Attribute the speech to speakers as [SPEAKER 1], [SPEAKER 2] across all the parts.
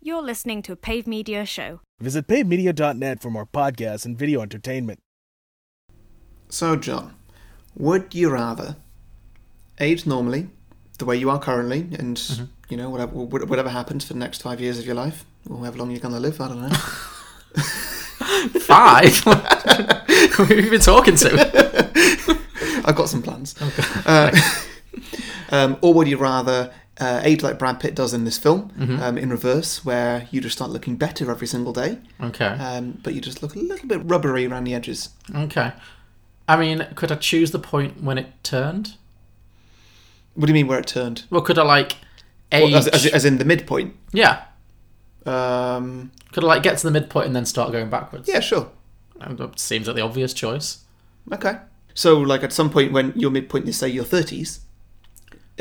[SPEAKER 1] you're listening to a Pave Media show.
[SPEAKER 2] Visit pavemedia.net for more podcasts and video entertainment.
[SPEAKER 3] So, John, would you rather age normally, the way you are currently, and you know whatever wh- whatever happens for the next five years of your life, or however long you're gonna live, I don't know.
[SPEAKER 4] Five? Who have you been talking to?
[SPEAKER 3] I've got some plans. Uh, um, or would you rather uh, age like Brad Pitt does in this film, um, in reverse, where you just start looking better every single day,
[SPEAKER 4] Okay.
[SPEAKER 3] um, but you just look a little bit rubbery around the edges?
[SPEAKER 4] Okay. I mean, could I choose the point when it turned?
[SPEAKER 3] What do you mean where it turned?
[SPEAKER 4] Well, could I like age?
[SPEAKER 3] Well, as, as, as in the midpoint?
[SPEAKER 4] yeah.
[SPEAKER 3] Um,
[SPEAKER 4] Could I like get to the midpoint and then start going backwards?
[SPEAKER 3] yeah, sure.
[SPEAKER 4] Um, that seems like the obvious choice.
[SPEAKER 3] Okay. So, like at some point when your midpoint is say your thirties,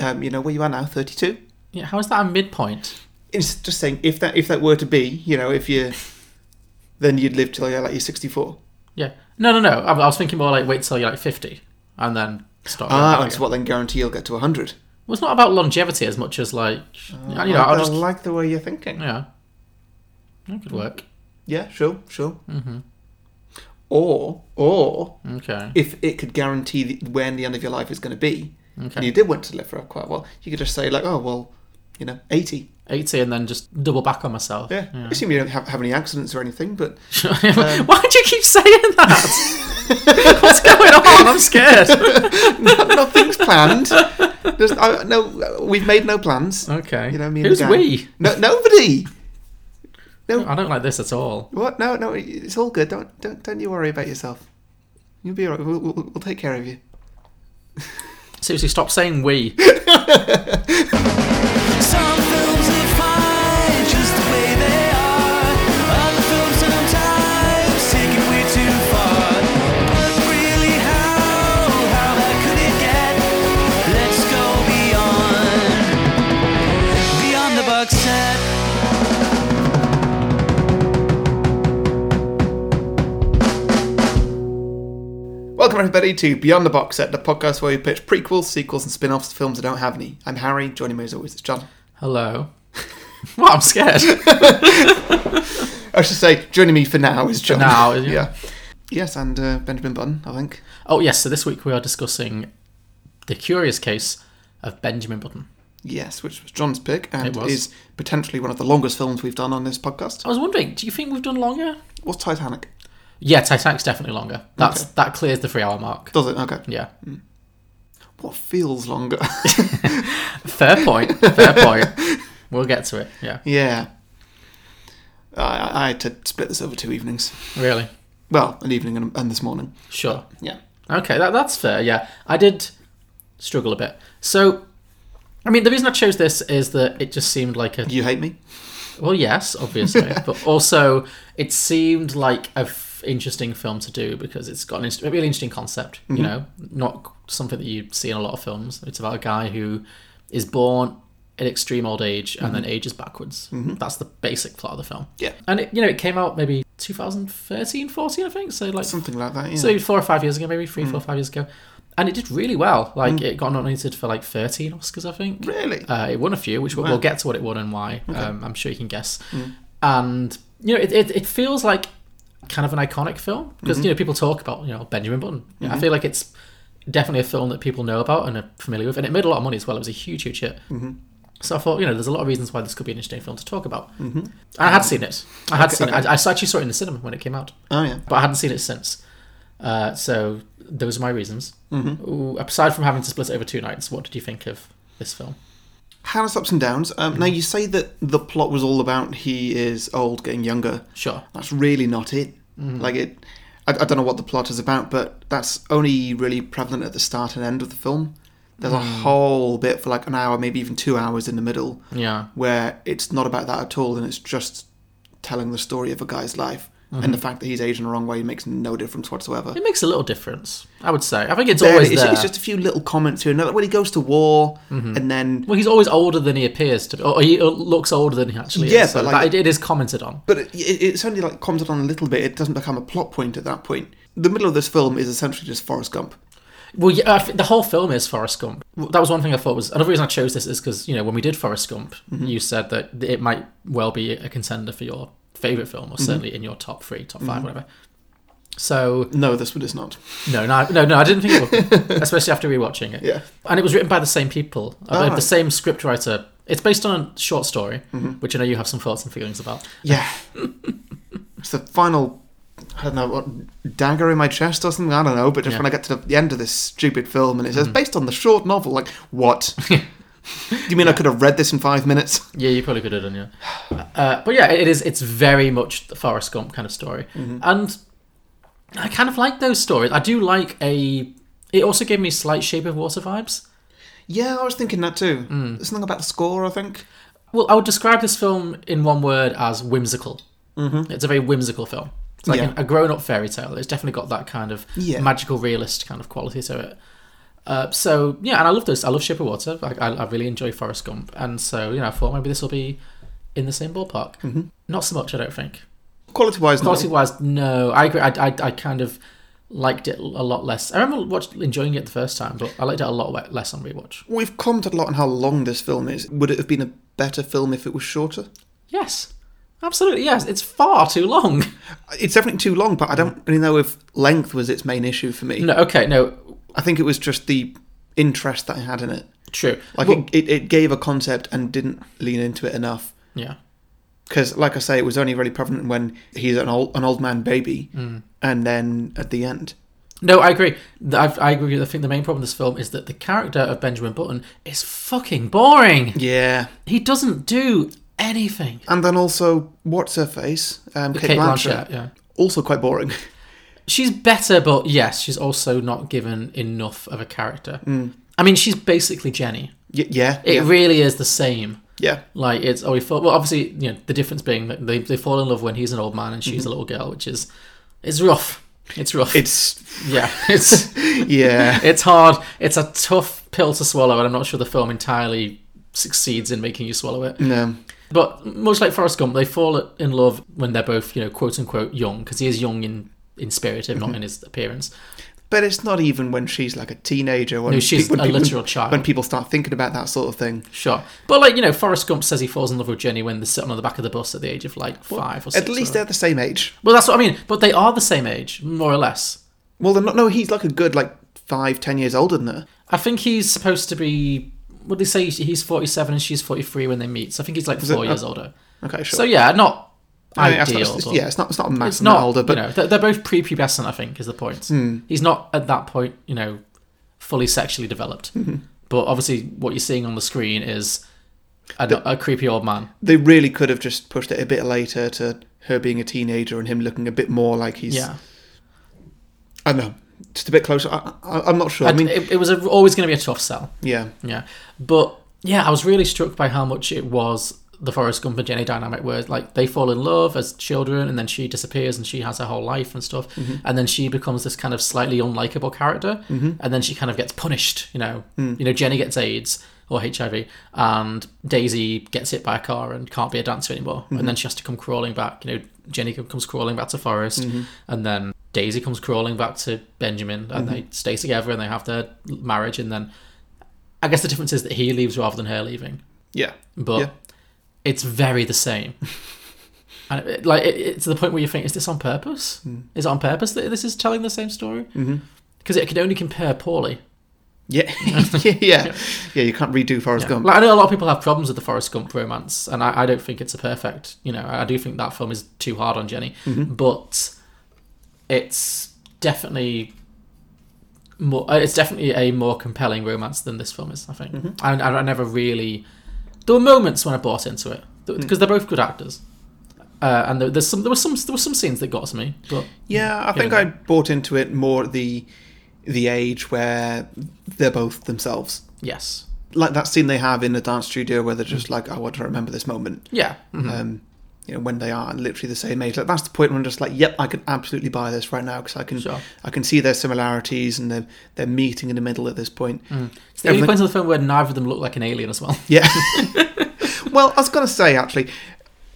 [SPEAKER 3] um, you know where you are now, thirty-two.
[SPEAKER 4] Yeah. How is that a midpoint?
[SPEAKER 3] It's just saying if that if that were to be, you know, if you, then you'd live till you're like you're sixty-four.
[SPEAKER 4] Yeah. No, no, no. I, I was thinking more like wait till you're like fifty and then start. going
[SPEAKER 3] Ah,
[SPEAKER 4] back
[SPEAKER 3] and so
[SPEAKER 4] again.
[SPEAKER 3] what then guarantee you'll get to hundred?
[SPEAKER 4] Well, it's not about longevity as much as like you know.
[SPEAKER 3] I
[SPEAKER 4] I'll just
[SPEAKER 3] Uh, like the way you're thinking. Yeah,
[SPEAKER 4] yeah. That could work.
[SPEAKER 3] sure, sure. Mm-hmm. Or or
[SPEAKER 4] Okay.
[SPEAKER 3] if it could guarantee the, when the end of your life is going to be, and you did want to live for quite a while, you could just say like, oh well, you know, eighty.
[SPEAKER 4] Eighty and then just double back on myself.
[SPEAKER 3] Yeah. I assume you don't have, have any accidents or anything, but
[SPEAKER 4] Why do you keep saying that? What's going on? I'm scared.
[SPEAKER 3] nothing's planned. There's, I, no, we've made no plans.
[SPEAKER 4] Okay.
[SPEAKER 3] You know, me and
[SPEAKER 4] Who's
[SPEAKER 3] the gang.
[SPEAKER 4] we?
[SPEAKER 3] No, nobody.
[SPEAKER 4] I don't like this at all.
[SPEAKER 3] What? No, no, it's all good. Don't, don't, don't you worry about yourself. You'll be alright. We'll, we'll, we'll take care of you.
[SPEAKER 4] Seriously, stop saying we.
[SPEAKER 5] Some films are fine just the way they are. Other films sometimes take it way too far. But really, how how bad could it get? Let's go beyond beyond the box set.
[SPEAKER 3] Welcome everybody to Beyond the Box Set, the podcast where we pitch prequels, sequels, and spin-offs to films that don't have any. I'm Harry. Joining me as always is John.
[SPEAKER 4] Hello. Well, I'm scared.
[SPEAKER 3] I should say, joining me for now is John.
[SPEAKER 4] now, is-
[SPEAKER 3] yeah. Yes, and uh, Benjamin Button, I think.
[SPEAKER 4] oh yes. So this week we are discussing the curious case of Benjamin Button.
[SPEAKER 3] Yes, which was John's pick and
[SPEAKER 4] It was.
[SPEAKER 3] is potentially one of the longest films we've done on this podcast.
[SPEAKER 4] I was wondering, do you think we've done longer?
[SPEAKER 3] What's Titanic?
[SPEAKER 4] Yeah, Titanic's definitely longer. That's
[SPEAKER 3] Okay.
[SPEAKER 4] that clears the three-hour mark.
[SPEAKER 3] Does it? Okay.
[SPEAKER 4] Yeah.
[SPEAKER 3] What feels longer?
[SPEAKER 4] Fair point. Fair point. We'll get to it. Yeah.
[SPEAKER 3] yeah. I, I- I had to split this over two evenings.
[SPEAKER 4] Really.
[SPEAKER 3] Well, an evening and, and this morning.
[SPEAKER 4] Sure.
[SPEAKER 3] Yeah.
[SPEAKER 4] Okay, that, that's fair. Yeah, I did struggle a bit. So, I mean, the reason I chose this is that it just seemed like a
[SPEAKER 3] You hate me?
[SPEAKER 4] well, yes, obviously, but also it seemed like a f- interesting film to do because it's got an inst- a really interesting concept.
[SPEAKER 3] Mm-hmm.
[SPEAKER 4] You know, not something that you see in a lot of films. It's about a guy who is born in extreme old age and then ages backwards. That's the basic plot of the film.
[SPEAKER 3] Mm-hmm. Yeah.
[SPEAKER 4] and it, you know, it came out maybe 2013, 14, I think. So like
[SPEAKER 3] Something like that, yeah.
[SPEAKER 4] so four or five years ago, maybe three, four, five years ago, and it did really well. Like it got nominated for like thirteen Oscars, I think.
[SPEAKER 3] Really?
[SPEAKER 4] Uh, it won a few, which we'll, we'll get to what it won and why. Um, I'm sure you can guess. And you know, it, it, it feels like kind of an iconic film because you know people talk about you know Benjamin Button. You know, I feel like it's definitely a film that people know about and are familiar with, and it made a lot of money as well. It was a huge, huge hit. So I thought, you know, there's a lot of reasons why this could be an interesting film to talk about. Mm-hmm. I had seen it. I had seen it. I, I actually saw it in the cinema when it came out
[SPEAKER 3] oh, yeah.
[SPEAKER 4] but I hadn't seen it since. Uh, so those are my reasons. Mm-hmm. aside from having to split it over two nights, what did you think of this film?
[SPEAKER 3] Had its ups and downs. Um,
[SPEAKER 4] Mm-hmm.
[SPEAKER 3] Now, you say that the plot was all about he is old, getting younger.
[SPEAKER 4] Sure. Mm-hmm.
[SPEAKER 3] That's really not it. Like, it. I, I don't know what the plot is about, but that's only really prevalent at the start and end of the film. There's a
[SPEAKER 4] Mm.
[SPEAKER 3] whole bit for like an hour, maybe even two hours in the middle,
[SPEAKER 4] Yeah.
[SPEAKER 3] where it's not about that at all, and it's just telling the story of a guy's life. And
[SPEAKER 4] Mm-hmm.
[SPEAKER 3] the fact that he's aging the wrong way makes no difference whatsoever.
[SPEAKER 4] It makes a little difference, I would say. I think it's
[SPEAKER 3] Barely.
[SPEAKER 4] always
[SPEAKER 3] it's,
[SPEAKER 4] there. Mm-hmm.
[SPEAKER 3] it's just a few little comments here and there. When he goes to war, and then
[SPEAKER 4] well, he's always older than he appears to be, or he looks older than he actually
[SPEAKER 3] Yeah,
[SPEAKER 4] is. so
[SPEAKER 3] but like-
[SPEAKER 4] that- it- it is commented on.
[SPEAKER 3] But it, it, it's only like commented on a little bit. It doesn't become a plot point at that point. The middle of this film is essentially just Forrest Gump.
[SPEAKER 4] Well, yeah, I think the whole film is Forrest Gump. Well, That was one thing I thought was another reason I chose this is because you know when we did Forrest Gump,
[SPEAKER 3] Mm-hmm.
[SPEAKER 4] you said that it might well be a contender for your favorite film,
[SPEAKER 3] Mm-hmm.
[SPEAKER 4] or certainly in your top three, top 5 whatever. So
[SPEAKER 3] No, this one is not.
[SPEAKER 4] no, no, no, no, I didn't think it would, be, especially after rewatching it.
[SPEAKER 3] Yeah.
[SPEAKER 4] and it was written by the same people, uh,
[SPEAKER 3] Ah. Mm-hmm.
[SPEAKER 4] the same scriptwriter. It's based on a short story, which I know you have some thoughts and feelings about.
[SPEAKER 3] Yeah. it's the final, I don't know, what, dagger in my chest or something? I don't know. But just
[SPEAKER 4] Yeah.
[SPEAKER 3] when I get to the end of this stupid film and it says, based on the short novel, like, what? you mean I could have read this in five minutes?
[SPEAKER 4] Yeah, you probably could have done, yeah. Uh, but yeah, it is. It's very much the Forrest Gump kind of story,
[SPEAKER 3] Mm-hmm.
[SPEAKER 4] and I kind of like those stories. I do like a. It also gave me slight Shape of Water vibes.
[SPEAKER 3] Yeah, I was thinking that too. There's something about the score, I think.
[SPEAKER 4] Well, I would describe this film in one word as whimsical. Mm-hmm. It's a very whimsical film. It's like
[SPEAKER 3] Yeah.
[SPEAKER 4] a grown-up fairy tale. It's definitely got that kind of
[SPEAKER 3] Yeah.
[SPEAKER 4] magical realist kind of quality to it. Uh, so yeah, and I love this. I love Shape of Water. I, I, I really enjoy Forrest Gump, and so you know, I thought maybe this will be in the same ballpark.
[SPEAKER 3] Mm-hmm.
[SPEAKER 4] Not so much, I don't think.
[SPEAKER 3] Quality wise, no.
[SPEAKER 4] Quality wise, no. I agree. I, I, I kind of liked it a lot less. I remember watched, enjoying it the first time, but I liked it a lot we- less on rewatch.
[SPEAKER 3] We've commented a lot on how long this film is. Would it have been a better film if it was shorter?
[SPEAKER 4] Yes, absolutely. Yes, it's far too long.
[SPEAKER 3] It's definitely too long, but I don't really know if length was its main issue for me.
[SPEAKER 4] No, okay, no,
[SPEAKER 3] I think it was just the interest that I had in it.
[SPEAKER 4] true.
[SPEAKER 3] Like
[SPEAKER 4] Well,
[SPEAKER 3] it, it, it gave a concept and didn't lean into it enough.
[SPEAKER 4] yeah,
[SPEAKER 3] Because, like I say, it was only really prevalent when he's an old an old man baby,
[SPEAKER 4] Mm.
[SPEAKER 3] and then at the end.
[SPEAKER 4] no, I agree. Th- I've, I agree. I think the main problem with this film is that the character of Benjamin Button is fucking boring.
[SPEAKER 3] Yeah,
[SPEAKER 4] He doesn't do anything.
[SPEAKER 3] and then also what's her face? Um, Kate,
[SPEAKER 4] Kate
[SPEAKER 3] Blanchett,
[SPEAKER 4] Blanchett, yeah.
[SPEAKER 3] also quite boring.
[SPEAKER 4] She's better, but yes, she's also not given enough of a character. I mean, she's basically Jenny.
[SPEAKER 3] Y- yeah,
[SPEAKER 4] It
[SPEAKER 3] Hmm. yeah,
[SPEAKER 4] really is the same.
[SPEAKER 3] yeah.
[SPEAKER 4] Like it's oh, we fall, well, obviously, you know, the difference being that they, they fall in love when he's an old man and she's a little girl, which is it's rough. It's rough.
[SPEAKER 3] Mm-hmm. It's
[SPEAKER 4] yeah, it's
[SPEAKER 3] yeah.
[SPEAKER 4] it's hard. It's a tough pill to swallow, and I'm not sure the film entirely succeeds in making you swallow it.
[SPEAKER 3] no,
[SPEAKER 4] But much like Forrest Gump, they fall in love when they're both, you know, quote unquote young, because he is young in in spirit,
[SPEAKER 3] Mm-hmm.
[SPEAKER 4] if not in his appearance.
[SPEAKER 3] but it's not even when she's like a teenager. When
[SPEAKER 4] No, she's
[SPEAKER 3] pe- when
[SPEAKER 4] a
[SPEAKER 3] people-
[SPEAKER 4] literal child.
[SPEAKER 3] When people start thinking about that sort of thing,
[SPEAKER 4] Sure, but like you know, Forrest Gump says he falls in love with Jenny when they're sitting on the back of the bus at the age of like five or six.
[SPEAKER 3] at least
[SPEAKER 4] whatever.
[SPEAKER 3] they're the same age.
[SPEAKER 4] well, that's what I mean. But they are the same age, more or less.
[SPEAKER 3] Well, they're not. No, he's like a good like five, ten years older than her.
[SPEAKER 4] I think he's supposed to be. What they say? He's forty-seven and she's forty-three when they meet. So I think he's like
[SPEAKER 3] it-
[SPEAKER 4] four years
[SPEAKER 3] uh,
[SPEAKER 4] older.
[SPEAKER 3] Okay, sure.
[SPEAKER 4] So yeah, not
[SPEAKER 3] I mean, that's not-
[SPEAKER 4] ideal.
[SPEAKER 3] it's-
[SPEAKER 4] but
[SPEAKER 3] yeah, it's not. It's not a massive
[SPEAKER 4] it's not
[SPEAKER 3] amount older, but Hmm.
[SPEAKER 4] you know, they're, they're both prepubescent. I think is the point. He's not at that point, you know, fully sexually developed.
[SPEAKER 3] Mm-hmm.
[SPEAKER 4] But obviously, what you're seeing on the screen is a, a creepy old man.
[SPEAKER 3] they really could have just pushed it a bit later to her being a teenager and him looking a bit more like he's.
[SPEAKER 4] Yeah,
[SPEAKER 3] I don't know. Just a bit closer. I, I, I'm not sure. I,
[SPEAKER 4] And
[SPEAKER 3] mean,
[SPEAKER 4] it, it was a, always going to be a tough sell.
[SPEAKER 3] yeah.
[SPEAKER 4] Yeah, but yeah, I was really struck by how much it was the Forrest Gump and Jenny dynamic, where like they fall in love as children, and then she disappears, and she has her whole life and stuff, and then she becomes this kind of slightly unlikable character, and then she kind of gets punished. You know, you know, Jenny gets AIDS or HIV, and Daisy gets hit by a car and can't be a dancer anymore, and then she has to come crawling back. You know, Jenny comes crawling back to Forrest, and then Daisy comes crawling back to Benjamin, and they stay together and they have their marriage, and then. I guess the difference is that he leaves rather than her leaving,
[SPEAKER 3] Yeah.
[SPEAKER 4] but
[SPEAKER 3] Yeah.
[SPEAKER 4] it's very the same. and it, like it, it, to the point where you think, is this on purpose? Is it on purpose that this is telling the same story? Because it can only compare poorly.
[SPEAKER 3] Yeah. yeah. Yeah. Yeah. You can't redo Forrest Gump.
[SPEAKER 4] Like I know a lot of people have problems with the Forrest Gump romance, and I, I don't think it's a perfect. You know, I do think that film is too hard on Jenny,
[SPEAKER 3] Mm-hmm.
[SPEAKER 4] but it's definitely more. uh, It's definitely a more compelling romance than this film is. I think,
[SPEAKER 3] Mm-hmm.
[SPEAKER 4] and I, I never really. There were moments when I bought into it because
[SPEAKER 3] Mm.
[SPEAKER 4] they're both good actors, uh, and there, there's some there were some there were some scenes that got to me, but
[SPEAKER 3] yeah. I think I bought into it more at the the age where they're both themselves.
[SPEAKER 4] yes,
[SPEAKER 3] Like that scene they have in the dance studio where they're
[SPEAKER 4] Mm.
[SPEAKER 3] just like, "Oh, I want to remember this moment.
[SPEAKER 4] yeah, mhm.
[SPEAKER 3] Um, you know, when they are literally the same age. Like that's the point when I'm just like, yep, I can absolutely buy this right now because I can,
[SPEAKER 4] Sure.
[SPEAKER 3] I can see their similarities and they're they're meeting in the middle at this point.
[SPEAKER 4] it's the only
[SPEAKER 3] everything-
[SPEAKER 4] point of the film where neither of them look like an alien as well.
[SPEAKER 3] Yeah. well, I was gonna say actually,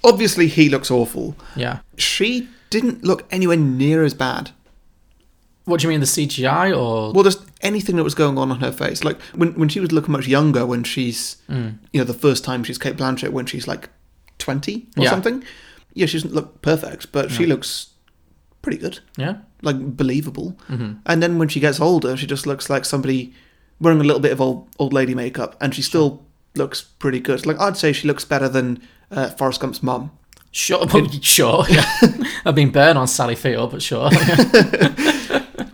[SPEAKER 3] obviously he looks awful.
[SPEAKER 4] yeah,
[SPEAKER 3] She didn't look anywhere near as bad.
[SPEAKER 4] What do you mean, the CGI or?
[SPEAKER 3] Well, just anything that was going on on her face. Like when when she was looking much younger, when she's
[SPEAKER 4] Mm.
[SPEAKER 3] you know the first time she's Kate Blanchett when she's like twenty or
[SPEAKER 4] Yeah.
[SPEAKER 3] something. Yeah, she doesn't look perfect, but she looks pretty good,
[SPEAKER 4] yeah,
[SPEAKER 3] like believable.
[SPEAKER 4] Mm-hmm.
[SPEAKER 3] And then when she gets older, she just looks like somebody wearing a little bit of old old lady makeup, and she still looks pretty good. Like I'd say she looks better than uh, Forrest Gump's mum.
[SPEAKER 4] sure, well, sure. Yeah. I've been burned on Sally Field, but sure.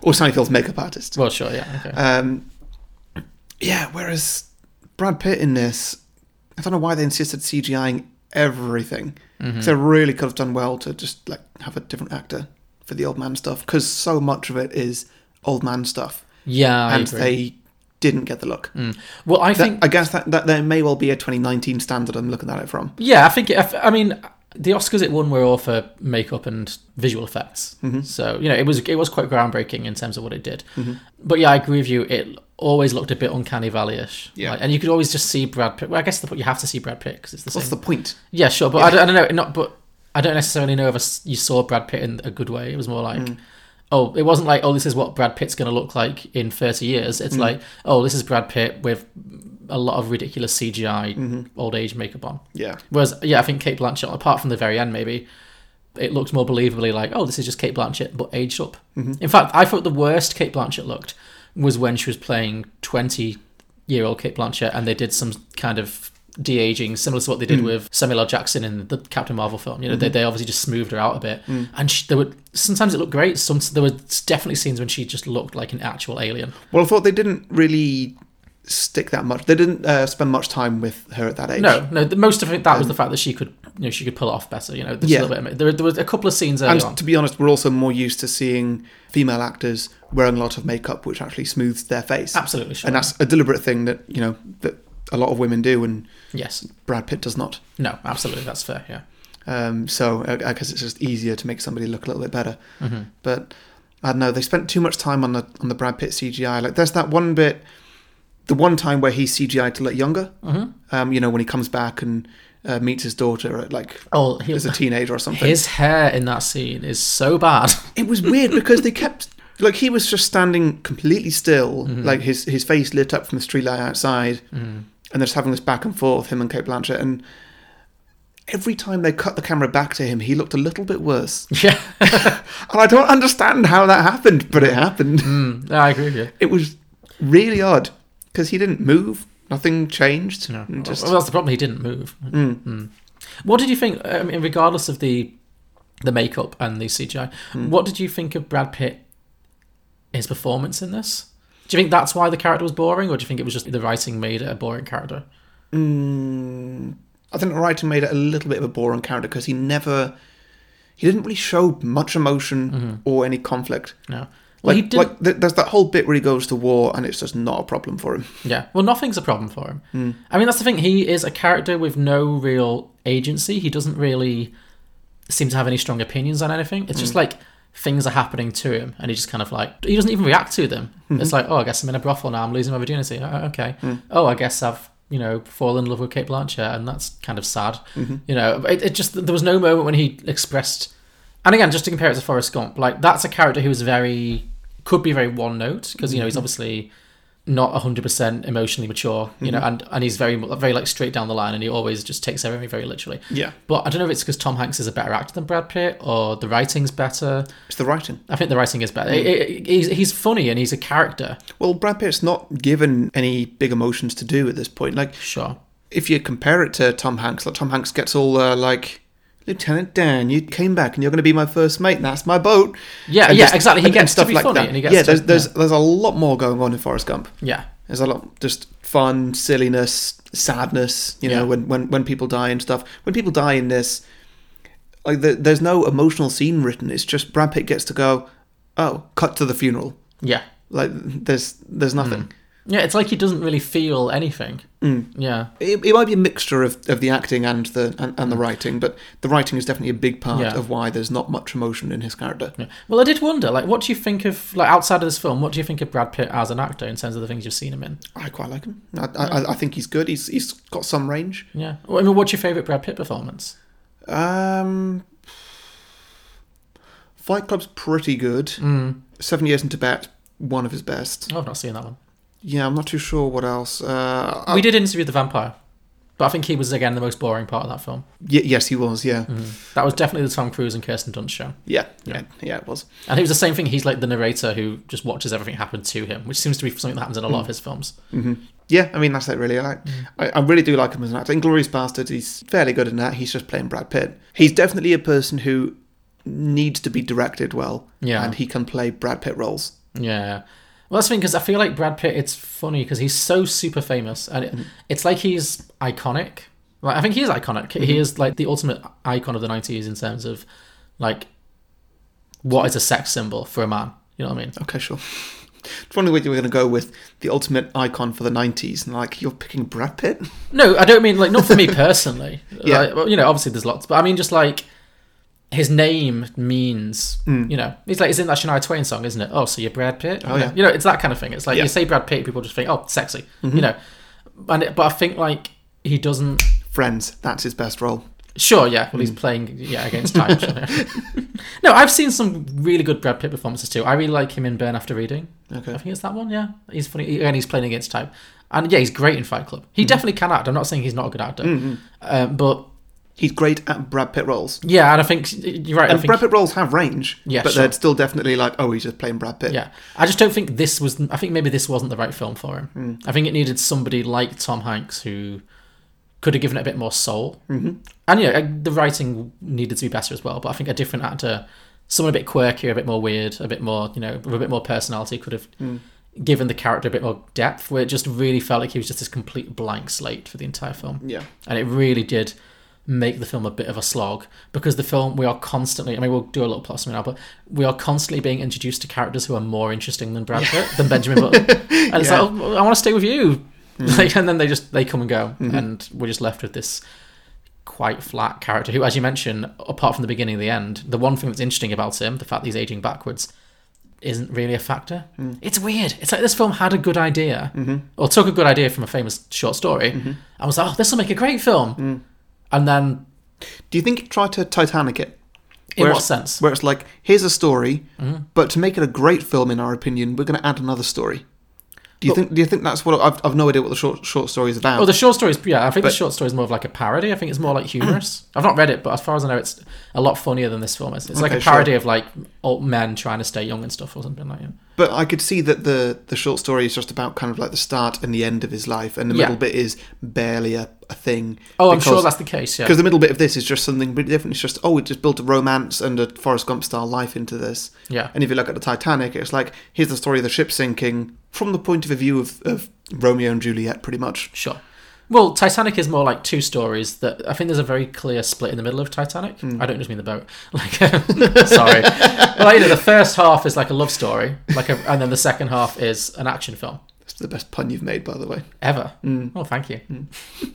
[SPEAKER 3] or Sally Field's makeup artist.
[SPEAKER 4] well, sure, yeah. Okay.
[SPEAKER 3] Um, yeah, whereas Brad Pitt in this, I don't know why they insisted CGIing everything.
[SPEAKER 4] Mm-hmm.
[SPEAKER 3] Because they really could have done well to just like have a different actor for the old man stuff. Because so much of it is old man stuff,
[SPEAKER 4] yeah, I
[SPEAKER 3] and
[SPEAKER 4] agree. Mm.
[SPEAKER 3] they didn't get the look.
[SPEAKER 4] well, I
[SPEAKER 3] That-
[SPEAKER 4] think
[SPEAKER 3] I guess that, that there may well be a 2019 standard I'm looking at it from.
[SPEAKER 4] Yeah, I think. I, I mean, the Oscars it won were all for makeup and visual effects.
[SPEAKER 3] Mm-hmm.
[SPEAKER 4] So you know, it was it was quite groundbreaking in terms of what it did. But yeah, I agree with you. It always looked a bit uncanny valley-ish.
[SPEAKER 3] Yeah.
[SPEAKER 4] Like, and you could always just see Brad Pitt. Well, I guess the, you have to see Brad Pitt because it's the
[SPEAKER 3] What's
[SPEAKER 4] same.
[SPEAKER 3] the point?
[SPEAKER 4] yeah, sure, but I, don't, I don't know. Not, but I don't necessarily know if I s- you saw Brad Pitt in a good way. It was more like. Oh, it wasn't like oh, this is what Brad Pitt's going to look like in thirty years. It's like oh, this is Brad Pitt with a lot of ridiculous CGI old age makeup on.
[SPEAKER 3] Yeah.
[SPEAKER 4] Whereas, yeah, I think Kate Blanchett, apart from the very end, maybe it looked more believably like, oh, this is just Kate Blanchett, but aged up.
[SPEAKER 3] Mm-hmm.
[SPEAKER 4] In fact, I thought the worst Kate Blanchett looked was when she was playing twenty-year-old Kate Blanchett, and they did some kind of de aging, similar to what they
[SPEAKER 3] Mm.
[SPEAKER 4] did with Samuel L. Jackson in the Captain Marvel film. You know,
[SPEAKER 3] Mm-hmm.
[SPEAKER 4] they, they obviously just smoothed her out a bit,
[SPEAKER 3] Mm.
[SPEAKER 4] and she, there were sometimes it looked great. Some there were definitely scenes when she just looked like an actual alien.
[SPEAKER 3] Well, I thought they didn't really stick that much. They didn't uh, spend much time with her at that age. Um,
[SPEAKER 4] No, no, the, most of it that was the fact that she could, you know, she could pull it off better. You know, there's a
[SPEAKER 3] Yeah.
[SPEAKER 4] little bit of- there, there was a couple of scenes early
[SPEAKER 3] And
[SPEAKER 4] on.
[SPEAKER 3] to be honest, we're also more used to seeing female actors wearing a lot of makeup, which actually smooths their face.
[SPEAKER 4] Absolutely sure.
[SPEAKER 3] And that's a deliberate thing that you know that a lot of women do, and
[SPEAKER 4] yes.
[SPEAKER 3] Brad Pitt does not.
[SPEAKER 4] No, absolutely. That's fair. Yeah.
[SPEAKER 3] Um, so I I guess it's just easier to make somebody look a little bit better.
[SPEAKER 4] Mm-hmm.
[SPEAKER 3] But I don't know. They spent too much time on the on the Brad Pitt CGI. Like there's that one bit, the one time where he CGI to look younger.
[SPEAKER 4] Mm-hmm.
[SPEAKER 3] Um, you know when he comes back and uh, meets his daughter at like
[SPEAKER 4] Oh, he,
[SPEAKER 3] as a teenager or something.
[SPEAKER 4] his hair in that scene is so bad.
[SPEAKER 3] it was weird because they kept like he was just standing completely still,
[SPEAKER 4] Mm-hmm.
[SPEAKER 3] like his his face lit up from the streetlight outside, and they're just having this back and forth, him and Kate Blanchett, and every time they cut the camera back to him, he looked a little bit worse,
[SPEAKER 4] yeah,
[SPEAKER 3] and I don't understand how that happened, but it happened.
[SPEAKER 4] No, Mm, I agree with you.
[SPEAKER 3] It was really odd because he didn't move, nothing changed,
[SPEAKER 4] No.
[SPEAKER 3] and just
[SPEAKER 4] well, that's the problem. He didn't move. Mm. What did you think? I mean, regardless of the the makeup and the CGI,
[SPEAKER 3] Mm.
[SPEAKER 4] what did you think of Brad Pitt? His performance in this. Do you think that's why the character was boring, or do you think it was just the writing made it a boring character?
[SPEAKER 3] I think the writing made it a little bit of a boring character because he never. He didn't really show much emotion or any conflict.
[SPEAKER 4] No. Mm-hmm.
[SPEAKER 3] Like,
[SPEAKER 4] Well, he did.
[SPEAKER 3] like th- there's that whole bit where he goes to war and it's just not a problem for him.
[SPEAKER 4] Yeah. Well, nothing's a problem for him.
[SPEAKER 3] Mm.
[SPEAKER 4] I mean, that's the thing. He is a character with no real agency. He doesn't really seem to have any strong opinions on anything. It's just like things are happening to him, and he just kind of like he doesn't even react to them. It's like, oh, I guess I'm in a brothel now. I'm losing my virginity. Oh, okay. Oh, I guess I've you know fallen in love with Kate Blanchett, and that's kind of sad. You know, it, it just there was no moment when he expressed. And again, just to compare it to Forrest Gump, like that's a character who is very could be very one note because you know he's obviously not 100% emotionally mature you know and and he's very very like straight down the line and he always just takes everything very literally
[SPEAKER 3] Yeah.
[SPEAKER 4] but I don't know if it's because Tom Hanks is a better actor than Brad Pitt or the writing's better.
[SPEAKER 3] It's the writing.
[SPEAKER 4] I think the writing is better. It- it- he's, he's funny and he's a character.
[SPEAKER 3] Well, Brad Pitt's not given any big emotions to do at this point. Like,
[SPEAKER 4] Sure.
[SPEAKER 3] if you compare it to Tom Hanks, like Tom Hanks gets all uh, like, Lieutenant Dan, you came back and you're going to be my first mate. And that's my boat.
[SPEAKER 4] Yeah,
[SPEAKER 3] And
[SPEAKER 4] yeah,
[SPEAKER 3] just-
[SPEAKER 4] exactly. He
[SPEAKER 3] and- and
[SPEAKER 4] gets to be funny and he gets
[SPEAKER 3] yeah,
[SPEAKER 4] to-
[SPEAKER 3] there's there's
[SPEAKER 4] yeah.
[SPEAKER 3] there's a lot more going on in Forrest Gump.
[SPEAKER 4] Yeah.
[SPEAKER 3] There's a lot just fun, silliness, sadness. You
[SPEAKER 4] Yeah.
[SPEAKER 3] know, when, when when people die and stuff. When people die in this, like the, there's no emotional scene written. It's just Brad Pitt gets to go, oh, cut to the funeral.
[SPEAKER 4] Yeah.
[SPEAKER 3] Like there's there's nothing.
[SPEAKER 4] Hmm. Yeah, it's like he doesn't really feel anything.
[SPEAKER 3] Hmm.
[SPEAKER 4] Yeah.
[SPEAKER 3] It, it might be a mixture of, of the acting and the and, and the writing, but the writing is definitely a big part
[SPEAKER 4] Yeah.
[SPEAKER 3] of why there's not much emotion in his character.
[SPEAKER 4] Yeah. Well, I did wonder, like, what do you think of, like, outside of this film, what do you think of Brad Pitt as an actor in terms of the things you've seen him in?
[SPEAKER 3] I quite like him. I, I, I think he's good. He's he's got some range.
[SPEAKER 4] Yeah. Well, I mean, what's your favourite Brad Pitt performance?
[SPEAKER 3] Um, Fight Club's pretty good. Seven Years in Tibet, one of his best.
[SPEAKER 4] Oh, I've not seen that one.
[SPEAKER 3] Yeah, I'm not too sure what else. Uh, I-
[SPEAKER 4] We did interview the vampire, but I think he was again the most boring part of that film.
[SPEAKER 3] y- yes, he was. Yeah.
[SPEAKER 4] That was definitely the Tom Cruise and Kirsten Dunst show,
[SPEAKER 3] yeah, Mm-hmm. yeah, yeah, it was.
[SPEAKER 4] and it was the same thing. He's like the narrator who just watches everything happen to him, which seems to be something that happens in a lot of his films.
[SPEAKER 3] Yeah, I mean that's it really. I like,
[SPEAKER 4] Mm.
[SPEAKER 3] I, I really do like him as an actor. Inglorious Bastards, he's fairly good in that. He's just playing Brad Pitt. He's definitely a person who needs to be directed well.
[SPEAKER 4] Yeah.
[SPEAKER 3] and he can play Brad Pitt roles.
[SPEAKER 4] Yeah. Well, that's the thing because I feel like Brad Pitt. It's funny because he's so super famous, and it, it's like he's iconic. Like I think he is iconic. He is like the ultimate icon of the '90s in terms of like what is a sex symbol for a man. You know what I mean?
[SPEAKER 3] Okay, sure. It's wondering what you were going to go with the ultimate icon for the '90s, and like you're picking Brad Pitt.
[SPEAKER 4] No, I don't mean like not for me personally.
[SPEAKER 3] Yeah.
[SPEAKER 4] Like, well, you know, obviously there's lots, but I mean just like his name means
[SPEAKER 3] Mm.
[SPEAKER 4] you know it's like it's in that Shania Twain song, isn't it? Oh, so you're Brad Pitt. Oh
[SPEAKER 3] yeah.
[SPEAKER 4] You know, it's that kind of thing. It's like
[SPEAKER 3] Yeah. Mm-hmm.
[SPEAKER 4] you say Brad Pitt, people just think oh, sexy. You know, and it, but I think like he doesn't.
[SPEAKER 3] Friends, that's his best role.
[SPEAKER 4] Sure, yeah. Well, he's
[SPEAKER 3] Hmm.
[SPEAKER 4] playing yeah against time. sure, yeah. no, I've seen some really good Brad Pitt performances too. I really like him in Burn After Reading.
[SPEAKER 3] Okay.
[SPEAKER 4] I think it's that one. Yeah, he's funny, and he's playing against time. And yeah, he's great in Fight Club.
[SPEAKER 3] Hmm.
[SPEAKER 4] He definitely can act. I'm not saying he's not a good actor, um, but
[SPEAKER 3] He's great at Brad Pitt roles.
[SPEAKER 4] yeah, and I think you're right. I
[SPEAKER 3] And
[SPEAKER 4] think,
[SPEAKER 3] Brad Pitt roles have range,
[SPEAKER 4] Yeah,
[SPEAKER 3] but
[SPEAKER 4] sure.
[SPEAKER 3] they're still definitely like, oh, he's just playing Brad Pitt.
[SPEAKER 4] yeah, I just don't think this was. I think maybe this wasn't the right film for him. I think it needed somebody like Tom Hanks who could have given it a bit more soul. Mm-hmm. And yeah, like, the writing needed to be better as well. But I think a different actor, someone a bit quirkier, a bit more weird, a bit more you know, with a bit more personality, could have given the character a bit more depth. Where it just really felt like he was just this complete blank slate for the entire film.
[SPEAKER 3] yeah.
[SPEAKER 4] and it really did make the film a bit of a slog because the film we are constantly I mean we'll do a little plot summary now but we are constantly being introduced to characters who are more interesting than Brad Pitt than Benjamin Button and it's
[SPEAKER 3] Yeah.
[SPEAKER 4] like oh, I want to stay with you like, and then they just they come and go and we're just left with this quite flat character who as you mentioned apart from the beginning and the end the one thing that's interesting about him the fact that he's aging backwards isn't really a factor.
[SPEAKER 3] Hmm.
[SPEAKER 4] It's weird. It's like this film had a good idea
[SPEAKER 3] Mm-hmm.
[SPEAKER 4] or took a good idea from a famous short story and was like, oh, this will make a great film.
[SPEAKER 3] Mm.
[SPEAKER 4] And then,
[SPEAKER 3] Do you think it tried to Titanic it?
[SPEAKER 4] in
[SPEAKER 3] Where
[SPEAKER 4] what
[SPEAKER 3] it's-
[SPEAKER 4] sense?
[SPEAKER 3] Where it's like, here's a story,
[SPEAKER 4] Mm-hmm.
[SPEAKER 3] but to make it a great film, in our opinion, we're going to add another story. Do you think? Do you think that's what I've, I've no idea what the short short story is about?
[SPEAKER 4] Oh, the short story is, yeah, I think
[SPEAKER 3] But-
[SPEAKER 4] the short story is more of like a parody. I think it's more like humorous. I've not read it, but as far as I know, it's a lot funnier than this film is. It's
[SPEAKER 3] Okay,
[SPEAKER 4] like a
[SPEAKER 3] sure.
[SPEAKER 4] parody of like old men trying to stay young and stuff or something like that.
[SPEAKER 3] but I could see that the the short story is just about kind of like the start and the end of his life, and the
[SPEAKER 4] Yeah.
[SPEAKER 3] middle bit is barely a, a thing.
[SPEAKER 4] Oh, I'm sure that's the case, yeah.
[SPEAKER 3] because the middle bit of this is just something really different. It's just oh, it just built a romance and a Forrest Gump style life into this.
[SPEAKER 4] Yeah.
[SPEAKER 3] And if you look at the Titanic, it's like here's the story of the ship sinking from the point of view of, of Romeo and Juliet, pretty much.
[SPEAKER 4] Sure. Well, Titanic is more like two stories that I think there's a very clear split in the middle of Titanic. I don't just mean the boat. Like, um, sorry. well, you know, the first half is like a love story, like, a, and then the second half is an action film
[SPEAKER 3] That's the best pun you've made, by the way.
[SPEAKER 4] ever. Oh, thank you.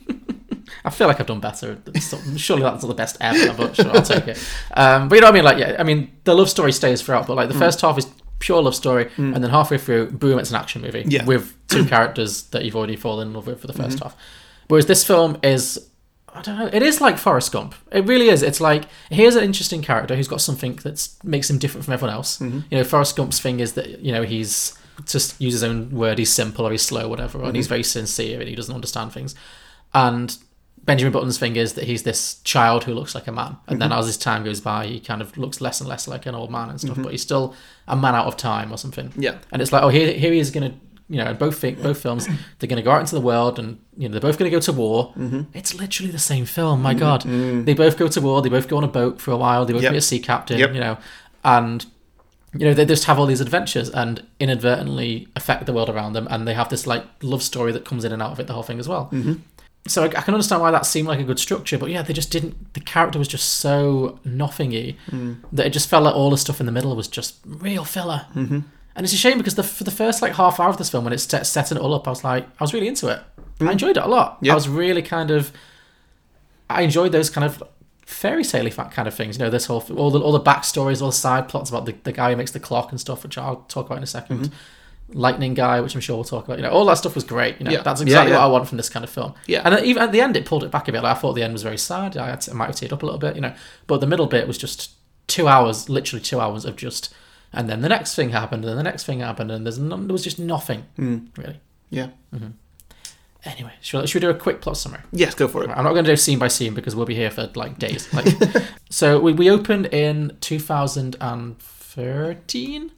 [SPEAKER 4] I feel like I've done better. So- Surely that's not the best ever, but sure, I'll take it. Um, but you know what I mean? Like, yeah, I mean, the love story stays throughout, but like the first half is pure love story, and then halfway through, boom, it's an action movie
[SPEAKER 3] Yeah.
[SPEAKER 4] with two characters that you've already fallen in love with for the 1st half. Whereas this film is, I don't know, it is like Forrest Gump. It really is. It's like here's an interesting character who's got something that makes him different from everyone else. You know, Forrest Gump's thing is that you know he's just use his own word. He's simple or he's slow, whatever, and he's very sincere and he doesn't understand things. And Benjamin Button's thing is that he's this child who looks like a man, and then as his time goes by, he kind of looks less and less like an old man and stuff. But he's still a man out of time or something.
[SPEAKER 3] Yeah.
[SPEAKER 4] And it's like, oh, here, here he is going to, you know, in both fi- both films, they're going to go out into the world, and you know, they're both going to go to war.
[SPEAKER 3] Mm-hmm.
[SPEAKER 4] It's literally the same film. My God, they both go to war. They both go on a boat for a while. They
[SPEAKER 3] Mm.
[SPEAKER 4] both
[SPEAKER 3] Yep.
[SPEAKER 4] meet a sea captain.
[SPEAKER 3] Yep.
[SPEAKER 4] You know, and you know they just have all these adventures and inadvertently affect the world around them, and they have this like love story that comes in and out of it. The whole thing as well.
[SPEAKER 3] Mm-hmm.
[SPEAKER 4] So I, I can understand why that seemed like a good structure, but yeah, they just didn't. The character was just so nothingy
[SPEAKER 3] Mm.
[SPEAKER 4] that it just felt like all the stuff in the middle was just real filler. Mm-hmm. And it's a shame because the for the first like half hour of this film, when it's set, setting it all up, I was like, I was really into it. I enjoyed it a lot.
[SPEAKER 3] Mm. Yeah.
[SPEAKER 4] I was really kind of, I enjoyed those kind of fairy tale kind of things. You know, this whole all the all the backstories, all the side plots about the, the guy who makes the clock and stuff, which I'll talk about in a 2nd Lightning guy, which I'm sure we'll talk about. You know, all that stuff was great. You know,
[SPEAKER 3] Mm-hmm. Yeah.
[SPEAKER 4] that's
[SPEAKER 3] Yeah,
[SPEAKER 4] exactly
[SPEAKER 3] yeah.
[SPEAKER 4] what I want from this kind of film.
[SPEAKER 3] Yeah.
[SPEAKER 4] and then even at the end, it pulled it back a bit. Like, I thought the end was very sad. I, had to- I might have teared up a little bit. You know, but the middle bit was just two hours, literally two hours of just, and then the next thing happened, and then the next thing happened, and there's none, there was just nothing really.
[SPEAKER 3] Yeah.
[SPEAKER 4] Anyway, should, should we do a quick plot summary?
[SPEAKER 3] Yes, go for it.
[SPEAKER 4] I'm not going to do scene by scene because we'll be here for like days. Like, so we, we opened in 2013,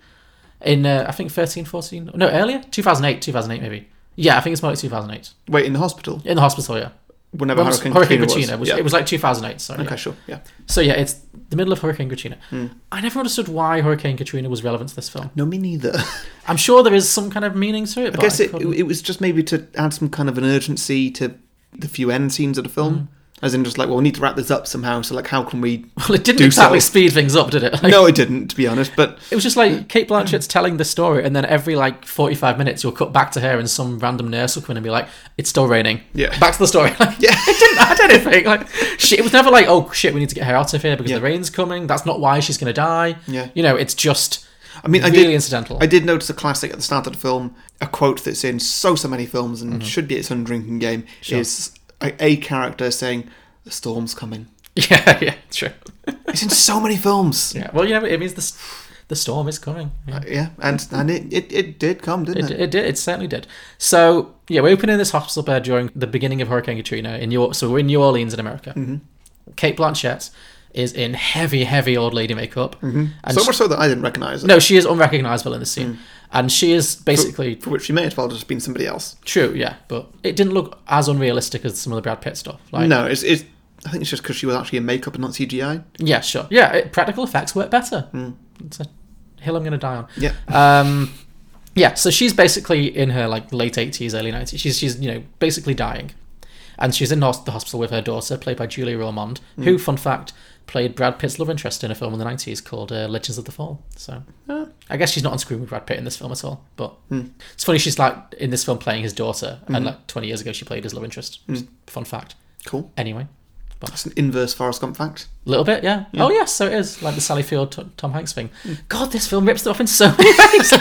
[SPEAKER 4] in uh, I think 13, 14, no earlier, 2008, 2008 maybe. Yeah, I think it's more like 2008
[SPEAKER 3] Wait, in the hospital,
[SPEAKER 4] in the hospital. Yeah,
[SPEAKER 3] whenever
[SPEAKER 4] Well,
[SPEAKER 3] Hurricane,
[SPEAKER 4] Hurricane
[SPEAKER 3] Katrina was.
[SPEAKER 4] Katrina. which-
[SPEAKER 3] yeah.
[SPEAKER 4] It was like 2008. Sorry.
[SPEAKER 3] okay,
[SPEAKER 4] yeah.
[SPEAKER 3] sure. Hmm. Yeah.
[SPEAKER 4] So yeah, it's the middle of Hurricane Katrina. I never understood why Hurricane Katrina was relevant to this film.
[SPEAKER 3] No, me neither.
[SPEAKER 4] I'm sure there is some kind of meaning to it.
[SPEAKER 3] I
[SPEAKER 4] But
[SPEAKER 3] guess it,
[SPEAKER 4] couldn't-
[SPEAKER 3] it was just maybe to add some kind of an urgency to the few end scenes of the
[SPEAKER 4] Mm.
[SPEAKER 3] film. As in, just like, well, we need to wrap this up somehow. So, like, how can we?
[SPEAKER 4] well, it didn't
[SPEAKER 3] do
[SPEAKER 4] exactly
[SPEAKER 3] so.
[SPEAKER 4] speed things up, did it? Like,
[SPEAKER 3] no, it didn't, to be honest. But
[SPEAKER 4] It was just like Kate Blanchett's telling the story, and then every like 45 minutes, you'll cut back to her, and some random nurse will come in and be like, "It's still raining."
[SPEAKER 3] Yeah.
[SPEAKER 4] Back to the story. Like,
[SPEAKER 3] Yeah.
[SPEAKER 4] It didn't add anything. Like, shit. It was never like, "Oh shit, we need to get her out of here because
[SPEAKER 3] Yeah.
[SPEAKER 4] the rain's coming." That's not why she's gonna die.
[SPEAKER 3] Yeah.
[SPEAKER 4] You know, it's just.
[SPEAKER 3] I mean, I
[SPEAKER 4] really
[SPEAKER 3] did,
[SPEAKER 4] incidental.
[SPEAKER 3] I did notice a classic at the start of the film, a quote that's in so so many films
[SPEAKER 4] Mm-hmm.
[SPEAKER 3] and should be its own drinking game is a, a character saying, "The storm's coming."
[SPEAKER 4] yeah, yeah, true.
[SPEAKER 3] It's in so many films.
[SPEAKER 4] Yeah. Well, you know, it means the s- the storm is coming. Yeah.
[SPEAKER 3] Yeah, and and it, it, it did come, didn't
[SPEAKER 4] It,
[SPEAKER 3] it?
[SPEAKER 4] it did. It certainly did. So yeah, we open in this hospital bed during the beginning of Hurricane Katrina in New. So we're in New Orleans in America.
[SPEAKER 3] Mm-hmm.
[SPEAKER 4] Kate Blanchett is in heavy, heavy old lady makeup. Mm-hmm. And
[SPEAKER 3] So
[SPEAKER 4] she-
[SPEAKER 3] much Mm. so that I didn't recognise it.
[SPEAKER 4] no, she is unrecognizable in the scene, and she is basically
[SPEAKER 3] for which she may as well have just been somebody else.
[SPEAKER 4] true. Yeah, but it didn't look as unrealistic as some of the Brad Pitt stuff. Like,
[SPEAKER 3] No, it's, it's I think it's just because she was actually in makeup and not CGI.
[SPEAKER 4] yeah, sure, yeah, it, practical effects work better. It's a hill I'm going to die on.
[SPEAKER 3] Mm. Yeah,
[SPEAKER 4] Um, yeah, so she's basically in her like late eighties, early nineties. She's she's you know basically dying, and she's in hos- the hospital with her daughter, played by Julie Ormond, who, fun fact, played Brad Pitt's love interest in a film in the nineties called uh, Legends of the Fall. So I guess she's not on screen with Brad Pitt in this film at all. But it's funny she's like in this film playing his daughter, and like twenty years ago she played his love interest. Just Fun fact.
[SPEAKER 3] cool.
[SPEAKER 4] Anyway,
[SPEAKER 3] That's an inverse Forrest Gump fact.
[SPEAKER 4] a little bit, yeah. Oh yes, so it is like the Sally Field T- Tom Hanks thing. God, this film rips it off in so many ways.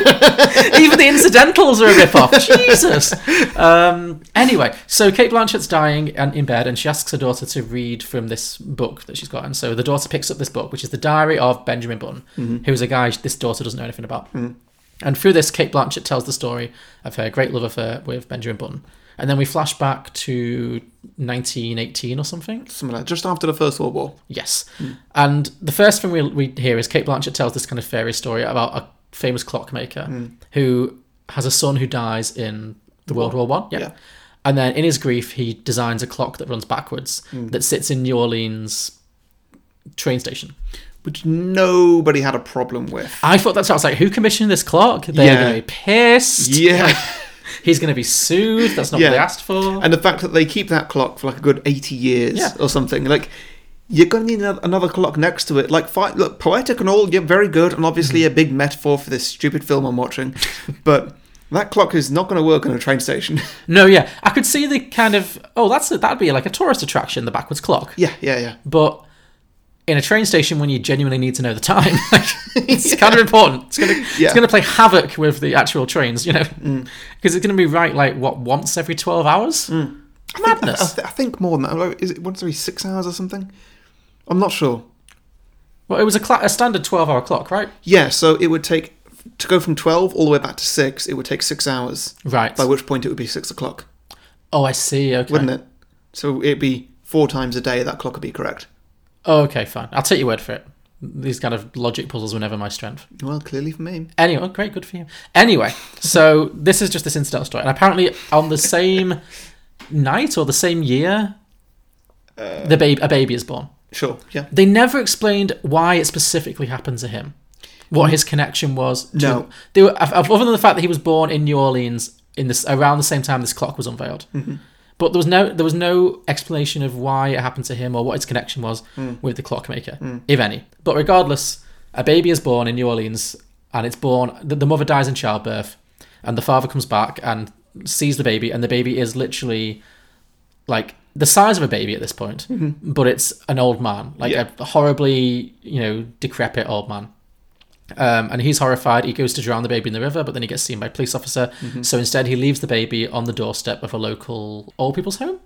[SPEAKER 4] Even the incidentals are a rip off. Jesus. Um, anyway, so Kate Blanchett's dying and in bed, and she asks her daughter to read from this book that she's got, and so the daughter picks up this book, which is the Diary of Benjamin Button, who's a guy this daughter doesn't know anything about. And through this, Kate Blanchett tells the story of her great love affair with Benjamin Button, and then we flash back to 1918 or something.
[SPEAKER 3] Something like just after the First World War.
[SPEAKER 4] Yes.
[SPEAKER 3] Hmm.
[SPEAKER 4] And the first thing we, we hear is Kate Blanchett tells this kind of fairy story about a famous clockmaker
[SPEAKER 3] Hmm.
[SPEAKER 4] who has a son who dies in the World War One. Yeah.
[SPEAKER 3] Yeah.
[SPEAKER 4] And then in his grief, he designs a clock that runs backwards
[SPEAKER 3] Hmm.
[SPEAKER 4] that sits in New Orleans train station.
[SPEAKER 3] which nobody had a problem with.
[SPEAKER 4] I thought that's I was like, who commissioned this clock? They're
[SPEAKER 3] Yeah.
[SPEAKER 4] gonna be pissed.
[SPEAKER 3] Yeah,
[SPEAKER 4] He's gonna be sued. That's not
[SPEAKER 3] Yeah.
[SPEAKER 4] what they asked for.
[SPEAKER 3] and the fact that they keep that clock for like a good eighty years
[SPEAKER 4] Yeah.
[SPEAKER 3] or something, like you're going to need another, another clock next to it. Like, fine, look, poetic and all, yeah, very good, and obviously a big metaphor for this stupid film I'm watching, but that clock is not going to work on a train station.
[SPEAKER 4] no, yeah. I could see the kind of oh, that's a, that'd be like a tourist attraction, the backwards clock.
[SPEAKER 3] yeah, yeah, yeah.
[SPEAKER 4] but in a train station when you genuinely need to know the time like, it's kind of important it's going
[SPEAKER 3] Yeah. Mm.
[SPEAKER 4] to play havoc with the actual trains you know because it's going to be right like what once every 12 hours madness
[SPEAKER 3] Mm. I, th- I think uh, more than that. Is it once every six hours or something? I'm not sure.
[SPEAKER 4] well it was a, cla a standard 12 hour clock right
[SPEAKER 3] Yeah, so it would take to go from twelve all the way back to six. It would take six hours.
[SPEAKER 4] right
[SPEAKER 3] By which point it would be six o'clock.
[SPEAKER 4] oh i see okay
[SPEAKER 3] wouldn't it? So it'd be four times a day that clock would be correct.
[SPEAKER 4] oh, okay fine i'll take your word for it these kind of logic puzzles were never my strength
[SPEAKER 3] Well, clearly for me.
[SPEAKER 4] Anyway, oh, great, good for you. Anyway, so this is just this incidental story, and apparently on the same night or the same year,
[SPEAKER 3] Uh,
[SPEAKER 4] the baby a baby is born.
[SPEAKER 3] Sure, yeah.
[SPEAKER 4] They never explained why it specifically happened to him, what his connection was. To,
[SPEAKER 3] No.
[SPEAKER 4] they were other than the fact that he was born in New Orleans in this around the same time this clock was unveiled. But there was no there was no explanation of why it happened to him or what his connection was with the clockmaker, if any. But regardless, a baby is born in New Orleans, and it's born. The, the mother dies in childbirth, and the father comes back and sees the baby, and the baby is literally like the size of a baby at this point, but it's an old man, like
[SPEAKER 3] Mm-hmm. Yeah.
[SPEAKER 4] a horribly you know decrepit old man. Um, and he's horrified. He goes to drown the baby in the river, but then he gets seen by a police officer.
[SPEAKER 3] Mm-hmm.
[SPEAKER 4] So instead, he leaves the baby on the doorstep of a local old people's home.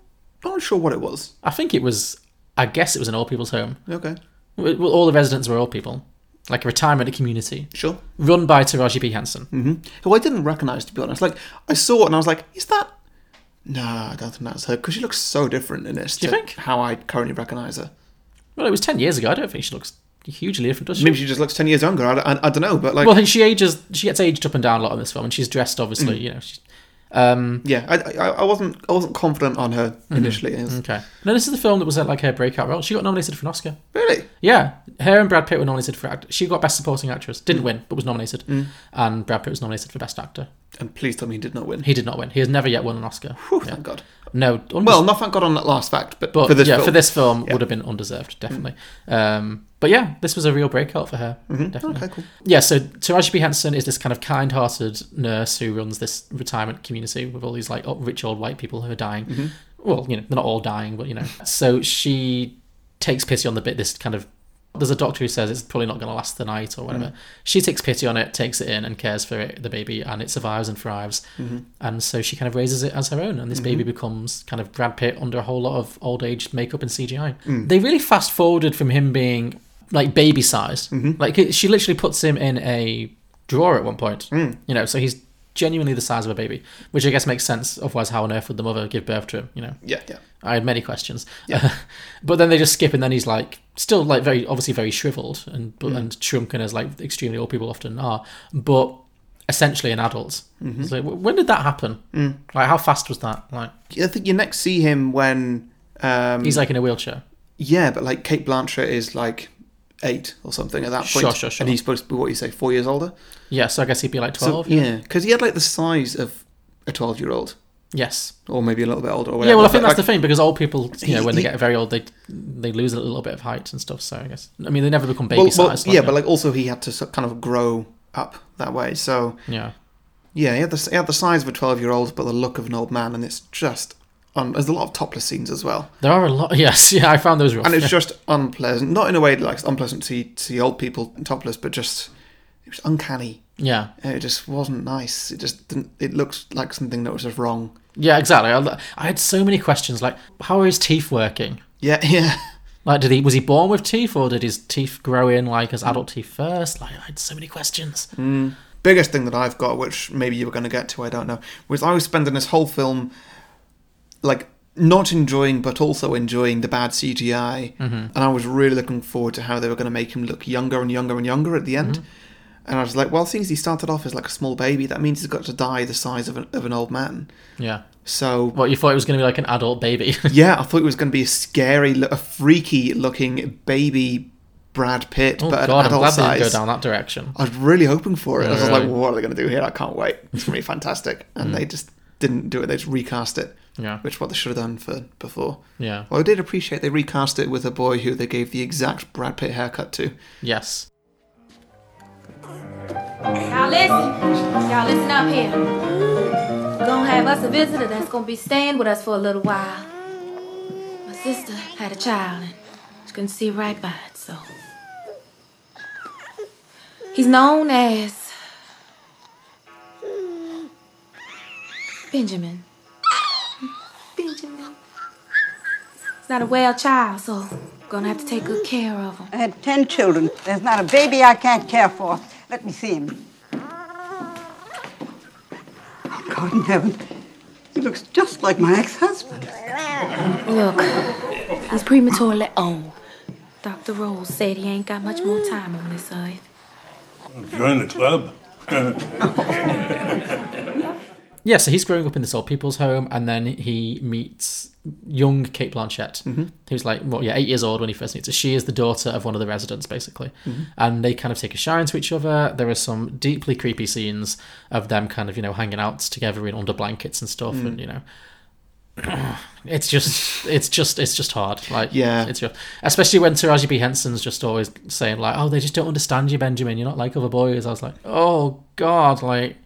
[SPEAKER 3] Not sure what it was.
[SPEAKER 4] I think it was, I guess it was an old people's home.
[SPEAKER 3] Okay.
[SPEAKER 4] w- well, all the residents were old people, like a retirement community
[SPEAKER 3] Sure.
[SPEAKER 4] run by Taraji P Henson.
[SPEAKER 3] Mm-hmm. Who I didn't recognise, to be honest. Like, I saw it and I was like, is that. No, I don't think that's her because she looks so different in this.
[SPEAKER 4] Do you
[SPEAKER 3] to
[SPEAKER 4] think?
[SPEAKER 3] How I currently recognise her.
[SPEAKER 4] Well, it was ten years ago. I don't think she looks hugely different, does she?
[SPEAKER 3] Maybe she just looks 10 years younger. I, I, I don't know, but like.
[SPEAKER 4] Well, I think she ages. She gets aged up and down a lot in this film, and she's dressed obviously.
[SPEAKER 3] Mm.
[SPEAKER 4] You know, she's, um,
[SPEAKER 3] yeah, I, I, I wasn't I wasn't confident on her
[SPEAKER 4] Mm-hmm.
[SPEAKER 3] initially. It was-
[SPEAKER 4] okay. No, this is the film that was at, like her breakout role. She got nominated for an Oscar.
[SPEAKER 3] Really?
[SPEAKER 4] Yeah, her and Brad Pitt were nominated for. Act- she got Best Supporting Actress.
[SPEAKER 3] Mm.
[SPEAKER 4] Didn't win, but was nominated. And Brad Pitt was nominated for Best Actor.
[SPEAKER 3] And please tell me he did not win.
[SPEAKER 4] He did not win. He has never yet won an Oscar.
[SPEAKER 3] Whew,
[SPEAKER 4] Yeah.
[SPEAKER 3] Thank God.
[SPEAKER 4] No. undis-
[SPEAKER 3] Well, not thank God on that last fact, but,
[SPEAKER 4] but
[SPEAKER 3] for this
[SPEAKER 4] yeah,
[SPEAKER 3] film.
[SPEAKER 4] for this film would have been undeserved, definitely. Um, but yeah, this was a real breakout for her. Definitely.
[SPEAKER 3] Okay, cool.
[SPEAKER 4] Yeah, so Taraji P. Henson is this kind of kind hearted nurse who runs this retirement community with all these like o- rich old white people who are dying. Well, you know, they're not all dying, but you know. So she takes pity on the bit, this kind of. There's a doctor who says it's probably not going to last the night or whatever. She takes pity on it, takes it in, and cares for it, the baby, and it survives and thrives. And so she kind of raises it as her own, and this baby becomes kind of Brad Pitt under a whole lot of old age makeup and CGI. They really fast forwarded from him being like baby sized.
[SPEAKER 3] Mm-hmm.
[SPEAKER 4] Like she literally puts him in a drawer at one point.
[SPEAKER 3] Mm.
[SPEAKER 4] You know, so he's genuinely the size of a baby, which I guess makes sense. Otherwise, how on earth would the mother give birth to him? You know,
[SPEAKER 3] Yeah, yeah.
[SPEAKER 4] I had many questions. but then they just skip, and then he's like still like very obviously very shriveled and
[SPEAKER 3] Mm.
[SPEAKER 4] but and shrunken as like extremely old people often are, but essentially an adult.
[SPEAKER 3] Mm-hmm.
[SPEAKER 4] It's like, when did that happen?
[SPEAKER 3] Mm.
[SPEAKER 4] Like how fast was that? Like
[SPEAKER 3] I think you next see him when. Um,
[SPEAKER 4] he's like in a wheelchair.
[SPEAKER 3] yeah, but like Kate Blanchett is like eight or something at that point.
[SPEAKER 4] Sure, sure, sure.
[SPEAKER 3] And he's supposed to be, what you say, four years older?
[SPEAKER 4] Yeah, so I guess he'd be like
[SPEAKER 3] So,
[SPEAKER 4] twelve.
[SPEAKER 3] yeah, because he had like the size of a 12 year old,
[SPEAKER 4] Yes.
[SPEAKER 3] or maybe a little bit older. Or
[SPEAKER 4] Yeah,
[SPEAKER 3] whatever.
[SPEAKER 4] well, I think
[SPEAKER 3] But,
[SPEAKER 4] that's the
[SPEAKER 3] like,
[SPEAKER 4] thing because old people, you know, when they
[SPEAKER 3] He-
[SPEAKER 4] get very old, they they lose a little bit of height and stuff. So I guess I mean they never become baby
[SPEAKER 3] well, well,
[SPEAKER 4] sized.
[SPEAKER 3] yeah,
[SPEAKER 4] no.
[SPEAKER 3] but like also he had to so- kind of grow up that way. So
[SPEAKER 4] yeah,
[SPEAKER 3] yeah, he had the, he had the size of a 12 year old, but the look of an old man, and it's just. Um, there's a lot of topless scenes as well,
[SPEAKER 4] there are a lot. Yes, yeah, I found those rough.
[SPEAKER 3] and it's
[SPEAKER 4] yeah.
[SPEAKER 3] just unpleasant. Not in a way that, like it's unpleasant to see, to see old people topless, but just it was uncanny.
[SPEAKER 4] yeah,
[SPEAKER 3] And It just wasn't nice. It just didn't. It looks like something that was just wrong.
[SPEAKER 4] yeah, exactly. I, I had so many questions like, how are his teeth working?
[SPEAKER 3] Yeah, yeah.
[SPEAKER 4] Like, did he was he born with teeth, or did his teeth grow in like as adult teeth first? Like, I had so many questions.
[SPEAKER 3] Mm. biggest thing that I've got, which maybe you were going to get to, I don't know, was I was spending this whole film like not enjoying but also enjoying the bad CGI, and I was really looking forward to how they were going to make him look younger and younger and younger at the end. And I was like, well, seeing as he started off as like a small baby, that means he's got to die the size of an, of an old man.
[SPEAKER 4] Yeah,
[SPEAKER 3] So
[SPEAKER 4] what you thought it was going to be like an adult baby?
[SPEAKER 3] yeah, I thought it was going to be a scary, lo- a freaky looking baby Brad Pitt,
[SPEAKER 4] oh
[SPEAKER 3] but
[SPEAKER 4] god,
[SPEAKER 3] an
[SPEAKER 4] I'm
[SPEAKER 3] adult
[SPEAKER 4] glad
[SPEAKER 3] size.
[SPEAKER 4] they didn't go down that direction.
[SPEAKER 3] I was really hoping for it. I was just
[SPEAKER 4] really? Mm.
[SPEAKER 3] like, what are they going to do here? I can't wait. It's going to be fantastic. And they just didn't do it. They just recast it,
[SPEAKER 4] Yeah,
[SPEAKER 3] which is what they should have done for before.
[SPEAKER 4] yeah,
[SPEAKER 3] Well, I did appreciate they recast it with a boy who they gave the exact Brad Pitt haircut to.
[SPEAKER 4] yes.
[SPEAKER 6] Now listen, y'all listen up here. We're gonna have us a visitor that's gonna be staying with us for a little while. My sister had a child and she couldn't see right by it, so. He's known as Benjamin. Benjamin. He's not a well child, so gonna have to take good care of him.
[SPEAKER 7] I had ten children. There's not a baby I can't care for. Let me see him. Oh, God in heaven. He looks just like my ex-husband.
[SPEAKER 6] Look, he's prematurely old. Dr. Rose said he ain't got much more time on this earth.
[SPEAKER 8] Join the club.
[SPEAKER 4] Yeah, so he's growing up in this old people's home, and then he meets young Kate Blanchett, who's like, well, yeah, eight years old when he first meets her. She is the daughter of one of the residents, basically, and they kind of take a shine to each other. There are some deeply creepy scenes of them kind of, you know, hanging out together in under blankets and stuff, and you know, it's just, it's just, it's just hard. Like,
[SPEAKER 3] Yeah.
[SPEAKER 4] it's just, especially when Taraji B Henson's just always saying like, oh, they just don't understand you, Benjamin. You're not like other boys. I was like, oh god, like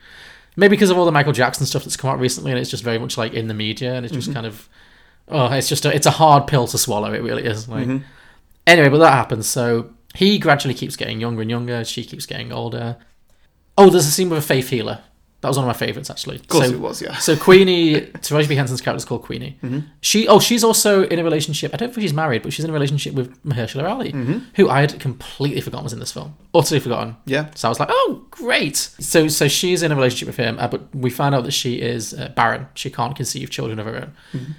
[SPEAKER 4] maybe because of all the Michael Jackson stuff that's come out recently, and it's just very much like in the media, and it's just kind of, oh, it's just a, it's a hard pill to swallow. It really is. Like,
[SPEAKER 3] Mm-hmm.
[SPEAKER 4] anyway, but that happens. So he gradually keeps getting younger and younger. She keeps getting older. Oh, there's a scene with a faith healer That was one of my favorites, actually. Of
[SPEAKER 3] course it was, yeah. Mm-hmm.
[SPEAKER 4] So Queenie, Taraji B Henson's character is called Queenie. She, oh, she's also in a relationship. I don't think she's married, but she's in a relationship with Mahershala Ali,
[SPEAKER 3] Mm-hmm.
[SPEAKER 4] who I had completely forgotten was in this film, utterly forgotten.
[SPEAKER 3] Yeah.
[SPEAKER 4] So I was like, oh, great. So, so she's in a relationship with him, uh, but we find out that she is uh, barren. She can't conceive children of her own.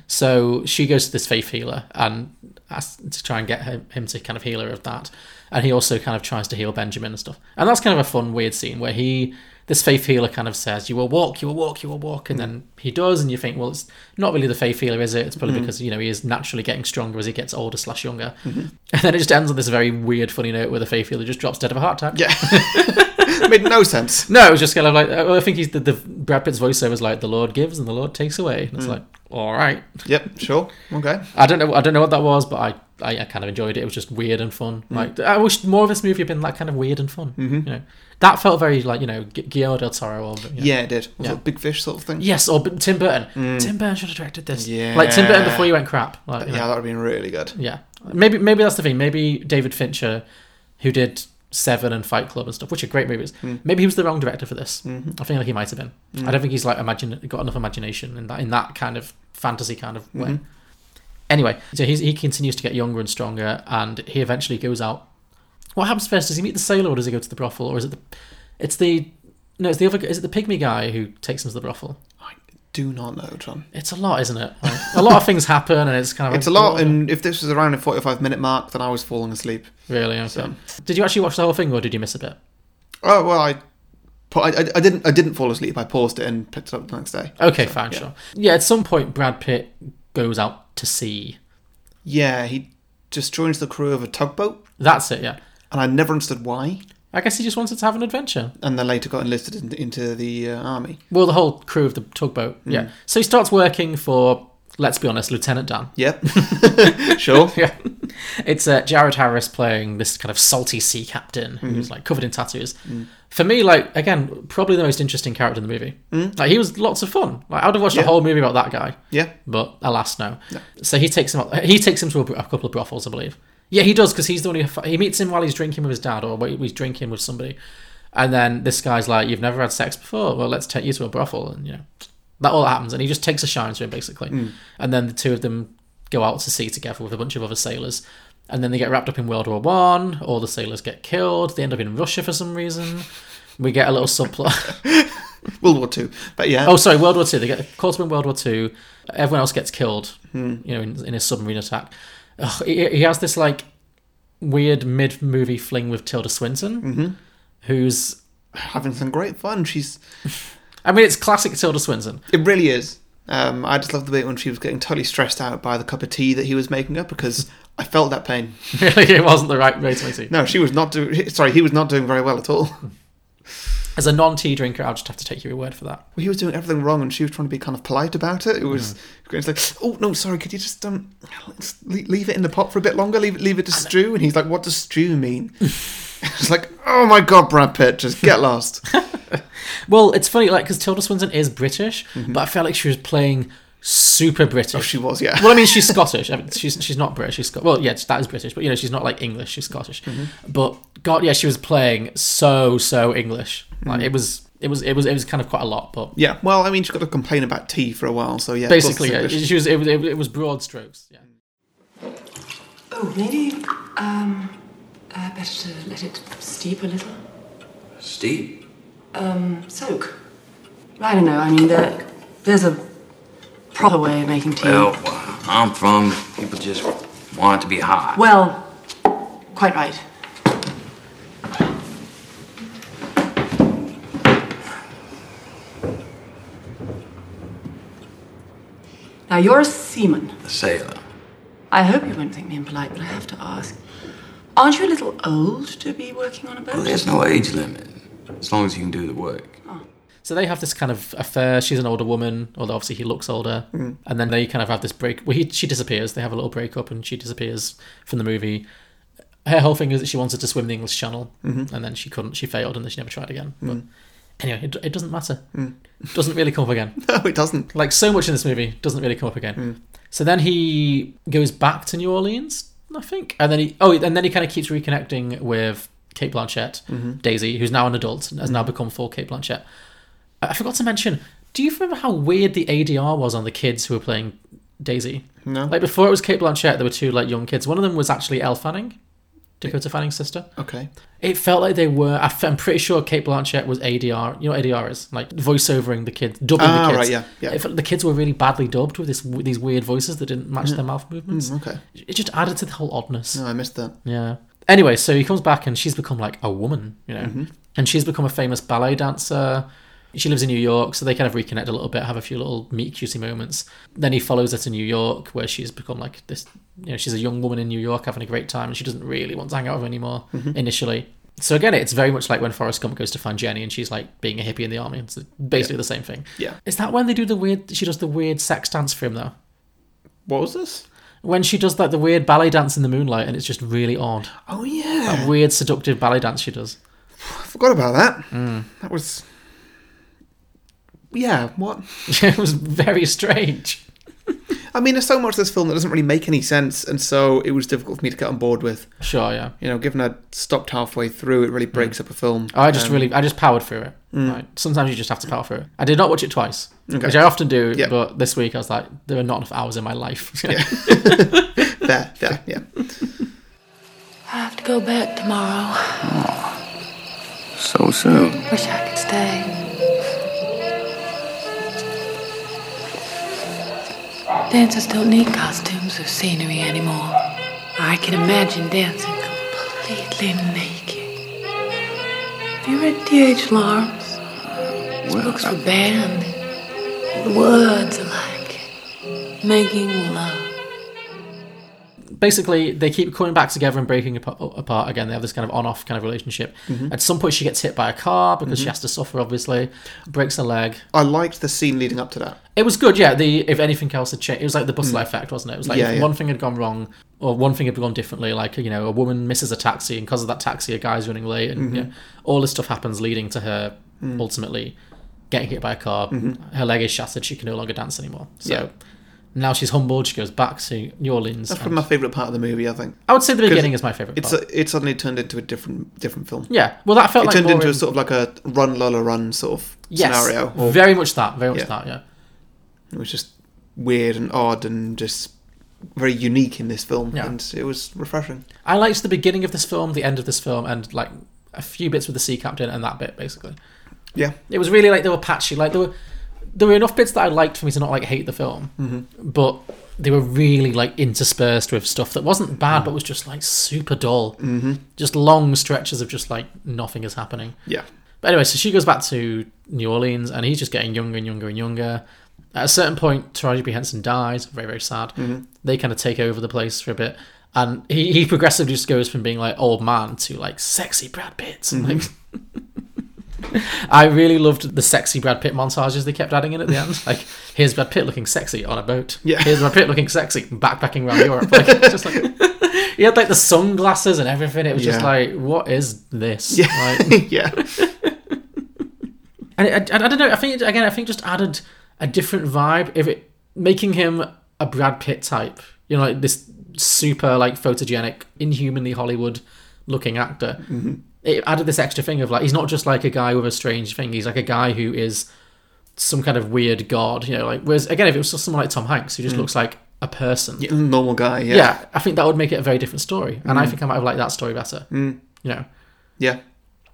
[SPEAKER 4] So she goes to this faith healer and asks to try and get him, him to kind of heal her of that. And he also kind of tries to heal Benjamin and stuff. And that's kind of a fun, weird scene where he this faith healer kind of says, "You will walk, you will walk, you will walk," and then he does, and you think, "Well, it's not really the faith healer, is it? It's probably because you know he is naturally getting stronger as he gets older slash younger." And then it just ends on this very weird, funny note where the faith healer just drops dead of a heart attack.
[SPEAKER 3] Yeah. Made no sense.
[SPEAKER 4] No, it was just kind of like well, I think he's the, the Brad Pitt's voiceover is like, "The Lord gives and the Lord takes away."
[SPEAKER 3] Hmm.
[SPEAKER 4] And it's like, all right,
[SPEAKER 3] Yep, sure. Okay.
[SPEAKER 4] I don't know, I don't know what that was, but I. I, I kind of enjoyed it. It was just weird and fun.
[SPEAKER 3] Hmm.
[SPEAKER 4] Like I wish more of this movie had been like kind of weird and fun.
[SPEAKER 3] Mm-hmm.
[SPEAKER 4] You know, that felt very like you know Gu- Guillermo del Toro. Or, you know,
[SPEAKER 3] Yeah, it did. Was it a big fish sort of thing?
[SPEAKER 4] Yes, or B- Tim Burton. Tim Burton should have directed this. Like Tim Burton
[SPEAKER 3] Yeah.
[SPEAKER 4] before he went crap. Like, you know,
[SPEAKER 3] Yeah, that would have been really good.
[SPEAKER 4] yeah. Maybe maybe that's the thing. Maybe David Fincher, who did Seven and Fight Club and stuff, which are great movies.
[SPEAKER 3] Hmm.
[SPEAKER 4] Maybe he was the wrong director for this.
[SPEAKER 3] Mm-hmm.
[SPEAKER 4] I think like he might have been. I don't think he's like imagine got enough imagination in that in that kind of fantasy kind of way.
[SPEAKER 3] Mm-hmm.
[SPEAKER 4] Anyway, so he's, he continues to get younger and stronger, and he eventually goes out. What happens first? Does he meet the sailor, or does he go to the brothel, or is it the? It's the no, it's the other. Is it the pygmy guy who takes him to the brothel?
[SPEAKER 3] I do not know, John.
[SPEAKER 4] It's a lot, isn't it? Like, a lot of things happen, and it's kind of
[SPEAKER 3] It's a lot, and if this was around the 45 minute mark, then I was falling asleep.
[SPEAKER 4] really. Okay. Did you actually watch the whole thing, or did you miss a bit?
[SPEAKER 3] Oh well, I, pa- I, I didn't I didn't fall asleep. I paused it and picked it up the next day.
[SPEAKER 4] Okay, fine, sure. Yeah, at some point, Brad Pitt goes out to sea.
[SPEAKER 3] Yeah, he just joins the crew of a tugboat,
[SPEAKER 4] That's it. Yeah,
[SPEAKER 3] and I never understood why.
[SPEAKER 4] I guess he just wanted to have an adventure.
[SPEAKER 3] And then later got enlisted in, into the uh, army.
[SPEAKER 4] Well, the whole crew of the tugboat.
[SPEAKER 3] Hmm.
[SPEAKER 4] Yeah. So he starts working for, let's be honest, Lieutenant Dan.
[SPEAKER 3] Yep, sure.
[SPEAKER 4] yeah. It's uh, Jared Harris playing this kind of salty sea captain
[SPEAKER 3] Hmm.
[SPEAKER 4] who's like covered in tattoos. For me, like again, probably the most interesting character in the movie. Like he was lots of fun. Like I'd have watched a whole movie about that guy.
[SPEAKER 3] Hmm. Yeah.
[SPEAKER 4] But alas, no. So he takes him. Out, he takes him to a, bro- a couple of brothels, I believe. Yeah, he does because he's the one who he meets him while he's drinking with his dad or while he's drinking with somebody, and then this guy's like, "You've never had sex before. Well, let's take you to a brothel," and you know that all happens, and he just takes a shine to him basically. And then the two of them go out to sea together with a bunch of other sailors, and then they get wrapped up in World War One. All the sailors get killed. They end up in Russia for some reason. We get a little subplot.
[SPEAKER 3] World War Two, but yeah.
[SPEAKER 4] Oh, sorry, World War Two. They get caught up in World War Two. Everyone else gets killed. You know, in, in a submarine attack. Ugh, he, he has this like weird mid-movie fling with Tilda Swinton, who's.
[SPEAKER 3] having some great fun. She's
[SPEAKER 4] I mean, it's classic Tilda Swinton.
[SPEAKER 3] it really is. Um, I just loved the bit when she was getting totally stressed out by the cup of tea that he was making her because I felt that pain.
[SPEAKER 4] Really, it wasn't the right way to make it.
[SPEAKER 3] No, she was not doing. Sorry, he was not doing very well at all.
[SPEAKER 4] As a non-tea drinker, I'll just have to take your word for that.
[SPEAKER 3] Well, he was doing everything wrong, and she was trying to be kind of polite about it. It was, it's like, oh no, sorry, could you just um, let's le- leave it in the pot for a bit longer? Leave leave it to stew. And he's like, what does stew mean? it's like, oh my god, Brad Pitt, just get lost.
[SPEAKER 4] Well, it's funny, like because Tilda Swinton is British, but I felt like she was playing super British.
[SPEAKER 3] Mm-hmm. Oh, she was, yeah.
[SPEAKER 4] Well, I mean, she's Scottish. I mean, she's she's not British. She's Sc- well, yeah, that is British, but you know, she's not like English. She's Scottish.
[SPEAKER 3] Mm-hmm.
[SPEAKER 4] But God, yeah, she was playing so so English. Like it was it was it was it was kind of quite a lot, but
[SPEAKER 3] Mm-hmm. yeah, well, I mean, she's got to complain about tea for a while, so yeah. of course it's
[SPEAKER 4] basically, yeah,
[SPEAKER 3] English.
[SPEAKER 4] she was it, was it was broad strokes. Yeah.
[SPEAKER 9] Oh, maybe um, uh, better to let it steep a little.
[SPEAKER 5] Steep.
[SPEAKER 9] Soak. I don't know. I mean, there, there's a proper way of making tea.
[SPEAKER 5] Well, I'm from. People just want it to be hot.
[SPEAKER 9] Well, quite right. Now you're a seaman.
[SPEAKER 5] The sailor.
[SPEAKER 9] I hope you won't think me impolite, but I have to ask. Aren't you a little old to be working on a boat?
[SPEAKER 5] Well, there's no age limit as long as you can do the work.
[SPEAKER 4] So they have this kind of affair. She's an older woman, although obviously he looks older. And then they kind of have this break. Well, he, she disappears. They have a little breakup, and she disappears from the movie. Her whole thing is that she wanted to swim the English Channel, and then she couldn't. She failed, and then she never tried again. But anyway, it, it doesn't matter. Doesn't really come up again.
[SPEAKER 3] no, it doesn't.
[SPEAKER 4] Like so much in this movie doesn't really come up again. So then he goes back to New Orleans, I think, and then he oh, and then he kind of keeps reconnecting with Kate Blanchett, Daisy, who's now an adult and has now become full Kate Blanchett, I forgot to mention. Do you remember how weird the ADR was on the kids who were playing Daisy?
[SPEAKER 3] No.
[SPEAKER 4] Like before it was Kate Blanchett, there were two like young kids. One of them was actually Elle Fanning, Dakota Fanning's sister.
[SPEAKER 3] Okay.
[SPEAKER 4] It felt like they were. I f- I'm pretty sure Kate Blanchett was ADR. You know what ADR is like voiceovering the kids, dubbing
[SPEAKER 3] Ah,
[SPEAKER 4] the kids.
[SPEAKER 3] right, yeah, yeah.
[SPEAKER 4] It felt- the kids were really badly dubbed with this w- these weird voices that didn't match their mouth movements.
[SPEAKER 3] Mm, Okay.
[SPEAKER 4] It just added to the whole oddness.
[SPEAKER 3] No, I missed that.
[SPEAKER 4] Yeah. Anyway, so he comes back and she's become like a woman, you know,
[SPEAKER 3] Mm-hmm.
[SPEAKER 4] and she's become a famous ballet dancer. She lives in New York, so they kind of reconnect a little bit, have a few little meet cutesy moments. Then he follows her to New York, where she's become like this, you know, she's a young woman in New York having a great time, and she doesn't really want to hang out with him anymore
[SPEAKER 3] Mm-hmm.
[SPEAKER 4] initially. So again, it's very much like when Forrest Gump goes to find Jenny, and she's like being a hippie in the army. It's basically the same thing.
[SPEAKER 3] Yeah.
[SPEAKER 4] Is that when they do the weird? She does the weird sex dance for him though.
[SPEAKER 3] What was this?
[SPEAKER 4] When she does like the weird ballet dance in the moonlight, and it's just really odd
[SPEAKER 3] Oh yeah,
[SPEAKER 4] weird seductive ballet dance she does.
[SPEAKER 3] I forgot about that. That was. Yeah. What?
[SPEAKER 4] it was very strange.
[SPEAKER 3] I mean, there's so much of this film that doesn't really make any sense, and so it was difficult for me to get on board with.
[SPEAKER 4] Sure, yeah.
[SPEAKER 3] You know, given I stopped halfway through, it really breaks up a film.
[SPEAKER 4] Mm. I just
[SPEAKER 3] Um,
[SPEAKER 4] really, I just powered through it. Right. Sometimes you just have to power through it. I did not watch it twice, which I often do.
[SPEAKER 3] Yeah.
[SPEAKER 4] But this week I was like, there are not enough hours in my life.
[SPEAKER 3] There, there, yeah.
[SPEAKER 9] I have to go back tomorrow.
[SPEAKER 10] So soon.
[SPEAKER 9] Wish I could stay. Dancers don't need costumes or scenery anymore. I can imagine dancing completely naked. Have you read D.H. Lawrence? His
[SPEAKER 10] Well,
[SPEAKER 9] books were banned. The words are like making love.
[SPEAKER 4] Basically, they keep coming back together and breaking apa- apart again. They have this kind of on-off kind of relationship. At some point, she gets hit by a car because she has to suffer. Obviously, breaks her leg.
[SPEAKER 3] I liked the scene leading up to that.
[SPEAKER 4] It was good, yeah. The if anything else had changed, it was like the butterfly effect, wasn't it? It was like
[SPEAKER 3] Hmm. Yeah,
[SPEAKER 4] if
[SPEAKER 3] yeah.
[SPEAKER 4] one thing had gone wrong or one thing had gone differently. Like you know, a woman misses a taxi, and because of that taxi, a guy's running late, and
[SPEAKER 3] Mm-hmm.
[SPEAKER 4] you know, all this stuff happens, leading to her
[SPEAKER 3] Hmm.
[SPEAKER 4] ultimately getting hit by a car. Her leg is shattered; she can no longer dance anymore. So
[SPEAKER 3] Mm-hmm. Yeah.
[SPEAKER 4] now she's humbled. She goes back to New Orleans.
[SPEAKER 3] That's
[SPEAKER 4] and-
[SPEAKER 3] probably my favourite part of the movie, I think.
[SPEAKER 4] I would say the
[SPEAKER 3] 'Cause
[SPEAKER 4] beginning is my favorite.
[SPEAKER 3] It's
[SPEAKER 4] part.
[SPEAKER 3] it suddenly turned into a different different film.
[SPEAKER 4] yeah, well, that felt
[SPEAKER 3] It
[SPEAKER 4] like
[SPEAKER 3] turned
[SPEAKER 4] more
[SPEAKER 3] into
[SPEAKER 4] in-
[SPEAKER 3] a sort of like a run Lola run sort of
[SPEAKER 4] yes,
[SPEAKER 3] scenario. Or
[SPEAKER 4] Very much that. Very much
[SPEAKER 3] Yeah.
[SPEAKER 4] that. Yeah.
[SPEAKER 3] it was just weird and odd and just very unique in this film,
[SPEAKER 4] Yeah.
[SPEAKER 3] and it was refreshing.
[SPEAKER 4] I liked the beginning of this film, the end of this film, and like a few bits with the sea captain and that bit basically.
[SPEAKER 3] Yeah,
[SPEAKER 4] It was really like they were patchy. Like there were there were enough bits that I liked for me to not like hate the film, but they were really like interspersed with stuff that wasn't bad, but was just like super dull. Mm-hmm. Just long stretches of just like nothing is happening.
[SPEAKER 3] yeah.
[SPEAKER 4] But anyway, so she goes back to New Orleans, and he's just getting younger and younger and younger. At a certain point, Taraji P. Henson dies. Very, very sad.
[SPEAKER 3] Mm-hmm.
[SPEAKER 4] They kind of take over the place for a bit. And he, he progressively just goes from being like old man to like sexy Brad Pitt. And, Like, I really loved the sexy Brad Pitt montages they kept adding in at the end. Like, here's Brad Pitt looking sexy on a boat.
[SPEAKER 3] Yeah.
[SPEAKER 4] Here's Brad Pitt looking sexy backpacking around Europe. Like, it's just like, he had like the sunglasses and everything. It was just
[SPEAKER 3] Yeah.
[SPEAKER 4] like, what is this? Like,
[SPEAKER 3] yeah.
[SPEAKER 4] and it, I, I don't know. I think it- again, I think it just added a different vibe. If it making him a Brad Pitt type, you know, like this super like photogenic, inhumanly Hollywood looking actor. It added this extra thing of like he's not just like a guy with a strange thing. He's like a guy who is some kind of weird god. You know, like whereas again, if it was just someone like Tom Hanks who just looks like a person,
[SPEAKER 3] Yeah, normal guy. Yeah.
[SPEAKER 4] yeah, I think that would make it a very different story. And I think I might have liked that story better. You know
[SPEAKER 3] Yeah.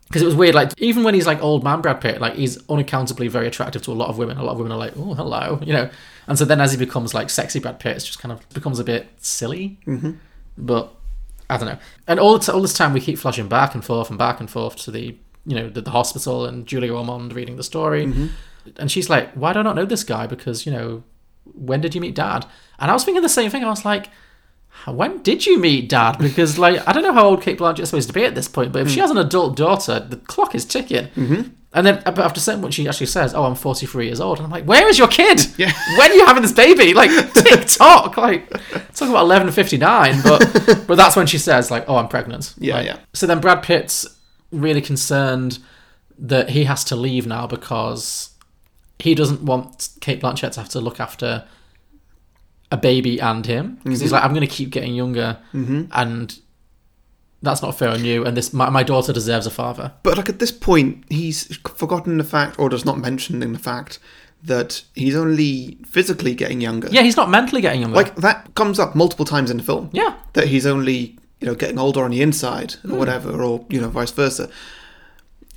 [SPEAKER 4] because it was weird. Like even when he's like old man Brad Pitt, like he's unaccountably very attractive to a lot of women. A lot of women are like, oh hello, you know. And so then as he becomes like sexy Brad Pitt, it's just kind of becomes a bit silly. Mm-hmm. But I don't know. And all t- all this time we keep flashing back and forth and back and forth to the you know the, the hospital and Julia Ormond reading the story, and she's like, why do I not know this guy? Because you know when did you meet dad? And I was thinking the same thing. I was like, "How- when did you meet dad? Because, like, I don't know how old Kate Blanchett's supposed to be at this point, but if she has an adult daughter, the clock is ticking. Mm-hmm. And then but after a certain point, she actually says, oh, I'm 43 years old. And I'm like, where is your kid?
[SPEAKER 3] Yeah.
[SPEAKER 4] When are you having this baby? Like, tick tock. Like, talk about 11.59. But, but that's when she says, like, oh, I'm pregnant.
[SPEAKER 3] Yeah,
[SPEAKER 4] Like,
[SPEAKER 3] yeah.
[SPEAKER 4] So then Brad Pitt's really concerned that he has to leave now because he doesn't want Kate Blanchett to have to look after
[SPEAKER 3] Mm-hmm.
[SPEAKER 4] a baby and him because he's like, I'm going to keep getting younger, and that's not fair on you, and this my, my daughter deserves a father.
[SPEAKER 3] But like at this point, he's forgotten the fact, or just not mentioning the fact, that he's only physically getting younger.
[SPEAKER 4] Yeah, he's not mentally getting younger.
[SPEAKER 3] Like that comes up multiple times in the film.
[SPEAKER 4] Yeah. Hmm.
[SPEAKER 3] That he's only, you know, getting older on the inside or whatever, or, you know, vice versa.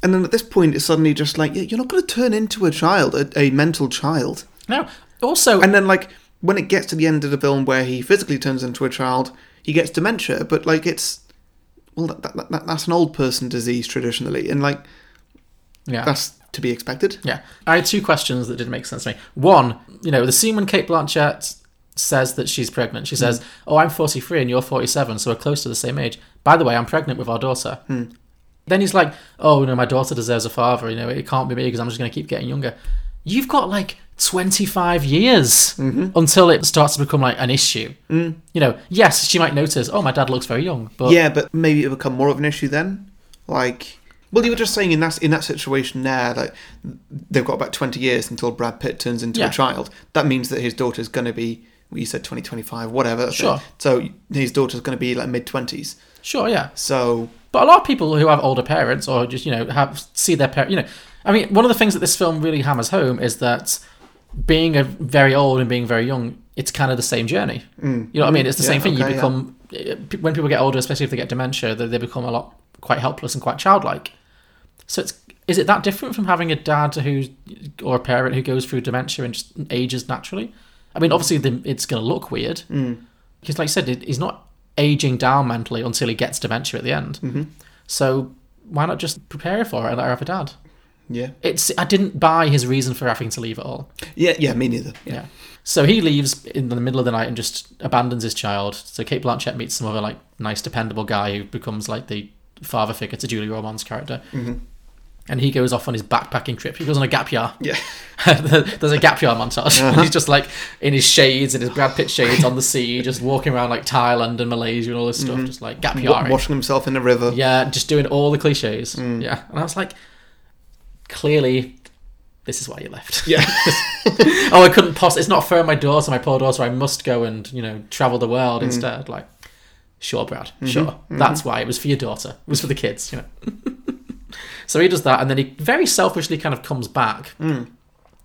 [SPEAKER 3] And then at this point, it's suddenly just like, yeah, you're not going to turn into a child, a, a mental child.
[SPEAKER 4] no. Also,
[SPEAKER 3] And then, like, when it gets to the end of the film where he physically turns into a child, he gets dementia, but, like, it's. Well, that, that, that, that's an old person disease traditionally, and, like,
[SPEAKER 4] yeah.
[SPEAKER 3] that's to be expected.
[SPEAKER 4] Yeah. I had two questions that didn't make sense to me. One, you know, the scene when Kate Blanchett says that she's pregnant, she says, Oh, I'm 43 and you're 47, so we're close to the same age. By the way, I'm pregnant with our daughter. Then he's like, Oh, you know, my daughter deserves a father. You know, it can't be me because I'm just going to keep getting younger. You've got like 25 years until it starts to become like an issue. Mm. You know, yes, she might notice, Oh, my dad looks very young. But
[SPEAKER 3] Yeah, but maybe it'll become more of an issue then. Like, well, you were just saying in that in that situation there, like they've got about twenty years until Brad Pitt turns into
[SPEAKER 4] Yeah.
[SPEAKER 3] a child. That means that his daughter's going to be, well, you said twenty twenty five, whatever. that's it.
[SPEAKER 4] Sure.
[SPEAKER 3] So his daughter's going to be like mid twenties.
[SPEAKER 4] sure, yeah.
[SPEAKER 3] So
[SPEAKER 4] But a lot of people who have older parents or just, you know, have see their parents, you know, I mean, one of the things that this film really hammers home is that being a very old and being very young, it's kind of the same journey. You know what I mean? It's the
[SPEAKER 3] Mm. Yeah,
[SPEAKER 4] same thing.
[SPEAKER 3] okay,
[SPEAKER 4] you become, when people get older, especially if they get dementia, they, they become a lot quite helpless and quite childlike. So it's, is it that different from having a dad who's, or a parent who goes through dementia and just ages naturally? I mean, obviously the, it's going to look weird.
[SPEAKER 3] Mm.
[SPEAKER 4] Because, like I said, it- he's not aging down mentally until he gets dementia at the end. So why not just prepare for it and let her have a dad?
[SPEAKER 3] yeah,
[SPEAKER 4] It's I didn't buy his reason for having to leave at all.
[SPEAKER 3] yeah, yeah. Me neither.
[SPEAKER 4] Yeah. So he leaves in the middle of the night and just abandons his child. So Kate Blanchett meets some other like nice, dependable guy who becomes like the father figure to Julie Roman's character.
[SPEAKER 3] Mm-hmm.
[SPEAKER 4] And he goes off on his backpacking trip. He goes on a gap year.
[SPEAKER 3] Yeah. Uh-huh.
[SPEAKER 4] There's a gap year montage. He's just like in his shades, in his Brad Pitt shades on the sea, just walking around like Thailand and Malaysia and all this stuff, just like gap year.
[SPEAKER 3] Mm-hmm. Wa- washing himself in the river.
[SPEAKER 4] Yeah, just doing all the cliches. Yeah. And I was like, clearly, this is why you left.
[SPEAKER 3] Yeah.
[SPEAKER 4] oh, I couldn't possibly. It's not fair on my daughter, my poor daughter. I must go and, you know, travel the world instead. Like, sure, Brad. Sure. That's why. It was for your daughter. It was for the kids, you know. so he does that. And then he very selfishly kind of comes back
[SPEAKER 3] Hmm.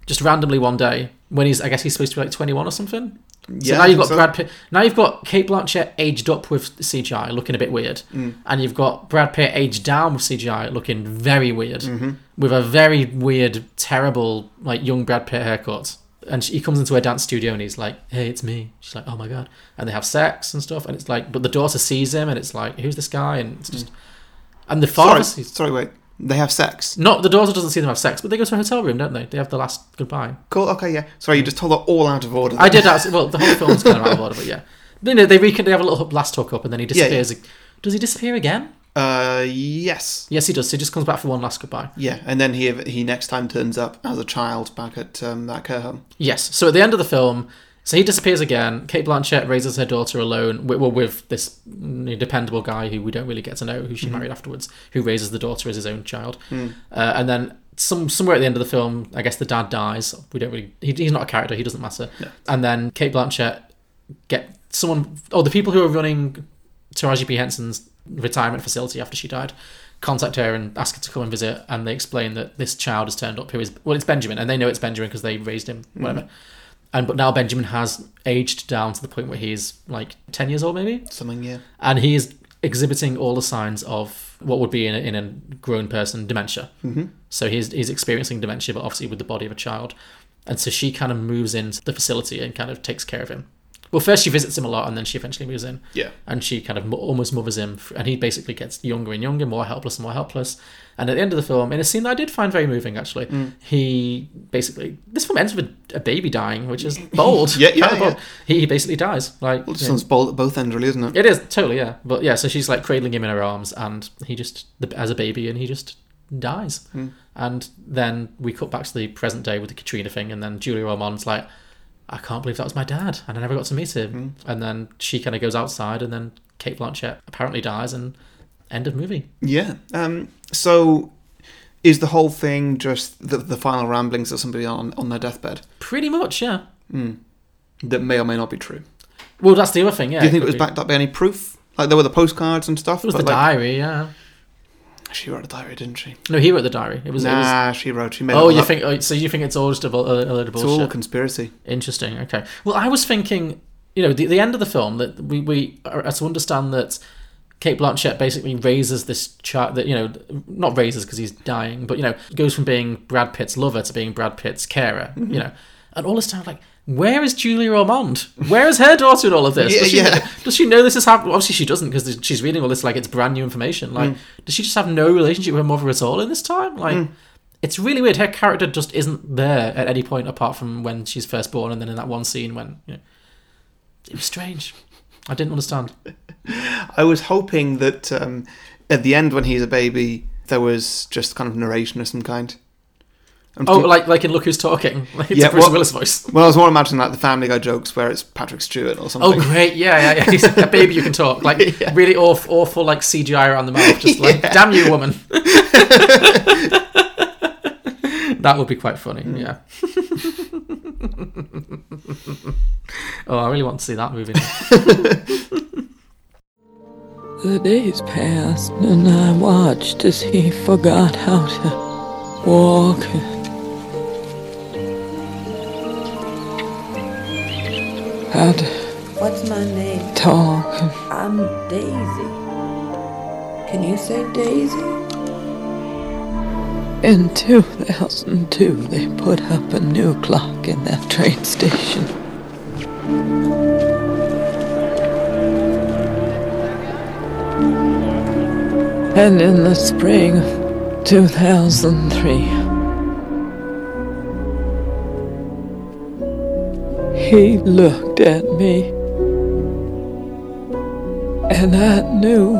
[SPEAKER 4] just randomly one day when he's, I guess he's supposed to be like 21 or something. So
[SPEAKER 3] Yeah,
[SPEAKER 4] now
[SPEAKER 3] I
[SPEAKER 4] you've
[SPEAKER 3] think
[SPEAKER 4] got
[SPEAKER 3] so.
[SPEAKER 4] Brad Pitt. Now you've got Kate Blanchett aged up with CGI, looking a bit weird,
[SPEAKER 3] Hmm.
[SPEAKER 4] and you've got Brad Pitt aged down with CGI, looking very weird,
[SPEAKER 3] Mm-hmm.
[SPEAKER 4] with a very weird, terrible like young Brad Pitt haircut. And she, he comes into her dance studio and he's like, "Hey, it's me." She's like, "Oh my god!" And they have sex and stuff, and it's like, but the daughter sees him and it's like, "Who's this guy?" And it's just, and the father
[SPEAKER 3] Hmm. Sorry,
[SPEAKER 4] sees.
[SPEAKER 3] sorry, wait. They have sex.
[SPEAKER 4] Not the daughter doesn't see them have sex, but they go to a hotel room, don't they? They have the last goodbye.
[SPEAKER 3] Cool. Okay. Yeah. Sorry, you just told that all out of order.
[SPEAKER 4] Mm. I did ask. Well, the whole film's kind of out of order, but yeah. You know, they recon- they have a little last hook up, and then he
[SPEAKER 3] yeah.
[SPEAKER 4] disappears. Does he disappear again?
[SPEAKER 3] Uh, yes.
[SPEAKER 4] Yes, he does. So he just comes back for one last goodbye.
[SPEAKER 3] Yeah, and then he he next time turns up as a child back at um, that care home.
[SPEAKER 4] Yes. So at the end of the film, so he disappears again. Kate Blanchett raises her daughter alone, with, well, with this mm, dependable guy who we don't really get to know, who
[SPEAKER 3] Mm-hmm.
[SPEAKER 4] she married afterwards, who raises the daughter as his own child.
[SPEAKER 3] Hmm.
[SPEAKER 4] Uh, and then some somewhere at the end of the film, I guess the dad dies. We don't really. He, he's not a character. He doesn't matter. And then Kate Blanchett get someone. Oh, the people who are running Taraji P Henson's retirement facility after she died. Contact her and ask her to come and visit, and they explain that this child has turned up. Who is well, it's Benjamin, and they know it's Benjamin because they raised him, whatever. And but now Benjamin has aged down to the point where he's like ten years old, maybe,
[SPEAKER 3] Something, yeah.
[SPEAKER 4] and he is exhibiting all the signs of what would be in a, in a grown person dementia. Mm-hmm. So he's he's experiencing dementia, but obviously with the body of a child. And so she kind of moves into the facility and kind of takes care of him. Well, first she visits him a lot, and then she eventually moves in.
[SPEAKER 3] Yeah.
[SPEAKER 4] And she kind of mo- almost mothers him, f- and he basically gets younger and younger, more helpless and more helpless. And at the end of the film, in a scene that I did find very moving, actually,
[SPEAKER 3] Mm.
[SPEAKER 4] he basically this film ends with a, a baby dying, which is bold.
[SPEAKER 3] Yeah, yeah,
[SPEAKER 4] Kind of bold.
[SPEAKER 3] yeah.
[SPEAKER 4] He, he basically dies. Like
[SPEAKER 3] Well, it
[SPEAKER 4] yeah.
[SPEAKER 3] sounds bold at both ends, really, doesn't it?
[SPEAKER 4] It is totally yeah, but yeah. So she's like cradling him in her arms, and he just the, as a baby, and he just dies.
[SPEAKER 3] Hmm.
[SPEAKER 4] And then we cut back to the present day with the Katrina thing, and then Julia Ormond's like, "I can't believe that was my dad, and I never got to meet him."
[SPEAKER 3] Hmm.
[SPEAKER 4] And then she kind of goes outside, and then Kate Blanchett apparently dies, and end of movie.
[SPEAKER 3] Yeah. Um, so, is the whole thing just the, the final ramblings of somebody on, on their deathbed
[SPEAKER 4] Pretty much, yeah.
[SPEAKER 3] that may or may not be true?
[SPEAKER 4] Well, that's the other thing. Yeah,
[SPEAKER 3] Do you think it was
[SPEAKER 4] could be.
[SPEAKER 3] backed up by any proof? Like there were the postcards and stuff.
[SPEAKER 4] It was
[SPEAKER 3] but
[SPEAKER 4] the
[SPEAKER 3] like,
[SPEAKER 4] diary, yeah.
[SPEAKER 3] She wrote a diary, didn't she?
[SPEAKER 4] No, he wrote the diary. It was. it was-
[SPEAKER 3] Nah, she wrote. She made. it
[SPEAKER 4] oh,
[SPEAKER 3] all
[SPEAKER 4] you
[SPEAKER 3] up.
[SPEAKER 4] think? Oh, so you think it's all just a, bu- a, a load of
[SPEAKER 3] it's
[SPEAKER 4] bullshit?
[SPEAKER 3] all conspiracy?
[SPEAKER 4] Interesting. Okay. Well, I was thinking, you know, the, the end of the film that we we are are to understand that Kate Blanchett basically raises this child that you know not raises because he's dying, but you know goes from being Brad Pitt's lover to being Brad Pitt's carer.
[SPEAKER 3] Mm-hmm.
[SPEAKER 4] You know, and all this time like. Where is Julia Ormond? Where is her daughter in all of this?
[SPEAKER 3] Yeah,
[SPEAKER 4] does, she,
[SPEAKER 3] yeah.
[SPEAKER 4] does she know this is happening? Obviously, she doesn't because she's reading all this like it's brand new information.
[SPEAKER 3] Mm.
[SPEAKER 4] Like, does she just have no relationship with her mother at all in this time? Like, it's really weird. Her character just isn't there at any point apart from when she's first born, and then in that one scene when you know, it was strange. I didn't understand.
[SPEAKER 3] I was hoping that um, at the end when he's a baby, there was just kind of narration of some kind. I'm
[SPEAKER 4] Oh,
[SPEAKER 3] thinking-
[SPEAKER 4] like like in Look Who's Talking, like it's
[SPEAKER 3] Yeah,
[SPEAKER 4] Bruce
[SPEAKER 3] well-
[SPEAKER 4] Willis voice.
[SPEAKER 3] well, I was more imagining like the Family Guy jokes where it's Patrick Stewart or
[SPEAKER 4] Oh
[SPEAKER 3] something.
[SPEAKER 4] great, yeah, yeah, yeah. He's like, a baby you can talk, like really awful, awful, like CGI around the mouth, just like damn you, woman. that would be quite funny, yeah. oh, I really want to see that movie. Now.
[SPEAKER 9] The days passed, and I watched as he forgot how to walk. How to
[SPEAKER 10] What's my name?
[SPEAKER 9] talk.
[SPEAKER 10] I'm Daisy. Can you say Daisy?
[SPEAKER 9] In 2002, they put up a new clock in that train station. And in the spring of 2003, he looked at me, and I knew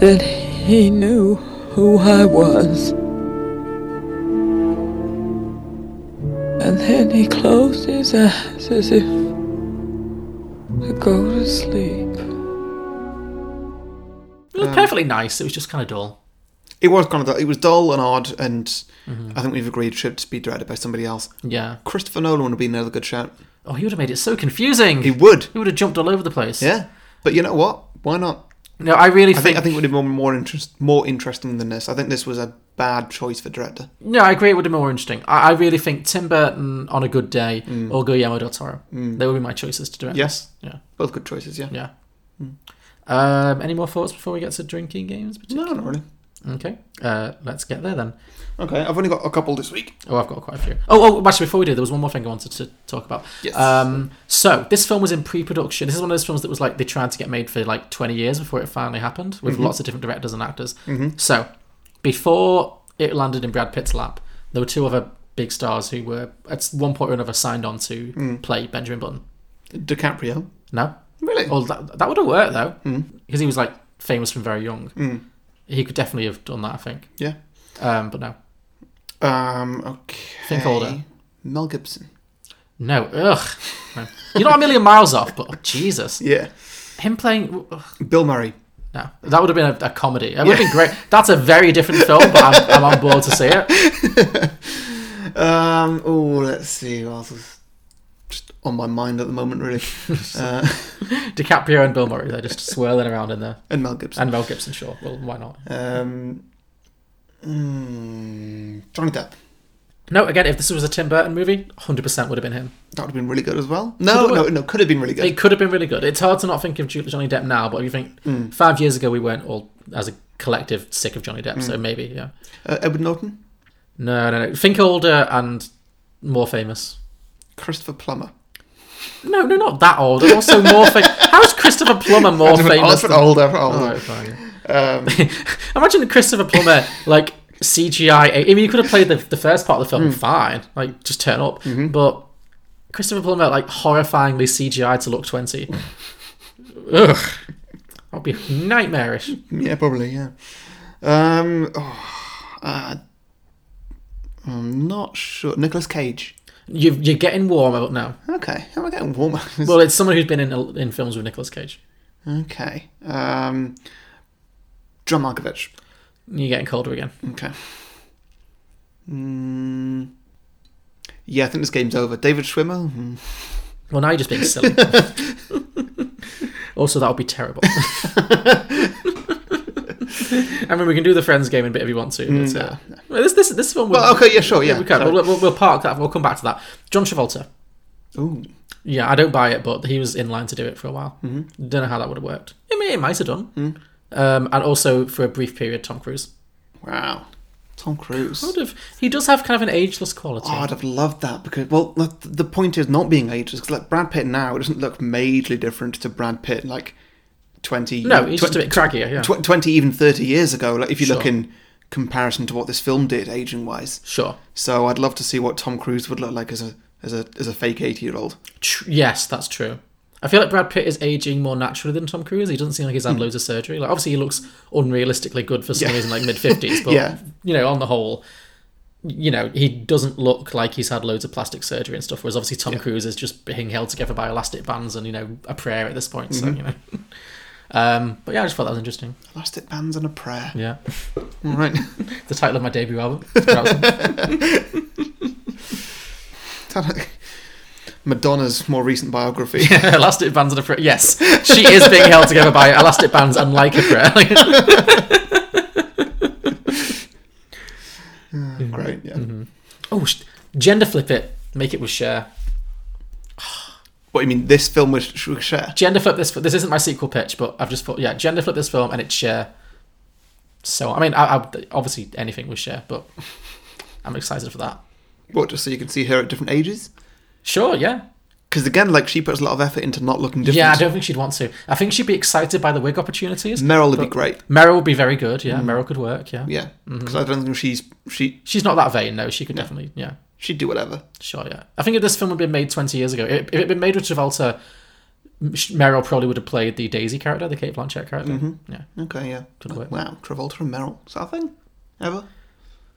[SPEAKER 9] that he knew who I was. And then he closed his eyes as if to go to sleep.
[SPEAKER 4] It was perfectly nice. It was just kind of dull.
[SPEAKER 3] It was kind of it was dull and odd, and
[SPEAKER 4] Mm-hmm.
[SPEAKER 3] I think we've agreed should be directed by somebody else.
[SPEAKER 4] Yeah.
[SPEAKER 3] Christopher Nolan would be another good shout.
[SPEAKER 4] Oh, he would have made it so confusing.
[SPEAKER 3] He would,
[SPEAKER 4] He would have jumped all over the place.
[SPEAKER 3] yeah. But you know what? Why not?
[SPEAKER 4] No, I really
[SPEAKER 3] I
[SPEAKER 4] think.
[SPEAKER 3] think I think it would have been more interest more interesting than this. I think this was a bad choice for director.
[SPEAKER 4] No, I agree. It would have been more interesting. I, I really think Tim Burton on a good day or Guillermo del Toro. They would be my choices to direct.
[SPEAKER 3] Mm. Yes, Mm.
[SPEAKER 4] Yeah.
[SPEAKER 3] both good choices. Yeah.
[SPEAKER 4] Yeah. Um, any more thoughts before we get to drinking games?
[SPEAKER 3] No, not really.
[SPEAKER 4] Okay. Uh, let's get there then.
[SPEAKER 3] Okay, I've only got a couple this week.
[SPEAKER 4] Oh, I've got quite a few. Oh, oh, actually, before we do, there was one more thing I wanted to talk about.
[SPEAKER 3] Yes.
[SPEAKER 4] Um, so this film was in pre-production. This is one of those films that was like they tried to get made for like 20 years before it finally happened, with
[SPEAKER 3] Mm-hmm.
[SPEAKER 4] lots of different directors and actors. So before it landed in Brad Pitt's lap, there were two other big stars who were at one point or another signed on to
[SPEAKER 3] Mm.
[SPEAKER 4] play Benjamin Button.
[SPEAKER 3] DiCaprio.
[SPEAKER 4] No,
[SPEAKER 3] Really? Mm.
[SPEAKER 4] well, that, that would have worked though, because he was like famous from very young. He could definitely have done that, I think.
[SPEAKER 3] Yeah.
[SPEAKER 4] Um, but no,
[SPEAKER 3] Um. Okay.
[SPEAKER 4] Think older.
[SPEAKER 3] Mel Gibson.
[SPEAKER 4] no, ugh, No. you're not a million miles off, but oh, Jesus.
[SPEAKER 3] Yeah.
[SPEAKER 4] Him playing. ugh,
[SPEAKER 3] Bill Murray.
[SPEAKER 4] No, that would have been a, a comedy. It would have been great. That's a very different film, but I'm, I'm on board to see it.
[SPEAKER 3] Um. Oh, let's see. What else is just on my mind at the moment, really? uh,
[SPEAKER 4] DiCaprio and Bill Murray, they're just swirling around in there.
[SPEAKER 3] and Mel Gibson.
[SPEAKER 4] And Mel Gibson, sure. Well, why not?
[SPEAKER 3] Um. mm, Johnny Depp.
[SPEAKER 4] No, again, if this was a Tim Burton movie, 100% would have been him.
[SPEAKER 3] That would have been really good as well. No,
[SPEAKER 4] Could have
[SPEAKER 3] no,
[SPEAKER 4] been-
[SPEAKER 3] no. Could have been really
[SPEAKER 4] It
[SPEAKER 3] good.
[SPEAKER 4] could have been really good. It's hard to not think of Ju- Johnny Depp now, but if you think
[SPEAKER 3] Hmm.
[SPEAKER 4] five years ago, we weren't all, as a collective, sick of Johnny Depp, so maybe, yeah.
[SPEAKER 3] Uh, Edward Norton.
[SPEAKER 4] No, no, no. Think older and more famous.
[SPEAKER 3] Christopher Plummer.
[SPEAKER 4] No, no, not that old. Also more famous. How is Christopher Plummer more famous?
[SPEAKER 3] Alfred Um,
[SPEAKER 4] than-
[SPEAKER 3] Older. older.
[SPEAKER 4] All right, fine. yeah. Imagine Christopher Plummer like CGI. I mean, he could have played the, the first part of the film fine, like just turn up. But Christopher Plummer like horrifyingly CGI to look twenty. Ugh, that'd be nightmarish.
[SPEAKER 3] Yeah, probably. Yeah. Um. Oh, uh, I'm not sure. Nicholas Cage.
[SPEAKER 4] You, you're getting warm up now.
[SPEAKER 3] Okay. How am I getting warmer?
[SPEAKER 4] Well, it's someone who's been in in films with Nicolas Cage.
[SPEAKER 3] Okay. Um, John Malkovich.
[SPEAKER 4] You're getting colder again.
[SPEAKER 3] Okay. Mm, yeah, I think this game's over. David Schwimmer. Mm.
[SPEAKER 4] Well, now you're just being silly. Also, that would be terrible. I mean, we can do the Friends game in a bit if you want to. But, uh, well, this, this, this one. We'll,
[SPEAKER 3] Mm, Well, okay, yeah, sure, yeah,
[SPEAKER 4] We can.
[SPEAKER 3] sorry.
[SPEAKER 4] We'll, we'll, we'll park that. We'll come back to that. John Travolta.
[SPEAKER 3] Ooh.
[SPEAKER 4] Yeah, I don't buy it, but he was in line to do it for a while. Mm-hmm. Don't know how that would have worked. I mean, it might have done.
[SPEAKER 3] Mm.
[SPEAKER 4] Um, and also, for a brief period, Tom Cruise.
[SPEAKER 3] Wow. Tom Cruise.
[SPEAKER 4] Sort of, he does have kind of an ageless quality.
[SPEAKER 3] Oh, I'd have loved that because, well, the, the point is not being ageist because, like, Brad Pitt now doesn't look majorly different to Brad Pitt like 20.
[SPEAKER 4] no, he's
[SPEAKER 3] twen-
[SPEAKER 4] just a bit craggier. Yeah,
[SPEAKER 3] tw- 20, even 30 years ago, like, if you look
[SPEAKER 4] Sure.
[SPEAKER 3] in comparison to what this film did aging wise.
[SPEAKER 4] sure.
[SPEAKER 3] So I'd love to see what Tom Cruise would look like as a as a, as a fake 80 year old.
[SPEAKER 4] Tr- yes, that's true. I feel like Brad Pitt is aging more naturally than Tom Cruise. He doesn't seem like he's had loads of surgery. Like obviously he looks unrealistically good for someone
[SPEAKER 3] Hmm. Yeah.
[SPEAKER 4] who's in like mid fifties, but
[SPEAKER 3] Yeah.
[SPEAKER 4] you know, on the whole, you know, he doesn't look like he's had loads of plastic surgery and stuff. Whereas obviously Tom Cruise is just being held together by elastic bands and you know a prayer at this point.
[SPEAKER 3] Mm-hmm.
[SPEAKER 4] So you know, um, but yeah, I just thought that was interesting.
[SPEAKER 3] Elastic bands and a prayer.
[SPEAKER 4] Yeah,
[SPEAKER 3] All right.
[SPEAKER 4] the title of my debut album. Perhaps-
[SPEAKER 3] Madonna's more recent biography.
[SPEAKER 4] elastic bands and a prayer. Yes, she is being held together by elastic bands and like a prayer.
[SPEAKER 3] Great, yeah.
[SPEAKER 4] Oh, sh- gender flip it. Make it with share.
[SPEAKER 3] What do you mean? This film was sh- was share?
[SPEAKER 4] Gender flip this. This isn't my sequel pitch, but I've just thought, yeah, gender flip this film and it's share. So I mean, I, I obviously anything with share, but I'm excited for that.
[SPEAKER 3] What, just so you can see her at different ages?
[SPEAKER 4] Sure, yeah,
[SPEAKER 3] Because again, like she puts a lot of effort into not looking different.
[SPEAKER 4] yeah. I don't think she'd want to. I think she'd be excited by the wig opportunities.
[SPEAKER 3] Meryl would be great.
[SPEAKER 4] Meryl would be very good. Yeah, Meryl could work. Mm. Yeah.
[SPEAKER 3] Yeah, because I don't think she's she
[SPEAKER 4] she's not that vain. No, she could definitely. Yeah,
[SPEAKER 3] she'd do whatever.
[SPEAKER 4] sure. Yeah, I think if this film had been made 20 years ago, if, if it had been made with Travolta, M- Meryl probably would have played the Daisy character, the Kate Blanchett character. Yeah.
[SPEAKER 3] Okay, yeah.
[SPEAKER 4] Could work.
[SPEAKER 3] Wow, Travolta and Meryl, is that a thing? Ever?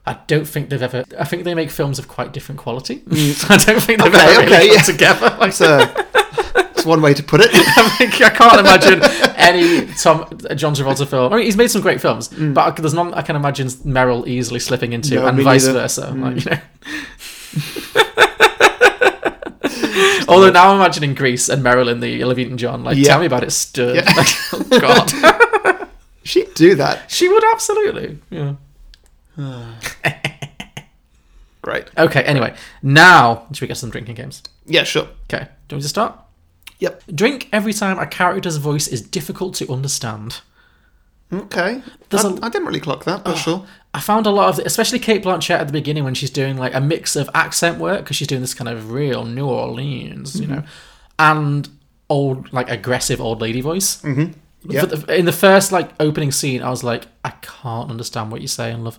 [SPEAKER 4] I don't think they've ever. I think they make films of quite different quality. I don't think they've
[SPEAKER 3] Mm. Okay,
[SPEAKER 4] ever really
[SPEAKER 3] okay,
[SPEAKER 4] come
[SPEAKER 3] yeah.
[SPEAKER 4] together. Like,
[SPEAKER 3] That's a, that's uh, one way to put it.
[SPEAKER 4] I, think, I can't imagine any Tom John Travolta film. I mean, he's made some great films, but there's none I can imagine Meryl easily slipping into,
[SPEAKER 3] Mm. No,
[SPEAKER 4] and
[SPEAKER 3] me
[SPEAKER 4] vice
[SPEAKER 3] neither. Mm.
[SPEAKER 4] versa. Like, you know. Although now I'm imagining Greece and Meryl in the Olivia Newton-John. Like,
[SPEAKER 3] Yeah.
[SPEAKER 4] tell me about it, stirred.
[SPEAKER 3] Yeah.
[SPEAKER 4] Like, oh God,
[SPEAKER 3] She'd do that.
[SPEAKER 4] she would absolutely. Yeah.
[SPEAKER 3] Great.
[SPEAKER 4] Okay. Anyway, now should we get some drinking games?
[SPEAKER 3] Yeah, sure.
[SPEAKER 4] Okay. Do we just start?
[SPEAKER 3] Yep.
[SPEAKER 4] Drink every time a character's voice is difficult to understand.
[SPEAKER 3] Okay. I
[SPEAKER 4] There's
[SPEAKER 3] a...
[SPEAKER 4] a- Oh.
[SPEAKER 3] I didn't really clock that, but sure.
[SPEAKER 4] I found a lot of, especially Kate Blanchett at the beginning when she's doing like a mix of accent work because she's doing this kind of real New Orleans, you know, and old like aggressive old lady voice. Mm-hmm.
[SPEAKER 3] Yep.
[SPEAKER 4] in the first like opening scene, I was like, I can't understand what you're saying, love.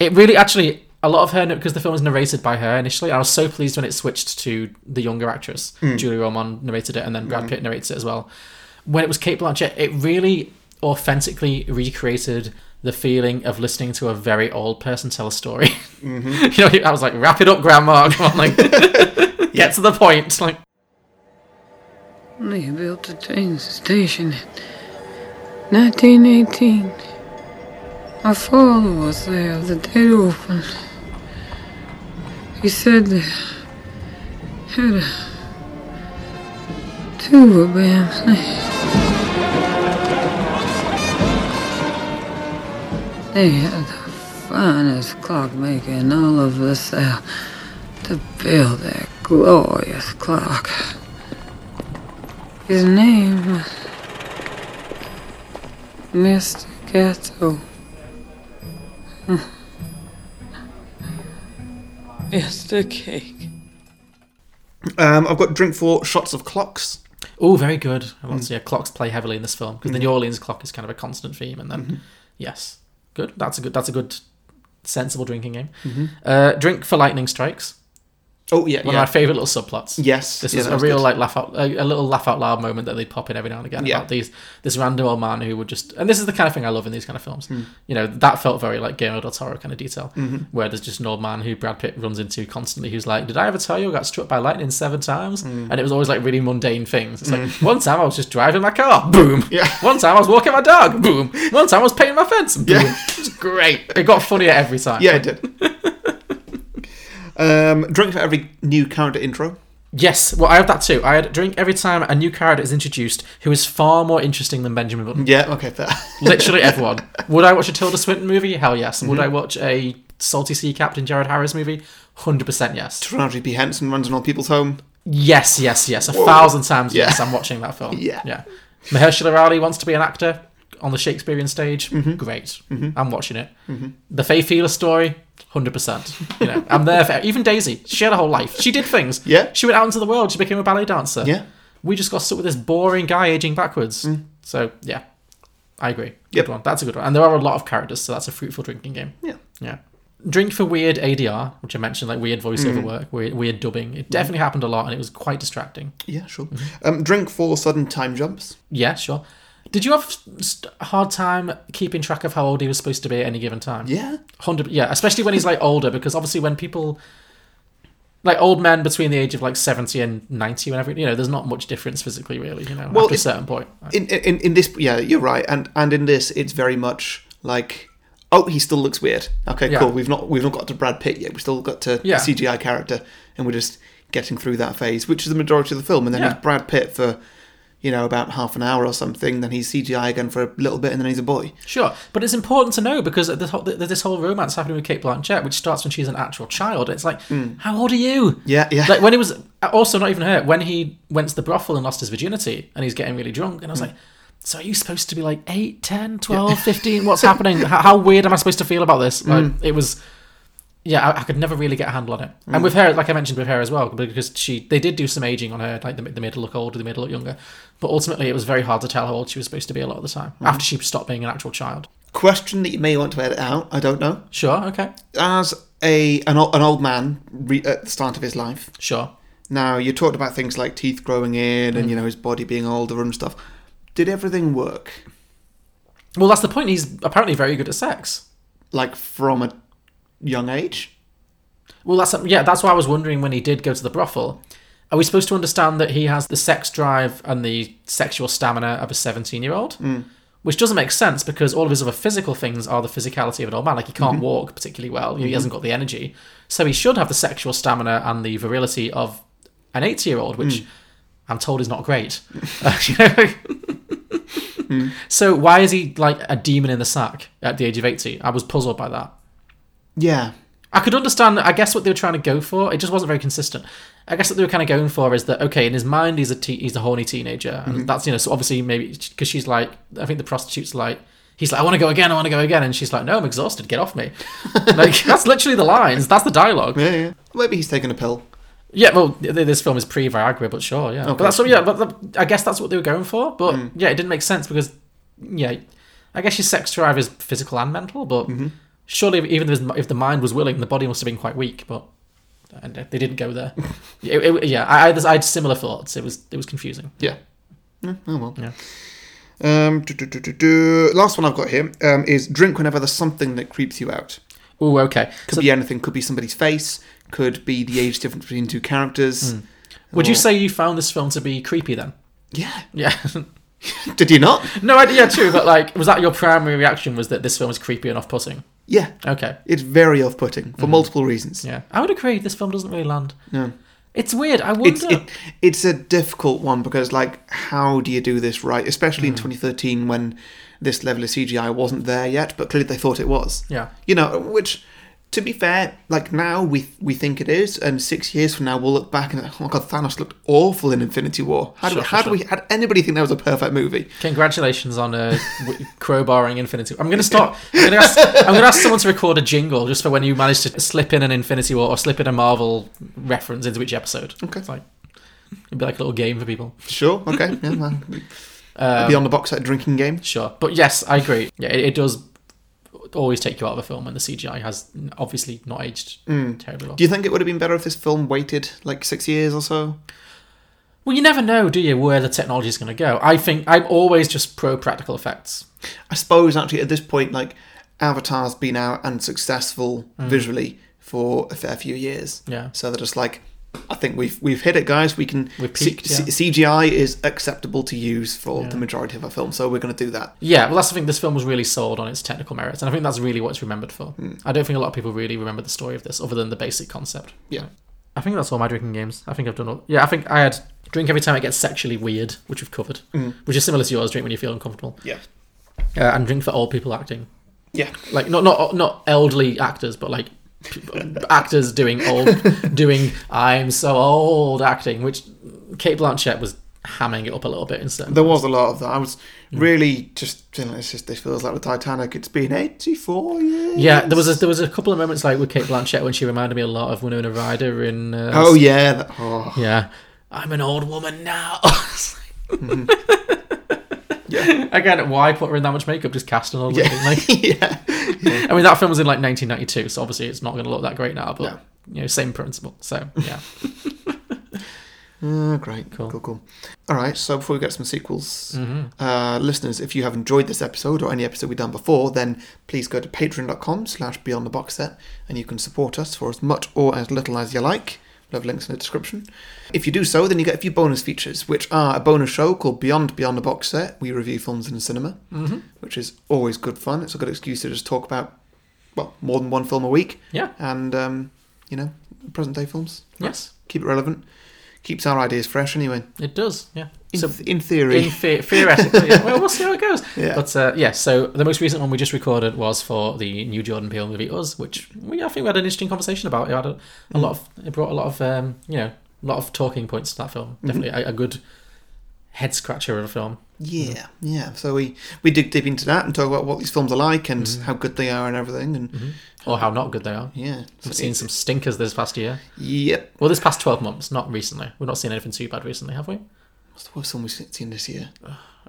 [SPEAKER 4] it really actually a lot of her because the film was narrated by her initially. I was so pleased when it switched to the younger actress, Julie Roman narrated it, and then Brad Pitt narrates it as well. When it was Kate Blanchett, it really authentically recreated the feeling of listening to a very old person tell a story. you know, I was like, wrap it up, Grandma. Come on, like, get to the point. Like,
[SPEAKER 9] They built a train station in 1918. A phone was there, the day opened. He said they had a tuba band. playing. They had the finest clockmaker in all of the South to build that glorious clock. His name was Mr. Ghetto. Mr. Cake.
[SPEAKER 3] Um, I've got drink for shots of clocks.
[SPEAKER 4] oh, very good. I want to see yeah, clocks play heavily in this film because the New Orleans clock is kind of a constant theme. And then, yes, good. That's a good. That's a good, sensible drinking game. Uh, drink for lightning strikes.
[SPEAKER 3] Oh yeah,
[SPEAKER 4] One
[SPEAKER 3] yeah.
[SPEAKER 4] of my favorite little subplots.
[SPEAKER 3] Yes,
[SPEAKER 4] This
[SPEAKER 3] yeah,
[SPEAKER 4] is
[SPEAKER 3] that
[SPEAKER 4] a
[SPEAKER 3] was
[SPEAKER 4] real
[SPEAKER 3] good.
[SPEAKER 4] like laugh out, a, a little laugh out loud moment that they pop in every now and again
[SPEAKER 3] Yeah.
[SPEAKER 4] about these this random old man who would just and this is the kind of thing I love in these kind of
[SPEAKER 3] Hmm.
[SPEAKER 4] films. You know that felt very like Guillermo del Toro kind of detail,
[SPEAKER 3] Mm-hmm.
[SPEAKER 4] where there's just an old man who Brad Pitt runs into constantly who's like, "Did I ever tell you I got struck by lightning seven times?"
[SPEAKER 3] Hmm.
[SPEAKER 4] And it was always like really mundane things. It's like one time I was just driving my car, boom.
[SPEAKER 3] Yeah.
[SPEAKER 4] One time I was walking my dog, boom. One time I was painting my fence, boom.
[SPEAKER 3] Yeah.
[SPEAKER 4] It's great. It got funnier every time.
[SPEAKER 3] Yeah, I did. um, drink for every new character intro.
[SPEAKER 4] Yes, well, I have that too. I had drink every time a new character is introduced who is far more interesting than Benjamin Button.
[SPEAKER 3] Yeah, okay, fair.
[SPEAKER 4] Literally everyone. Would I watch a Tilda Swinton movie? Hell yes. Would I watch a Salty Sea Captain Jared Harris movie? 100% yes.
[SPEAKER 3] Taraji P. Henson runs an old people's home.
[SPEAKER 4] Yes, yes, yes. A thousand times yes, I'm watching that film.
[SPEAKER 3] Yeah.
[SPEAKER 4] Yeah. Mahershala Ali wants to be an actor on the Shakespearean stage.
[SPEAKER 3] Mm-hmm.
[SPEAKER 4] Great. I'm watching it. The Faye Feeler story, 100%. You know, I'm there for Even Daisy, she had a whole life. She did things.
[SPEAKER 3] Yeah.
[SPEAKER 4] She went out into the world. She became a ballet dancer.
[SPEAKER 3] Yeah. Mm.
[SPEAKER 4] We just got stuck with this boring guy aging backwards. So, yeah. I agree.
[SPEAKER 3] Yep.
[SPEAKER 4] Good one. That's a good one. And there are a lot of characters, so that's a fruitful drinking game.
[SPEAKER 3] Yeah.
[SPEAKER 4] Yeah. Drink for weird ADR, which I mentioned, like weird voiceover
[SPEAKER 3] Mm.
[SPEAKER 4] work, weird, weird dubbing. It definitely happened a lot and it was quite distracting.
[SPEAKER 3] Yeah, sure.
[SPEAKER 4] Mm-hmm.
[SPEAKER 3] Um, drink for sudden time jumps.
[SPEAKER 4] Yeah, sure. Did you have st- a hard time keeping track of how old he was supposed to be at any given time?
[SPEAKER 3] Yeah.
[SPEAKER 4] Hundred, yeah, especially when he's like older, because obviously when people, like old men between the age of like seventy and ninety, whenever you know, there's not much difference physically, really. You know,
[SPEAKER 3] Well,
[SPEAKER 4] after a
[SPEAKER 3] it-
[SPEAKER 4] certain point,
[SPEAKER 3] In, in in this, yeah, you're right, and and in this, it's very much like, oh, he still looks weird. Okay,
[SPEAKER 4] Yeah.
[SPEAKER 3] cool. We've not we've not got to Brad Pitt yet. We've still got to
[SPEAKER 4] Yeah.
[SPEAKER 3] CGI character, and we're just getting through that phase, which is the majority of the film. And then
[SPEAKER 4] Yeah.
[SPEAKER 3] he's Brad Pitt for, you know, about half an hour or something. Then he's CGI again for a little bit, and then he's a boy.
[SPEAKER 4] sure. But it's important to know because this whole, th- this whole romance happening with Kate Blanchett, which starts when she's an actual child. It's like, how old are you?
[SPEAKER 3] Hmm. Yeah, yeah.
[SPEAKER 4] Like when it was also not even her when he went to the brothel and lost his virginity and he's getting really drunk
[SPEAKER 3] Hmm.
[SPEAKER 4] and I was like. So are you supposed to be like 8, 10, 12, 15? What's happening? How, how weird am I supposed to feel about this? Like,
[SPEAKER 3] Hmm.
[SPEAKER 4] It was yeah, I, I could never really get a handle on it. And with her, like I mentioned with her as well, because she they did do some aging on her, like they, they made her look older, they made her look younger, but ultimately it was very hard to tell how old she was supposed to be a lot of the time
[SPEAKER 3] Hmm.
[SPEAKER 4] after she stopped being an actual child.
[SPEAKER 3] Question that you may want to edit out. I don't know.
[SPEAKER 4] Sure, okay,
[SPEAKER 3] As a an, ol- an old man re- at the start of his life,
[SPEAKER 4] sure.
[SPEAKER 3] Now you talked about things like teeth growing in
[SPEAKER 4] Mm.
[SPEAKER 3] and you know his body being older and stuff. Did everything work
[SPEAKER 4] Well, that's the point. He's apparently very good at sex.
[SPEAKER 3] like from a young age?
[SPEAKER 4] Well, that's yeah. That's why I was wondering when he did go to the brothel. Are we supposed to understand that he has the sex drive and the sexual stamina of a seventeen-year-old? Which doesn't make sense because all of his other physical things are the physicality of an old man. Like he can't walk particularly well. He hasn't got the energy, so he should have the sexual stamina and the virility of an eighty-year-old, which I'm told is not great. You know? So why is he like a demon in the sack at the age of eighty? I was puzzled by that.
[SPEAKER 3] Yeah,
[SPEAKER 4] I could understand, I guess, what they were trying to go for. It just wasn't very consistent. I guess what they were kind of going for is that okay, in his mind, he's a te- he's a horny teenager, and that's you know, so obviously maybe because she's like, I think the prostitute's like, he's like, I want to go again, I want to go again, and she's like, no, I'm exhausted, get off me. like that's literally the lines, that's the dialogue.
[SPEAKER 3] yeah, yeah. Maybe he's taken a pill.
[SPEAKER 4] Yeah, well, th- th- this film is pre Viagra, but sure, yeah. But that's what, yeah. But th- I guess that's what they were going for. But
[SPEAKER 3] Hmm.
[SPEAKER 4] yeah, it didn't make sense because, yeah, I guess your sex drive is physical and mental. But
[SPEAKER 3] Mm-hmm.
[SPEAKER 4] surely, if- even if, his m- if the mind was willing, the body must have been quite weak. But I don't know, they didn't go there. It- it- yeah, I, I, I had similar thoughts. It was it was confusing.
[SPEAKER 3] Yeah. Yeah, Oh well.
[SPEAKER 4] Yeah.
[SPEAKER 3] Um, do, do, do, do, do. Last one I've got here um, is drink whenever there's something that creeps you out.
[SPEAKER 4] Ooh, okay.
[SPEAKER 3] Could be anything. Could be somebody's face. Could be the age difference between two
[SPEAKER 4] Hmm.
[SPEAKER 3] characters.
[SPEAKER 4] Would you say you found this film to be creepy then?
[SPEAKER 3] Yeah.
[SPEAKER 4] Yeah.
[SPEAKER 3] Did you not?
[SPEAKER 4] no, I, yeah, true. But like, was that your primary reaction? Was that this film was creepy and off-putting?
[SPEAKER 3] Yeah.
[SPEAKER 4] Okay.
[SPEAKER 3] It's very off-putting for multiple reasons.
[SPEAKER 4] Hmm. Yeah, I would agree. This film doesn't really land.
[SPEAKER 3] No.
[SPEAKER 4] It's weird. I wonder.
[SPEAKER 3] it's it, it's a difficult one because like how do you do this right especially
[SPEAKER 4] Hmm.
[SPEAKER 3] in 2013 when this level of cgi wasn't there yet but clearly they thought it was
[SPEAKER 4] Yeah.
[SPEAKER 3] you know which to be fair like now we we think it is and six years from now we'll look back and oh my god thanos looked awful in infinity war how do,
[SPEAKER 4] Sure,
[SPEAKER 3] how
[SPEAKER 4] sure,
[SPEAKER 3] do we had anybody think that was a perfect movie
[SPEAKER 4] Congratulations on uh, w- crowbarring Infinity. I'm going to start. I'm going to ask, I'm gonna ask someone to record a jingle just for when you manage to slip in an Infinity War or slip in a Marvel reference into each episode. Okay. It's like it'd be like a little game for people.
[SPEAKER 3] sure okay yeah, well,
[SPEAKER 4] Um,
[SPEAKER 3] beyond the box set drinking game
[SPEAKER 4] Sure, but yes, I agree. Yeah, it, it does always take you out of a film when the CGI has obviously not aged terribly well.
[SPEAKER 3] do you think it would have been better if this film waited like six years or so
[SPEAKER 4] well, you never know, do you, where the technology is going to go? I think I'm always just pro practical effects.
[SPEAKER 3] I suppose actually at this point, like Avatar's been out and successful visually for a fair few years.
[SPEAKER 4] Mm. Yeah.
[SPEAKER 3] So they're just like, I think we've we've hit it, guys. We can
[SPEAKER 4] We've peaked,
[SPEAKER 3] C-
[SPEAKER 4] yeah.
[SPEAKER 3] C- CGI is acceptable to use for the majority of our film, so we're going to do that.
[SPEAKER 4] Yeah, well, that's the thing. This film was really sold on its technical merits, and
[SPEAKER 3] Hmm.
[SPEAKER 4] I think that's really what it's remembered for. I don't think a lot of people really remember the story of this, other than the basic concept.
[SPEAKER 3] Yeah.
[SPEAKER 4] I think that's all my drinking games. I think I've done all. Yeah, I think I had drink every time it gets sexually weird, which we've covered,
[SPEAKER 3] Mm.
[SPEAKER 4] which is similar to yours. Drink when you feel uncomfortable.
[SPEAKER 3] Yeah.
[SPEAKER 4] Uh, and drink for all people acting.
[SPEAKER 3] Yeah.
[SPEAKER 4] Like not not not elderly actors, but like p- actors doing old doing I'm so old acting, which Kate Blanchett was hamming it up a little bit instead.
[SPEAKER 3] There was a lot of that. I was
[SPEAKER 4] Mm.
[SPEAKER 3] really just feeling it's just, it feels like the Titanic. It's been 84 years.
[SPEAKER 4] Yeah, there was a, there was a couple of moments like with Kate Blanchett when she reminded me a lot of Winona Ryder in. Uh,
[SPEAKER 3] Oh, yeah. that- oh.
[SPEAKER 4] yeah. I'm an old woman now.
[SPEAKER 3] Yeah.
[SPEAKER 4] Again, why put her in that much makeup? Just cast an old
[SPEAKER 3] Yeah.
[SPEAKER 4] lady. Like,
[SPEAKER 3] yeah.
[SPEAKER 4] I mean, that film was in like 1992, so obviously it's not going to look that great now. But
[SPEAKER 3] No.
[SPEAKER 4] you know, same principle. So yeah,
[SPEAKER 3] Oh, great.
[SPEAKER 4] Cool.
[SPEAKER 3] Cool. cool, All right. So before we get some sequels, uh, listeners, if you have enjoyed this episode or any episode we've done before, then please go to patreon.com slash beyond the box set and you can support us for as much or as little as you like. We'll have links in the description. If you do so, then you get a few bonus features, which are a bonus show called Beyond Beyond the Box Set. We review films in the cinema, which is always good fun. It's a good excuse to just talk about, well, more than one film a week.
[SPEAKER 4] Yeah.
[SPEAKER 3] And, um, you know, present day films.
[SPEAKER 4] yes,
[SPEAKER 3] Keep it relevant. Keeps our ideas fresh anyway.
[SPEAKER 4] it does. Yeah.
[SPEAKER 3] In,
[SPEAKER 4] so
[SPEAKER 3] in theory.
[SPEAKER 4] in the- theoretically, yeah. well, we'll see how it goes.
[SPEAKER 3] Yeah.
[SPEAKER 4] But uh, yeah, so the most recent one we just recorded was for the new Jordan Peele movie Us, which we I think we had an interesting conversation about. It had a, a
[SPEAKER 3] Mm.
[SPEAKER 4] lot of it brought a lot of um, you know a lot of talking points to that film.
[SPEAKER 3] Mm-hmm.
[SPEAKER 4] Definitely a, a good head scratcher of a film.
[SPEAKER 3] yeah, yeah. So we we dig deep into that and talk about what these films are like and
[SPEAKER 4] Mm-hmm.
[SPEAKER 3] how good they are and everything. And
[SPEAKER 4] Or how not good they are.
[SPEAKER 3] yeah,
[SPEAKER 4] I've Mm-hmm. seen some stinkers this past year.
[SPEAKER 3] Yep.
[SPEAKER 4] Well, this past 12 months, not recently. We've not seen anything too bad recently, have we?
[SPEAKER 3] What's the worst film we've seen this year?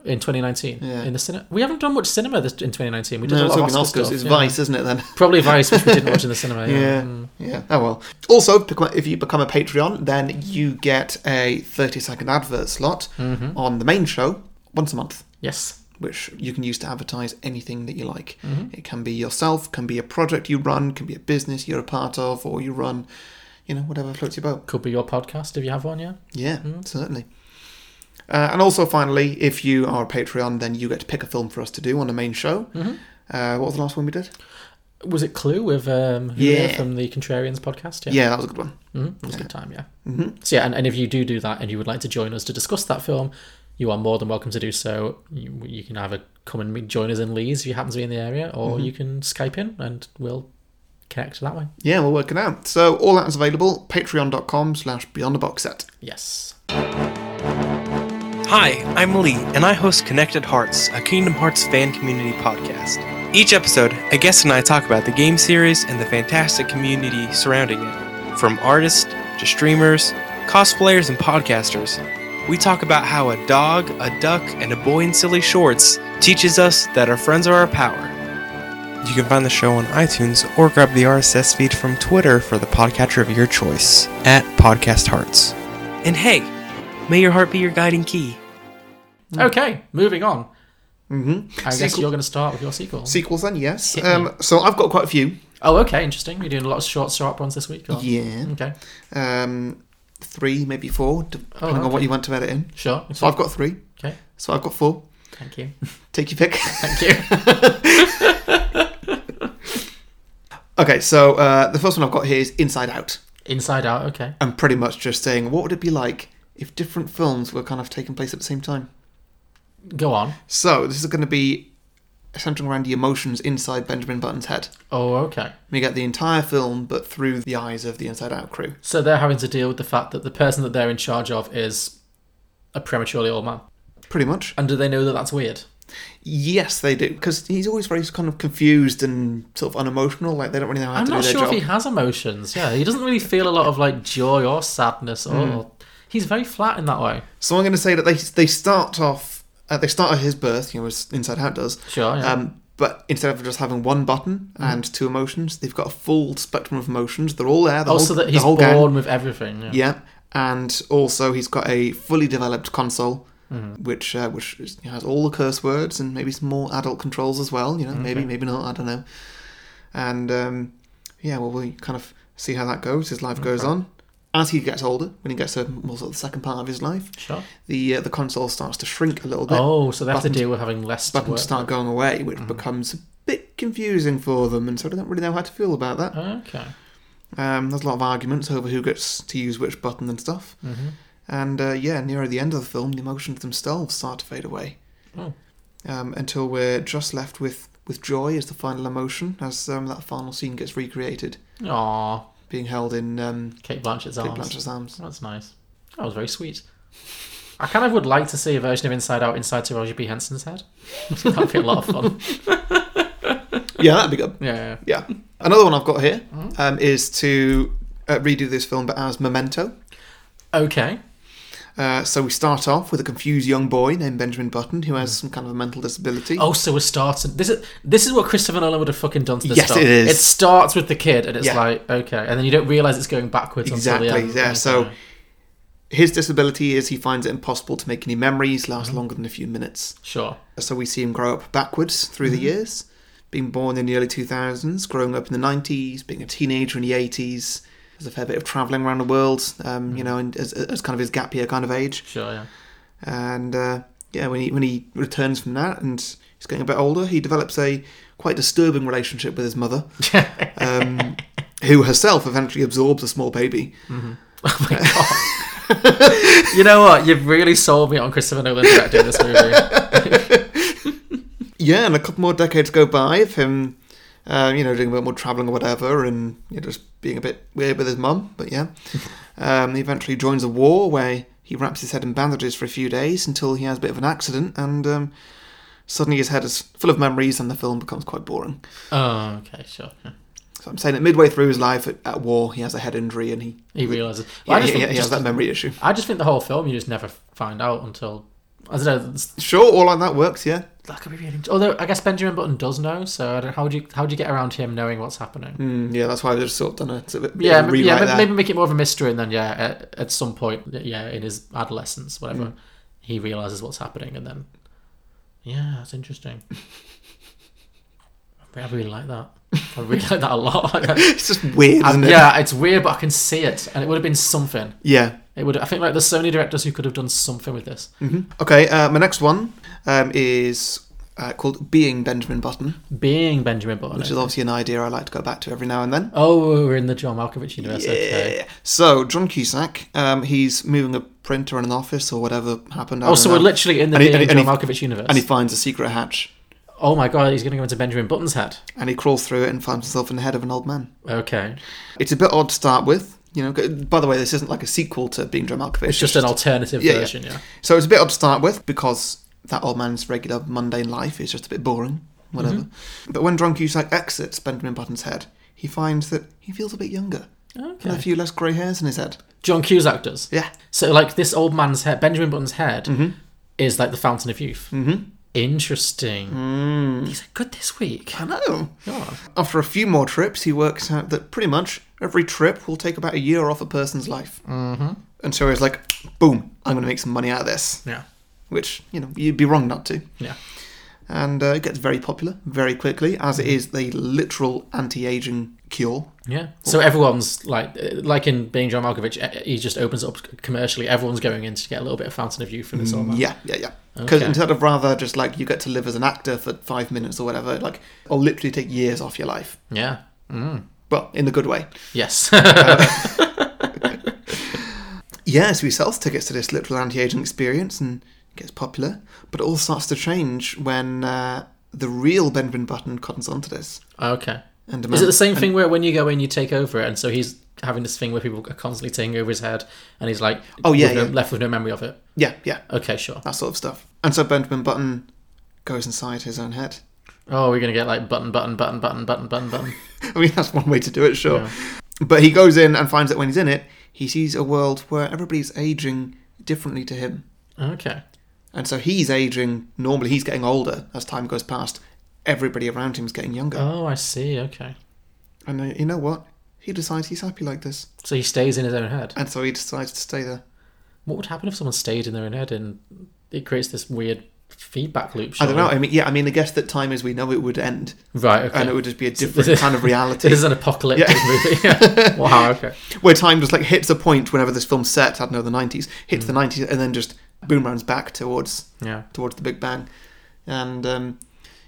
[SPEAKER 4] In 2019.
[SPEAKER 3] Yeah.
[SPEAKER 4] In the cinema. We haven't done much cinema this, in 2019. We did
[SPEAKER 3] No,
[SPEAKER 4] a
[SPEAKER 3] it's
[SPEAKER 4] lot
[SPEAKER 3] not
[SPEAKER 4] of
[SPEAKER 3] been
[SPEAKER 4] Oscar
[SPEAKER 3] Oscars.
[SPEAKER 4] stuff,
[SPEAKER 3] it's
[SPEAKER 4] yeah.
[SPEAKER 3] Vice, isn't it? Then.
[SPEAKER 4] Probably Vice, which we didn't watch in the cinema. Yeah.
[SPEAKER 3] Yeah.
[SPEAKER 4] Mm.
[SPEAKER 3] Yeah. Oh well. Also, if you become- if you become a Patreon, then you get a thirty-second advert slot
[SPEAKER 4] Mm-hmm.
[SPEAKER 3] on the main show once a month.
[SPEAKER 4] Yes.
[SPEAKER 3] which you can use to advertise anything that you like. It can be yourself, can be a project you run, can be a business you're a part of, or you run, you know, whatever floats your boat.
[SPEAKER 4] Could be your podcast if you have one, yeah.
[SPEAKER 3] Yeah, certainly. Uh, and also, finally, if you are a Patreon, then you get to pick a film for us to do on the main show. Uh, what was the last one we did?
[SPEAKER 4] Was it Clue with um, Julia
[SPEAKER 3] Yeah.
[SPEAKER 4] from the Contrarians podcast?
[SPEAKER 3] Yeah, Mm-hmm. that was a good one.
[SPEAKER 4] Mm, it was a good time, yeah. So yeah, and, and if you do do that and you would like to join us to discuss that film, you are more than welcome to do so. You, you can either come and meet, join us in Leeds if you happen to be in the area, or
[SPEAKER 3] Mm-hmm.
[SPEAKER 4] you can Skype in and we'll connect that way.
[SPEAKER 3] Yeah, we'll work it out. So all that is available, patreon.com slash beyond the box set.
[SPEAKER 4] Yes.
[SPEAKER 11] Hi, I'm Lee, and I host Connected Hearts, a Kingdom Hearts fan community podcast. Each episode, a guest and I talk about the game series and the fantastic community surrounding it. From artists to streamers, cosplayers, and podcasters, we talk about how a dog, a duck, and a boy in silly shorts teaches us that our friends are our power. You can find the show on iTunes or grab the RSS feed from Twitter for the podcatcher of your choice at Podcast Hearts. And hey, may your heart be your guiding key.
[SPEAKER 4] Okay, moving on.
[SPEAKER 3] Mm. Mm-hmm.
[SPEAKER 4] I guess you're going to start with your sequel.
[SPEAKER 3] Sequels then, yes.
[SPEAKER 4] Hit me.
[SPEAKER 3] Um, so I've got quite a few.
[SPEAKER 4] oh, okay, interesting. You're doing a lot of short, sharp ones this week. Or?
[SPEAKER 3] Yeah.
[SPEAKER 4] Okay,
[SPEAKER 3] Um, three, maybe four, depending on
[SPEAKER 4] okay.
[SPEAKER 3] what you want to edit in.
[SPEAKER 4] sure.
[SPEAKER 3] So I've got three.
[SPEAKER 4] Okay,
[SPEAKER 3] So I've got four.
[SPEAKER 4] thank you.
[SPEAKER 3] Take your pick.
[SPEAKER 4] Thank you.
[SPEAKER 3] okay, so uh, the first one I've got here is Inside Out.
[SPEAKER 4] Inside Out. Okay.
[SPEAKER 3] I'm pretty much just saying, what would it be like if different films were kind of taking place at the same time?
[SPEAKER 4] Go on.
[SPEAKER 3] So this is going to be centering around the emotions inside Benjamin Button's head.
[SPEAKER 4] Oh, okay.
[SPEAKER 3] We get the entire film, but through the eyes of the Inside Out crew.
[SPEAKER 4] So they're having to deal with the fact that the person that they're in charge of is a prematurely old man,
[SPEAKER 3] Pretty much.
[SPEAKER 4] and do they know that that's weird?
[SPEAKER 3] Yes, they do, because he's always very kind of confused and sort of unemotional. Like they don't really know how
[SPEAKER 4] I'm
[SPEAKER 3] to
[SPEAKER 4] not
[SPEAKER 3] do their
[SPEAKER 4] sure
[SPEAKER 3] job.
[SPEAKER 4] if he has emotions. Yeah, he doesn't really feel a lot of like joy or sadness. Or he's very flat in that way.
[SPEAKER 3] So I'm going to say that they they start off uh, they start at his birth, you know, as Inside Out does.
[SPEAKER 4] Sure, yeah. Mm.
[SPEAKER 3] Um, but instead of just having one button and two emotions, they've got a full spectrum of emotions. They're all there. The
[SPEAKER 4] also,
[SPEAKER 3] whole,
[SPEAKER 4] Oh, that
[SPEAKER 3] the
[SPEAKER 4] he's
[SPEAKER 3] whole
[SPEAKER 4] born
[SPEAKER 3] gang.
[SPEAKER 4] with everything. Yeah.
[SPEAKER 3] Yeah, and also he's got a fully developed console,
[SPEAKER 4] Mm-hmm.
[SPEAKER 3] which uh, which is- has all the curse words and maybe some more adult controls as well. You know, maybe maybe not. I don't know. And um, yeah, well, we kind of see how that goes. His life goes on. As he gets older, when he gets to more sort of the second part of his life,
[SPEAKER 4] Sure.
[SPEAKER 3] the uh, the console starts to shrink a little bit.
[SPEAKER 4] Oh, so they have
[SPEAKER 3] buttons-
[SPEAKER 4] to deal with Mm-hmm. having less to work.
[SPEAKER 3] buttons start going away,
[SPEAKER 4] Oh.
[SPEAKER 3] which becomes a bit confusing for them, and so they don't really know how to feel about that.
[SPEAKER 4] Okay.
[SPEAKER 3] Um, there's a lot of arguments over who gets to use which button and stuff.
[SPEAKER 4] Mhm.
[SPEAKER 3] And uh, yeah, nearer the end of the film, the emotions themselves start to fade away.
[SPEAKER 4] Oh.
[SPEAKER 3] Um, until we're just left with, with joy as the final emotion, as um, that final scene gets recreated.
[SPEAKER 4] Aw.
[SPEAKER 3] Being held in um,
[SPEAKER 4] Kate Blanchett's
[SPEAKER 3] Kate
[SPEAKER 4] arms.
[SPEAKER 3] Blanchett's arms.
[SPEAKER 4] That's nice. That was very sweet. I kind of would like to see a version of Inside Out inside to Roger B. Henson's head. That'd be a lot of fun.
[SPEAKER 3] Yeah, that'd be good.
[SPEAKER 4] Yeah,
[SPEAKER 3] yeah. Another one I've got here um, is to uh, redo this film, but as Memento.
[SPEAKER 4] Okay.
[SPEAKER 3] Uh, so we start off with a confused young boy named Benjamin Button who has some kind of a mental disability.
[SPEAKER 4] Oh, so it starts. This is this is what Christopher Nolan would have fucking done to this
[SPEAKER 3] Yes,
[SPEAKER 4] film.
[SPEAKER 3] it is.
[SPEAKER 4] It starts with the kid, and it's
[SPEAKER 3] Yeah.
[SPEAKER 4] like okay, and then you don't realize it's going backwards.
[SPEAKER 3] exactly.
[SPEAKER 4] Until the end.
[SPEAKER 3] Yeah. So his disability is he finds it impossible to make any memories last longer than a few minutes.
[SPEAKER 4] Sure.
[SPEAKER 3] So we see him grow up backwards through the years, being born in the early 2000s, growing up in the 90s, being a teenager in the 80s. There's a fair bit of traveling around the world, um, you know, and as, as kind of his gap year kind of age.
[SPEAKER 4] Sure. Yeah.
[SPEAKER 3] and uh, yeah, when he when he returns from that and he's getting a bit older, he develops a quite disturbing relationship with his mother, um, who herself eventually absorbs a small baby.
[SPEAKER 4] Oh my god. you know what? You've really sold me on Christopher Nolan directing this movie.
[SPEAKER 3] Yeah, and a couple more decades go by of him, uh, you know, doing a bit more traveling or whatever, and you know, just being a bit weird with his mum. But yeah, um, he eventually joins a war where he wraps his head in bandages for a few days until he has a bit of an accident and. Um, Suddenly, his head is full of memories, and the film becomes quite boring.
[SPEAKER 4] oh, okay, sure. yeah.
[SPEAKER 3] So I'm saying that midway through his life at, at war, he has a head injury and he
[SPEAKER 4] He realizes.
[SPEAKER 3] Yeah,
[SPEAKER 4] I just
[SPEAKER 3] he,
[SPEAKER 4] think
[SPEAKER 3] he has
[SPEAKER 4] just-
[SPEAKER 3] that memory issue.
[SPEAKER 4] I just think the whole film you just never find out until I don't know. it's-
[SPEAKER 3] Sure, all like that works. Yeah,
[SPEAKER 4] That could be really. Although I guess Benjamin Button does know, so I don't, how do you how do you get around him knowing what's happening?
[SPEAKER 3] mm, yeah. That's why I've just sort of done a, sort of a bit
[SPEAKER 4] Yeah,
[SPEAKER 3] of a
[SPEAKER 4] ma- yeah,
[SPEAKER 3] rewrite
[SPEAKER 4] ma-
[SPEAKER 3] there.
[SPEAKER 4] maybe make it more of a mystery, and then yeah, at, at some point, yeah, in his adolescence, whatever,
[SPEAKER 3] Mm.
[SPEAKER 4] he realizes what's happening, and then yeah, that's interesting. I really like that. I really like that a lot.
[SPEAKER 3] it's just weird,
[SPEAKER 4] Um,
[SPEAKER 3] isn't it?
[SPEAKER 4] Yeah, it's weird, but I can see it, and it would have been something.
[SPEAKER 3] Yeah.
[SPEAKER 4] it would. I think like there's so many directors who could have done something with this.
[SPEAKER 3] Mhm. Okay, uh, my next one um, is uh, called "Being Benjamin Button,"
[SPEAKER 4] Being Benjamin Button,
[SPEAKER 3] which is obviously an idea I like to go back to every now and then.
[SPEAKER 4] Oh, we're in the John Malkovich universe. Okay.
[SPEAKER 3] Yeah. So John Cusack, um, he's moving a printer in an office or whatever happened. I
[SPEAKER 4] Oh,
[SPEAKER 3] don't
[SPEAKER 4] so
[SPEAKER 3] know.
[SPEAKER 4] we're literally in the
[SPEAKER 3] And he-
[SPEAKER 4] Being
[SPEAKER 3] and he-
[SPEAKER 4] John
[SPEAKER 3] and he-
[SPEAKER 4] Malkovich universe.
[SPEAKER 3] and he finds a secret hatch
[SPEAKER 4] oh my god, he's going to go into Benjamin Button's head.
[SPEAKER 3] and he crawls through it and finds himself in the head of an old man.
[SPEAKER 4] Okay,
[SPEAKER 3] It's a bit odd to start with. You know, 'cause- by the way, this isn't like a sequel to Being John Malkovich.
[SPEAKER 4] it's just an alternative
[SPEAKER 3] Yeah, yeah.
[SPEAKER 4] version. Yeah.
[SPEAKER 3] So it's a bit odd to start with because that old man's regular mundane life is just a bit boring, whatever.
[SPEAKER 4] Mm-hmm.
[SPEAKER 3] But when John Cusack exits Benjamin Button's head, he finds that he feels a bit younger.
[SPEAKER 4] Okay.
[SPEAKER 3] And a few less grey hairs in his head.
[SPEAKER 4] John Cusack does.
[SPEAKER 3] Yeah. Mm-hmm.
[SPEAKER 4] So like this old man's head, Benjamin Button's head, is like the fountain of youth.
[SPEAKER 3] Mhm.
[SPEAKER 4] Interesting.
[SPEAKER 3] Mm.
[SPEAKER 4] He's like good this week.
[SPEAKER 3] I know.
[SPEAKER 4] Oh.
[SPEAKER 3] After a few more trips, he works out that pretty much every trip will take about a year off a person's life.
[SPEAKER 4] Mm-hmm.
[SPEAKER 3] And so he's like, boom, I'm going to make some money out of this.
[SPEAKER 4] Yeah.
[SPEAKER 3] Which, you know, you'd be wrong not to.
[SPEAKER 4] Yeah.
[SPEAKER 3] And uh, it gets very popular very quickly, as
[SPEAKER 4] Mm-hmm.
[SPEAKER 3] it is the literal anti aging cure.
[SPEAKER 4] Yeah. So everyone's like, uh, like in being John Malkovich, uh, he just opens it up commercially. Everyone's going in to get a little bit of Fountain of Youth from this old man.
[SPEAKER 3] Yeah, yeah, yeah. Because
[SPEAKER 4] Okay.
[SPEAKER 3] instead of rather just like you get to live as an actor for five minutes or whatever, like I'll literally take years off your life.
[SPEAKER 4] Yeah. Mm.
[SPEAKER 3] Well, in the good way.
[SPEAKER 4] Yes.
[SPEAKER 3] Yeah, so he sells tickets to this literal anti-aging experience and gets popular. But it all starts to change when uh, the real Benjamin Button cottons onto this.
[SPEAKER 4] okay.
[SPEAKER 3] And
[SPEAKER 4] Is it the same
[SPEAKER 3] and-
[SPEAKER 4] thing where when you go in, you take over it, and so he's having this thing where people are constantly taking over his head, and he's like,
[SPEAKER 3] Oh, yeah,
[SPEAKER 4] with no-
[SPEAKER 3] yeah.
[SPEAKER 4] left with no memory of it.
[SPEAKER 3] Yeah, yeah,
[SPEAKER 4] Okay, sure.
[SPEAKER 3] that sort of stuff. And so Benjamin Button goes inside his own head.
[SPEAKER 4] Oh, we're gonna get like button, button, button, button, button, button, button.
[SPEAKER 3] I mean, that's one way to do it, sure.
[SPEAKER 4] Yeah.
[SPEAKER 3] But he goes in and finds that when he's in it, he sees a world where everybody's aging differently to him.
[SPEAKER 4] Okay.
[SPEAKER 3] And so he's aging. Normally, he's getting older as time goes past. Everybody around him's getting younger.
[SPEAKER 4] Oh, I see. Okay.
[SPEAKER 3] And uh, you know what? He decides he's happy like this,
[SPEAKER 4] So he stays in his own head.
[SPEAKER 3] and so he decides to stay there.
[SPEAKER 4] What would happen if someone stayed in their own head and it creates this weird feedback loop?
[SPEAKER 3] I don't know.
[SPEAKER 4] surely?
[SPEAKER 3] I mean, yeah. I mean, I guess that time as we know it would end,
[SPEAKER 4] Right. Okay.
[SPEAKER 3] and it would just be a different kind of reality
[SPEAKER 4] This is an apocalyptic movie. wow. Okay.
[SPEAKER 3] where time just like hits a point whenever this film's set. I don't know the nineties hits the nineties, and then just boomerangs back towards
[SPEAKER 4] Hmm. Yeah.
[SPEAKER 3] towards the Big Bang, and um,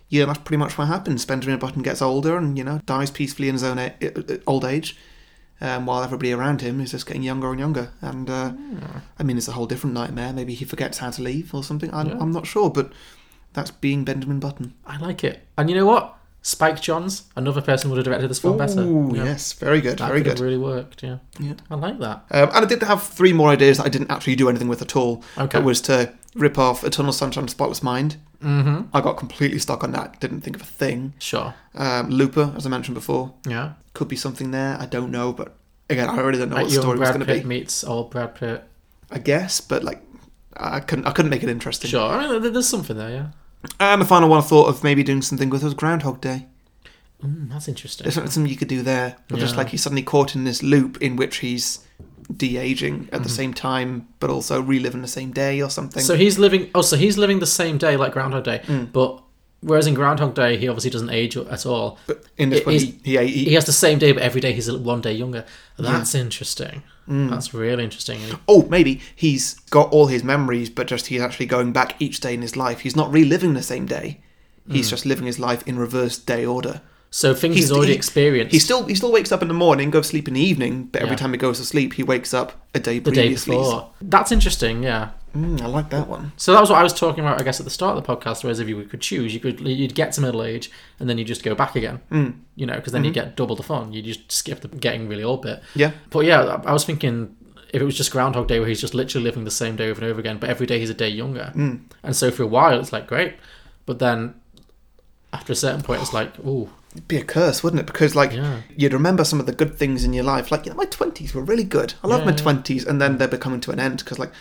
[SPEAKER 3] yeah, that's pretty much what happens. Benjamin Button gets older and you know dies peacefully in his own a- old age, um, while everybody around him is just getting younger and younger. And uh,
[SPEAKER 4] Hmm.
[SPEAKER 3] I mean, it's a whole different nightmare. Maybe he forgets how to leave or something. I'm,
[SPEAKER 4] Yeah.
[SPEAKER 3] I'm not sure, but that's being Benjamin Button.
[SPEAKER 4] I like it. And you know what? Spike Johns, another person would have directed this film better.
[SPEAKER 3] Ooh,
[SPEAKER 4] Yeah.
[SPEAKER 3] Oh, yes, very good,
[SPEAKER 4] That
[SPEAKER 3] very
[SPEAKER 4] could have
[SPEAKER 3] good.
[SPEAKER 4] really worked. Yeah.
[SPEAKER 3] Yeah.
[SPEAKER 4] I like that.
[SPEAKER 3] Um, and I did have three more ideas that I didn't actually do anything with at all.
[SPEAKER 4] Okay.
[SPEAKER 3] It was to rip off Eternal Sunshine of the Spotless Mind.
[SPEAKER 4] Mhm.
[SPEAKER 3] I got completely stuck on that. Didn't think of a thing.
[SPEAKER 4] Sure.
[SPEAKER 3] Um, Looper, as I mentioned before.
[SPEAKER 4] Yeah.
[SPEAKER 3] Could be something there. I don't know, but again, I really don't know
[SPEAKER 4] Like
[SPEAKER 3] what the
[SPEAKER 4] young
[SPEAKER 3] story was
[SPEAKER 4] Brad
[SPEAKER 3] going to
[SPEAKER 4] Pitt
[SPEAKER 3] be.
[SPEAKER 4] meets old Brad Pitt.
[SPEAKER 3] I guess, but like, I couldn't. I couldn't make it interesting.
[SPEAKER 4] Sure. I mean, there- there's something there. Yeah.
[SPEAKER 3] And the final one I thought of maybe doing something with was Groundhog Day.
[SPEAKER 4] Mm, that's interesting.
[SPEAKER 3] There's something something you could do there. Or just
[SPEAKER 4] Yeah.
[SPEAKER 3] like he's suddenly caught in this loop in which he's de aging at the same time, but also reliving the same day or something.
[SPEAKER 4] Mm-hmm. So he's living. Oh, so he's living the same day like Groundhog Day, but whereas in Groundhog Day he obviously doesn't age at all. But
[SPEAKER 3] in this one, he- he- he-
[SPEAKER 4] has the same day, but every day he's one day younger. That's interesting.
[SPEAKER 3] Mm.
[SPEAKER 4] That's really interesting. And
[SPEAKER 3] Oh, maybe he's got all his memories, but just he's actually going back each day in his life. He's not reliving the same day. He's
[SPEAKER 4] Mm.
[SPEAKER 3] just living his life in reverse day order.
[SPEAKER 4] So things he's already experienced.
[SPEAKER 3] He still he still wakes up in the morning, goes to sleep in the evening, but every
[SPEAKER 4] Yeah.
[SPEAKER 3] time he goes to sleep, he wakes up a day
[SPEAKER 4] the day
[SPEAKER 3] previously.
[SPEAKER 4] before. That's interesting. Yeah.
[SPEAKER 3] Mm, I like that one.
[SPEAKER 4] So that was what I was talking about, I guess, at the start of the podcast. Whereas if you could choose, you could you'd get to middle age and then you just go back again.
[SPEAKER 3] Mm.
[SPEAKER 4] You know, because then you
[SPEAKER 3] Mhm.
[SPEAKER 4] get double the fun. You just skip the getting really old bit.
[SPEAKER 3] Yeah.
[SPEAKER 4] But yeah, I- I was thinking if it was just Groundhog Day, where he's just literally living the same day over and over again, but every day he's a day younger.
[SPEAKER 3] Mm.
[SPEAKER 4] And so for a while, it's like great, but then after a certain point, it's like ooh,
[SPEAKER 3] It'd be a curse, wouldn't it? Because like
[SPEAKER 4] Yeah.
[SPEAKER 3] you'd remember some of the good things in your life, like yeah, my twenties were really good. I love
[SPEAKER 4] Yeah,
[SPEAKER 3] my
[SPEAKER 4] yeah.
[SPEAKER 3] twenties, and then they're becoming to an end because like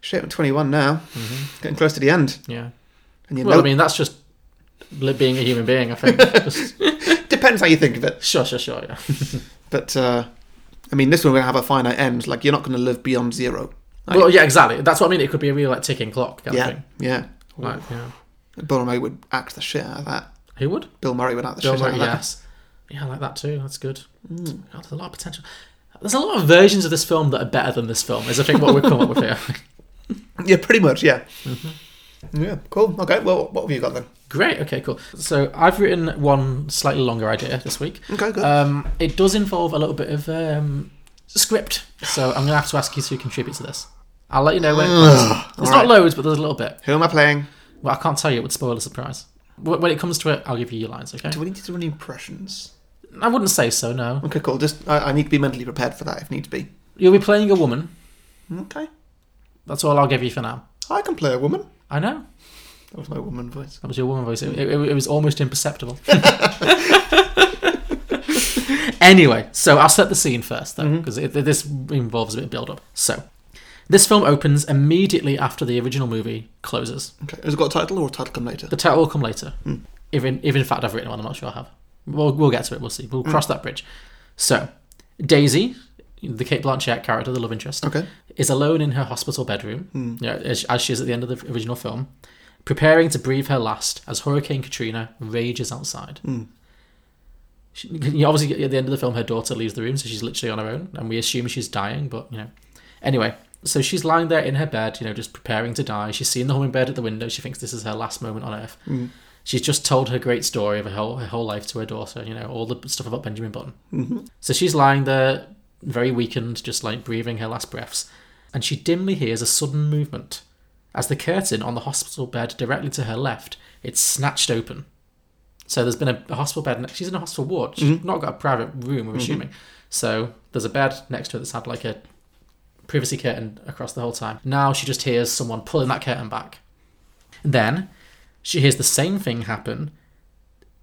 [SPEAKER 3] shit, I'm 21 now, getting close to the end,
[SPEAKER 4] yeah.
[SPEAKER 3] and you
[SPEAKER 4] Mm-hmm. well,
[SPEAKER 3] know,
[SPEAKER 4] I mean, that's just li- being a human being. I think. Just-
[SPEAKER 3] depends how you think of it.
[SPEAKER 4] sure, sure, sure. Yeah.
[SPEAKER 3] But uh, I mean, this one we're gonna have a finite end. Like you're not gonna live beyond zero. Like,
[SPEAKER 4] well, yeah, exactly. That's what I mean. It could be a real like ticking clock kind of
[SPEAKER 3] yeah,
[SPEAKER 4] thing.
[SPEAKER 3] yeah.
[SPEAKER 4] Like, yeah.
[SPEAKER 3] Bill Murray would act the shit out of that.
[SPEAKER 4] Who would?
[SPEAKER 3] Bill Murray would act the
[SPEAKER 4] Bill
[SPEAKER 3] shit
[SPEAKER 4] Murray,
[SPEAKER 3] out of that. Hmm.
[SPEAKER 4] yes. Yeah, I like that too. That's good. God, there's a lot of potential. There's a lot of versions of this film that are better than this film. Is I think what we've come up with here.
[SPEAKER 3] Yeah, pretty much. Yeah. Yeah. Cool. Okay. Well, what have you got then?
[SPEAKER 4] Great. Okay. Cool. So I've written one slightly longer idea this week.
[SPEAKER 3] Okay. Good.
[SPEAKER 4] Um, it does involve a little bit of um, script, so I'm gonna have to ask you to contribute to this. I'll let you know when. It comes.
[SPEAKER 3] Ugh.
[SPEAKER 4] There's
[SPEAKER 3] All
[SPEAKER 4] not
[SPEAKER 3] right.
[SPEAKER 4] loads, but there's a little bit.
[SPEAKER 3] Who am I playing?
[SPEAKER 4] Well, I can't tell you. It would spoil the surprise. Wh- When it comes to it, I'll give you your lines. Okay.
[SPEAKER 3] Do we need to do any impressions?
[SPEAKER 4] I wouldn't say so. No.
[SPEAKER 3] Okay. Cool. Just I, I need to be mentally prepared for that if need be.
[SPEAKER 4] You'll be playing a woman.
[SPEAKER 3] Okay.
[SPEAKER 4] That's all I'll give you for now.
[SPEAKER 3] I can play a woman.
[SPEAKER 4] I know.
[SPEAKER 3] That was my woman voice.
[SPEAKER 4] That was your woman voice. It, it- it was almost imperceptible. anyway, so I'll set the scene first, though, because this involves a bit of build up. So, this film opens immediately after the original movie closes.
[SPEAKER 3] Okay. Has it got a title or a title come later?
[SPEAKER 4] The title will come later. If, in, if in fact I've written one, I'm not sure I have. We'll, we'll get to it, we'll see. We'll cross that bridge. So, Daisy, the Kate Blanchett character, the love interest,
[SPEAKER 3] Okay.
[SPEAKER 4] is alone in her hospital bedroom, you know, as, as she is at the end of the original film, preparing to breathe her last as Hurricane Katrina rages outside. She, you know, obviously, at the end of the film, her daughter leaves the room, so she's literally on her own, and we assume she's dying, but you know. Anyway, so she's lying there in her bed, you know, just preparing to die. She's seen the humming bird at the window. She thinks this is her last moment on earth. She's just told her great story of her whole, her whole life to her daughter, you know, all the stuff about Benjamin Button. So she's lying there, very weakened, just like breathing her last breaths, and she dimly hears a sudden movement. As the curtain on the hospital bed directly to her left, it's snatched open. So there's been a, a hospital bed. Next, she's in a hospital ward. She's not got a private room, I'm assuming. So there's a bed next to her that's had like a privacy curtain across the whole time. Now she just hears someone pulling that curtain back. Then she hears the same thing happen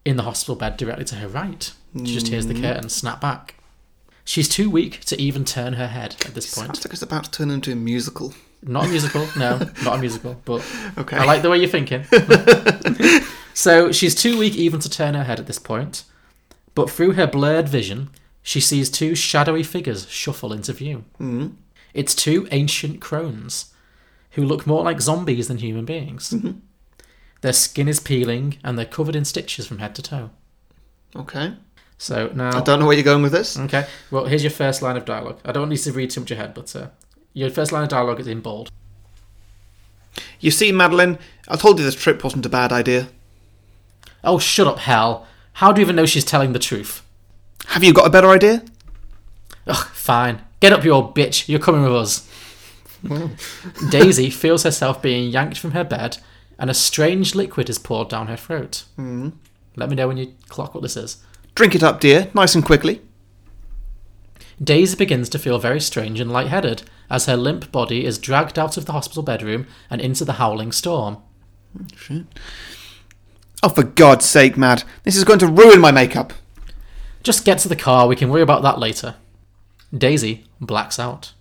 [SPEAKER 4] in the hospital bed directly to her right. She just hears the curtain snap back. She's too weak to even turn her head at this point.
[SPEAKER 3] Sounds like it's about to turn into a musical.
[SPEAKER 4] Not a musical, no, not a musical, but
[SPEAKER 3] Okay.
[SPEAKER 4] I like the way you're thinking. so she's too weak even to turn her head at this point, but through her blurred vision, she sees two shadowy figures shuffle into view. It's two ancient crones who look more like zombies than human beings. Their skin is peeling and they're covered in stitches from head to toe.
[SPEAKER 3] Okay.
[SPEAKER 4] So now.
[SPEAKER 3] I don't know where you're going with this.
[SPEAKER 4] Okay. Well, here's your first line of dialogue. I don't need to read too much ahead, but uh, your first line of dialogue is in bold.
[SPEAKER 3] You see, Madeline, I told you this trip wasn't a bad idea.
[SPEAKER 4] Oh, shut up, hell! How do you even know she's telling the truth?
[SPEAKER 3] Have you got a better idea?
[SPEAKER 4] Ugh, fine. Get up, you old bitch. You're coming with us.
[SPEAKER 3] Wow.
[SPEAKER 4] Daisy feels herself being yanked from her bed, and a strange liquid is poured down her throat.
[SPEAKER 3] Mm.
[SPEAKER 4] Let me know when you clock what this is.
[SPEAKER 3] Drink it up, dear, nice and quickly.
[SPEAKER 4] Daisy begins to feel very strange and lightheaded as her limp body is dragged out of the hospital bedroom and into the howling storm.
[SPEAKER 3] Shit. Oh, for God's sake, Mad. This is going to ruin my makeup.
[SPEAKER 4] Just get to the car, we can worry about that later. Daisy blacks out.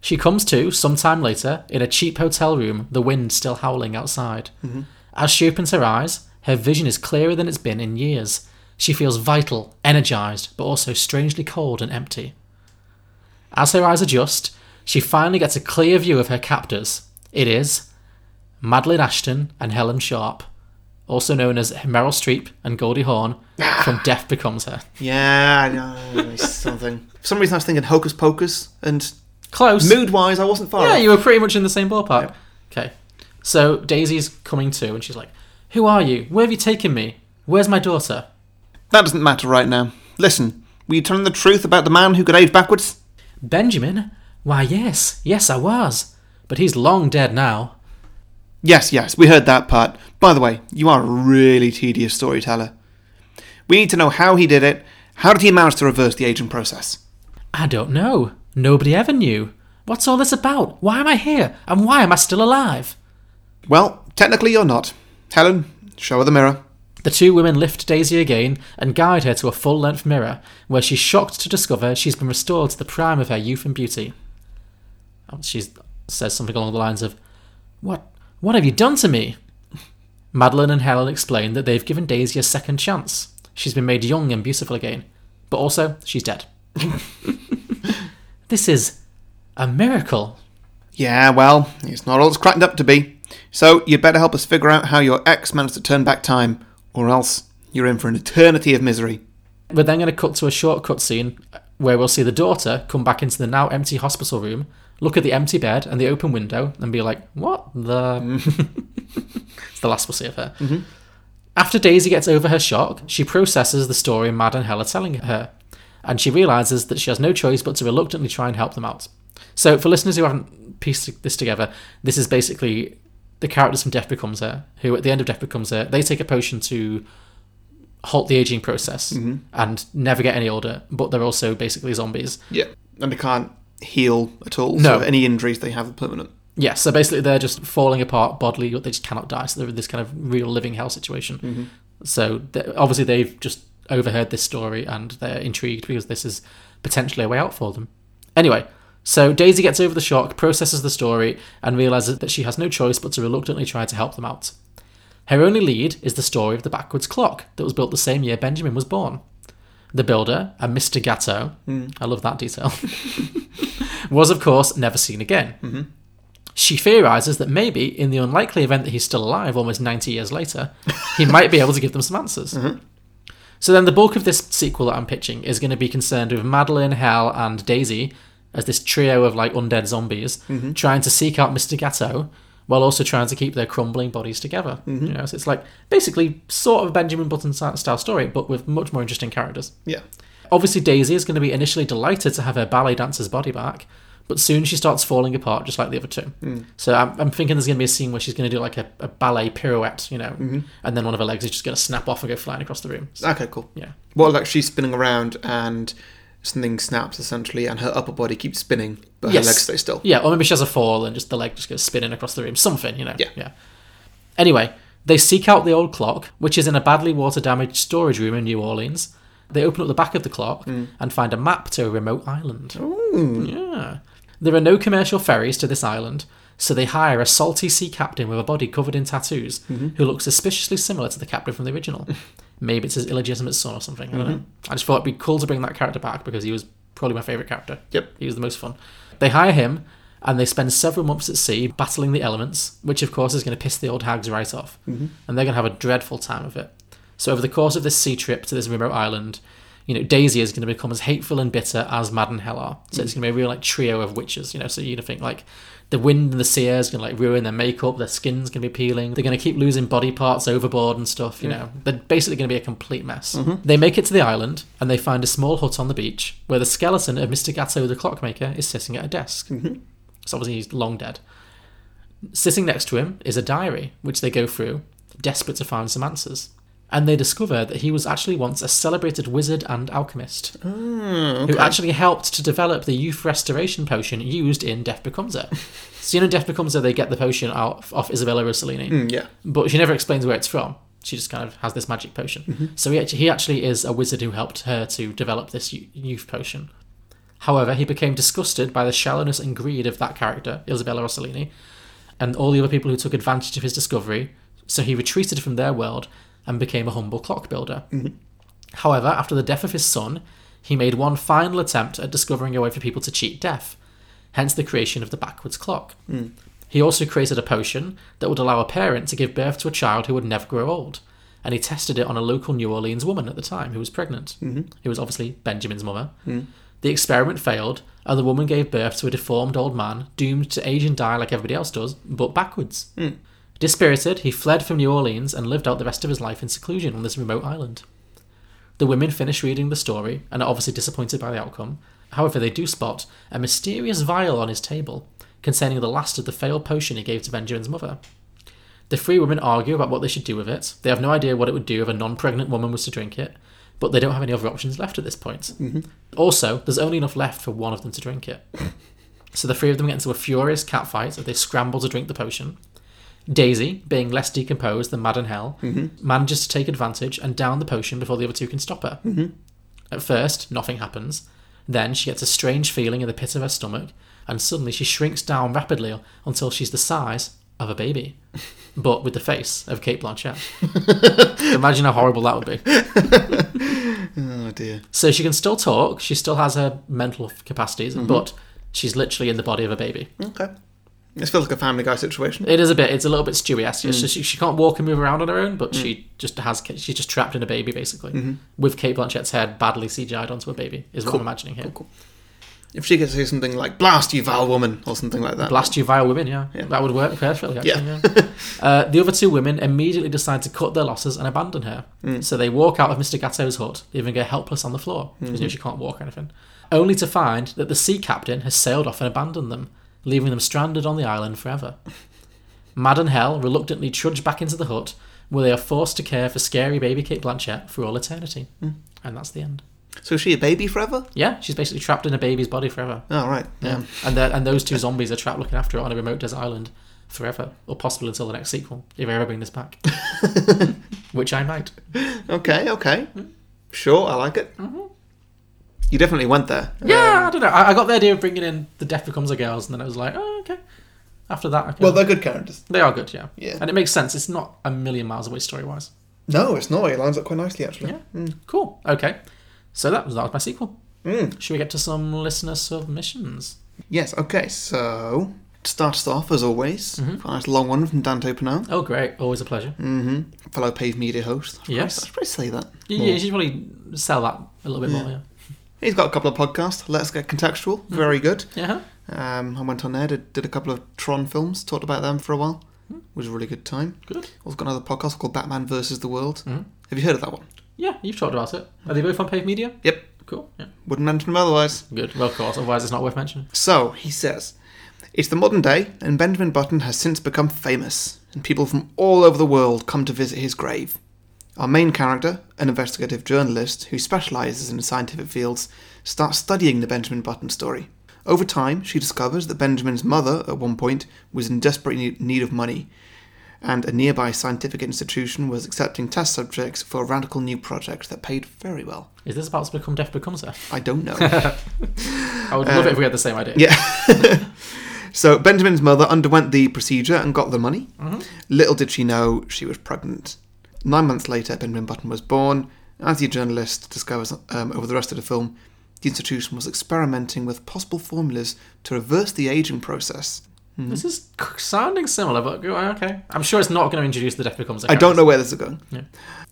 [SPEAKER 4] She comes to sometime later in a cheap hotel room, the wind still howling outside.
[SPEAKER 5] Mhm.
[SPEAKER 4] As she opens her eyes, her vision is clearer than it's been in years. She feels vital, energized, but also strangely cold and empty. As her eyes adjust, she finally gets a clear view of her captors. It is Madeline Ashton and Helen Sharp, also known as Meryl Streep and Goldie Hawn from Death Becomes Her.
[SPEAKER 3] Yeah, I know. it's something. For some reason, I was thinking Hocus Pocus and.
[SPEAKER 4] Close.
[SPEAKER 3] Mood wise, I wasn't far
[SPEAKER 4] yeah,
[SPEAKER 3] off.
[SPEAKER 4] you were pretty much in the same ballpark. Okay. So Daisy's coming to, and she's like, Who are you? Where have you taken me? Where's my daughter?
[SPEAKER 3] That doesn't matter right now. Listen, were you telling the truth about the man who could age backwards?
[SPEAKER 4] Benjamin? Why, yes, yes, I was. But he's long dead now.
[SPEAKER 3] Yes, yes, we heard that part. By the way, you are a really tedious storyteller. We need to know how he did it. How did he manage to reverse the aging process?
[SPEAKER 4] I don't know. Nobody ever knew. What's all this about? Why am I here? And why am I still alive?
[SPEAKER 3] Well, technically you're not. Helen, show her the mirror.
[SPEAKER 4] The two women lift Daisy again and guide her to a full length mirror, where she's shocked to discover she's been restored to the prime of her youth and beauty. Oh, She says something along the lines of, What, what have you done to me? Madeline and Helen explain that they've given Daisy a second chance. She's been made young and beautiful again, but also she's dead. this is a miracle.
[SPEAKER 3] Yeah, well, it's not all it's cracked up to be. So you'd better help us figure out how your ex managed to turn back time, or else you're in for an eternity of misery.
[SPEAKER 4] We're then going to cut to a short cutscene where we'll see the daughter come back into the now empty hospital room, look at the empty bed and the open window, and be like, "What the?" it's the last we'll see of her.
[SPEAKER 5] Mhm.
[SPEAKER 4] After Daisy gets over her shock, she processes the story Mad and Hell are telling her, and she realizes that she has no choice but to reluctantly try and help them out. So, for listeners who haven't pieced this together, this is basically the characters from Death Becomes Her, who at the end of Death Becomes Her, they take a potion to halt the aging process
[SPEAKER 3] Mhm.
[SPEAKER 4] and never get any older, but they're also basically zombies.
[SPEAKER 3] Yeah, and they can't heal at all.
[SPEAKER 4] No.
[SPEAKER 3] so any injuries they have are permanent.
[SPEAKER 4] Yeah, so basically they're just falling apart bodily, they just cannot die. So they're in this kind of real living hell situation. So th- obviously they've just overheard this story and they're intrigued because this is potentially a way out for them. Anyway, so Daisy gets over the shock, processes the story, and realizes that she has no choice but to reluctantly try to help them out. Her only lead is the story of the backwards clock that was built the same year Benjamin was born. The builder, a Mr. Gatto,
[SPEAKER 5] Mm.
[SPEAKER 4] I love that detail, was of course never seen again.
[SPEAKER 5] Mhm.
[SPEAKER 4] She theorizes that maybe, in the unlikely event that he's still alive almost 90 years later, he might be able to give them some answers. So then, the bulk of this sequel that I'm pitching is going to be concerned with Madeline, Hal, and Daisy as this trio of like undead zombies
[SPEAKER 5] Mhm.
[SPEAKER 4] trying to seek out Mr. Gatto while also trying to keep their crumbling bodies together. You know, so it's like basically sort of a Benjamin Button si- style story, but with much more interesting characters.
[SPEAKER 3] Yeah.
[SPEAKER 4] Obviously, Daisy is going to be initially delighted to have her ballet dancer's body back, but soon she starts falling apart just like the other two.
[SPEAKER 5] Mm.
[SPEAKER 4] So I'm, I'm thinking there's going to be a scene where she's going to do like a, a ballet pirouette, you know,
[SPEAKER 3] Mhm.
[SPEAKER 4] and then one of her legs is just going to snap off and go flying across the room. So-
[SPEAKER 3] Okay, cool.
[SPEAKER 4] Yeah.
[SPEAKER 3] Well, like she's spinning around and something snaps essentially, and her upper body keeps spinning, but her legs stay still.
[SPEAKER 4] Yeah, or maybe she has a fall and just the leg just goes spinning across the room. Something, you know.
[SPEAKER 3] Yeah.
[SPEAKER 4] Yeah. Anyway, they seek out the old clock, which is in a badly water damaged storage room in New Orleans. They open up the back of the clock
[SPEAKER 3] Hmm.
[SPEAKER 4] and find a map to a remote island. Yeah. There are no commercial ferries to this island, so they hire a salty sea captain with a body covered in tattoos
[SPEAKER 5] Mhm.
[SPEAKER 3] Mm-hmm.
[SPEAKER 4] who looks suspiciously similar to the captain from the original. Maybe it's his illegitimate son or something. I don't know.
[SPEAKER 3] Mm-hmm.
[SPEAKER 4] I just thought it'd be cool to bring that character back because he was probably my favourite character.
[SPEAKER 3] Yep.
[SPEAKER 4] He was the most fun. They hire him and they spend several months at sea battling the elements, which of course is going to piss the old hags right off.
[SPEAKER 5] Mhm.
[SPEAKER 4] And they're going to have a dreadful time of it. So, over the course of this sea trip to this remote island, you know, Daisy is going to become as hateful and bitter as Mad and Hell are. So it's going to be a real like trio of witches, you know. So you're going to think like the wind and the seer is going to like ruin their makeup, their skin's going to be peeling, they're going to keep losing body parts overboard and stuff, you
[SPEAKER 12] Yeah.
[SPEAKER 4] know. They're basically going to be a complete mess.
[SPEAKER 12] Mhm.
[SPEAKER 4] They make it to the island and they find a small hut on the beach where the skeleton of Mr. Gatto the clockmaker is sitting at a desk.
[SPEAKER 3] Mhm.
[SPEAKER 4] So obviously he's long dead. Sitting next to him is a diary, which they go through, desperate to find some answers. And they discover that he was actually once a celebrated wizard and alchemist, who
[SPEAKER 3] okay.
[SPEAKER 4] actually helped to develop the youth restoration potion used in Death Becomes Her. so you know, Death Becomes Her, they get the potion out off Isabella Rossellini,
[SPEAKER 3] Mm, yeah.
[SPEAKER 4] but she never explains where it's from. She just kind of has this magic potion.
[SPEAKER 3] Mhm.
[SPEAKER 4] So he actually, he actually is a wizard who helped her to develop this yo- youth potion. However, he became disgusted by the shallowness and greed of that character, Isabella Rossellini, and all the other people who took advantage of his discovery, so he retreated from their world and became a humble clock builder. However, after the death of his son, he made one final attempt at discovering a way for people to cheat death, hence the creation of the backwards clock.
[SPEAKER 12] Mm.
[SPEAKER 4] He also created a potion that would allow a parent to give birth to a child who would never grow old, and he tested it on a local New Orleans woman at the time who was pregnant,
[SPEAKER 12] Mhm.
[SPEAKER 4] who was obviously Benjamin's mother.
[SPEAKER 12] Mm.
[SPEAKER 4] The experiment failed, and the woman gave birth to a deformed old man doomed to age and die like everybody else does, but backwards.
[SPEAKER 3] Mm.
[SPEAKER 4] Dispirited, he fled from New Orleans and lived out the rest of his life in seclusion on this remote island. The women finish reading the story and are obviously disappointed by the outcome. However, they do spot a mysterious vial on his table containing the last of the failed potion he gave to Benjamin's mother. The three women argue about what they should do with it. They have no idea what it would do if a non pregnant woman was to drink it, but they don't have any other options left at this point.
[SPEAKER 12] Mhm.
[SPEAKER 4] Also, there's only enough left for one of them to drink it. so the three of them get into a furious catfight as they scramble to drink the potion. Daisy, being less decomposed than Mad and Hell,
[SPEAKER 12] Mhm.
[SPEAKER 3] Mm-hmm.
[SPEAKER 4] manages to take advantage and down the potion before the other two can stop her.
[SPEAKER 3] Mm-hmm.
[SPEAKER 12] Mhm.
[SPEAKER 4] At first, nothing happens. Then she gets a strange feeling in the pit of her stomach, and suddenly she shrinks down rapidly until she's the size of a baby, but with the face of Kate Blanchett. Imagine how horrible that would be.
[SPEAKER 3] Oh dear.
[SPEAKER 4] So she can still talk. She still has her mental capacities,
[SPEAKER 3] Mhm.
[SPEAKER 4] but she's literally in the body of a baby.
[SPEAKER 3] Okay. This feels like a Family Guy situation.
[SPEAKER 4] It is a bit. It's a little bit Stewie-esque. It's
[SPEAKER 3] Mm.
[SPEAKER 4] just- she, she can't walk and move around on her own, but
[SPEAKER 3] Mm.
[SPEAKER 4] she just has. She's just trapped in a baby, basically,
[SPEAKER 3] Mhm.
[SPEAKER 4] with Kate Blanchett's head badly CGI'd onto a baby. Is what
[SPEAKER 3] Cool.
[SPEAKER 4] I'm imagining here.
[SPEAKER 3] If she could say something like "Blast you, vile woman" or something like that.
[SPEAKER 4] Blast you vile women, yeah. That would work perfectly, actually.
[SPEAKER 3] Yeah.
[SPEAKER 4] Yeah. uh, the other two women immediately decide to cut their losses and abandon her.
[SPEAKER 3] Mm.
[SPEAKER 4] So they walk out of Mr. Gatto's hut, leaving her helpless on the floor, because you know,
[SPEAKER 3] Mhm.
[SPEAKER 4] she can't walk or anything, only to find that the sea captain has sailed off and abandoned them, leaving them stranded on the island forever. Mad and Hell reluctantly trudge back into the hut, where they are forced to care for scary baby Kate Blanchett for all eternity.
[SPEAKER 3] Mm.
[SPEAKER 4] And that's the end.
[SPEAKER 3] So is she a baby forever?
[SPEAKER 4] Yeah, she's basically trapped in a baby's body forever.
[SPEAKER 3] Oh, right.
[SPEAKER 4] Yeah.
[SPEAKER 3] Yeah.
[SPEAKER 4] And the, and those two zombies are trapped looking after her on a remote desert island forever, or possibly until the next sequel, if I ever bring this back. Which I might.
[SPEAKER 3] Okay. Okay. Sure, I like it.
[SPEAKER 4] Mm-hmm.
[SPEAKER 3] You definitely went there.
[SPEAKER 4] Yeah, I don't know. I, I got the idea of bringing in the Death Becomes a Girls, and then I was like, oh, okay. After that, I can...
[SPEAKER 3] Well, they're good characters.
[SPEAKER 4] They are good, yeah.
[SPEAKER 3] Yeah.
[SPEAKER 4] And it makes sense. It's not a million miles away story wise.
[SPEAKER 3] No, it's not. It lines up quite nicely, actually.
[SPEAKER 4] Yeah. Cool. Okay. So that was that was my sequel.
[SPEAKER 3] Mm.
[SPEAKER 4] Should we get to some listener submissions?
[SPEAKER 3] Yes. Okay. So to start us off, as always,
[SPEAKER 4] Mm-hmm.
[SPEAKER 3] quite a nice long one from Dante Pinal.
[SPEAKER 4] Oh, great. Always a pleasure.
[SPEAKER 3] hmm Fellow Pave Media host. I should
[SPEAKER 4] Yes.
[SPEAKER 3] probably- I should probably say that.
[SPEAKER 4] Yeah,
[SPEAKER 3] more.
[SPEAKER 4] you should probably sell that a little bit
[SPEAKER 3] Mm.
[SPEAKER 4] more, yeah.
[SPEAKER 3] He's got a couple of podcasts. Let's Get Contextual.
[SPEAKER 4] Mm-hmm.
[SPEAKER 3] Very good.
[SPEAKER 4] Yeah.
[SPEAKER 3] Um, I went on there, did, did a couple of Tron films, talked about them for a while. It was a really good time.
[SPEAKER 4] Mm-hmm. Good.
[SPEAKER 3] Also got another podcast called Batman versus the World.
[SPEAKER 4] Mhm.
[SPEAKER 3] Have you heard of that one?
[SPEAKER 4] Yeah, you've talked about it. Are they both on paid media?
[SPEAKER 3] Yep.
[SPEAKER 4] Cool. Yeah.
[SPEAKER 3] Wouldn't mention them otherwise.
[SPEAKER 4] Good. Well, of course. Otherwise, it's not worth mentioning.
[SPEAKER 3] So, he says, it's the modern day, and Benjamin Button has since become famous, and people from all over the world come to visit his grave. Our main character, an investigative journalist who specialises in scientific fields, starts studying the Benjamin Button story. Over time, she discovers that Benjamin's mother, at one point, was in desperate ne- need of money, and a nearby scientific institution was accepting test subjects for a radical new project that paid very well.
[SPEAKER 4] Is this about to become Death Becomes Her?
[SPEAKER 3] I don't know.
[SPEAKER 4] I would love it if we had the same idea.
[SPEAKER 3] Uh, Yeah. so Benjamin's mother underwent the procedure and got the money.
[SPEAKER 4] Mhm.
[SPEAKER 3] Little did she know she was pregnant. Nine months later, Benjamin Button was born. As the journalist discovers um, over the rest of the film, the institution was experimenting with possible formulas to reverse the aging process.
[SPEAKER 4] Mm, This is sounding similar, but go- okay. I'm sure it's not going to introduce the Death Becomes a
[SPEAKER 3] I don't
[SPEAKER 4] Character.
[SPEAKER 3] know where this is going.
[SPEAKER 4] Yeah.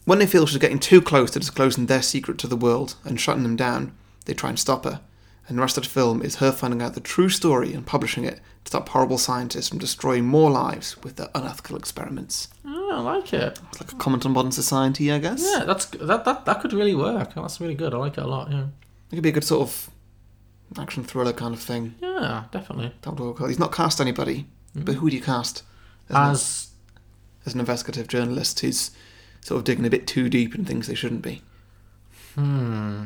[SPEAKER 3] When they feel she's getting too close to disclosing their secret to the world and shutting them down, they try and stop her. And the rest of the film is her finding out the true story and publishing it to stop horrible scientists from destroying more lives with their unethical experiments.
[SPEAKER 4] Oh, I like it.
[SPEAKER 3] It's like a comment on modern society, I guess.
[SPEAKER 4] Yeah, that's that, that that could really work. Oh, That's really good. I like it a lot. Yeah,
[SPEAKER 3] It could be a good sort of action thriller kind of thing.
[SPEAKER 4] yeah, definitely.
[SPEAKER 3] That would work. well. He's not cast anybody,
[SPEAKER 4] Mm-hmm.
[SPEAKER 3] but who do you cast?
[SPEAKER 4] As
[SPEAKER 3] as an investigative journalist who's sort of digging a bit too deep in things they shouldn't be.
[SPEAKER 4] hmm,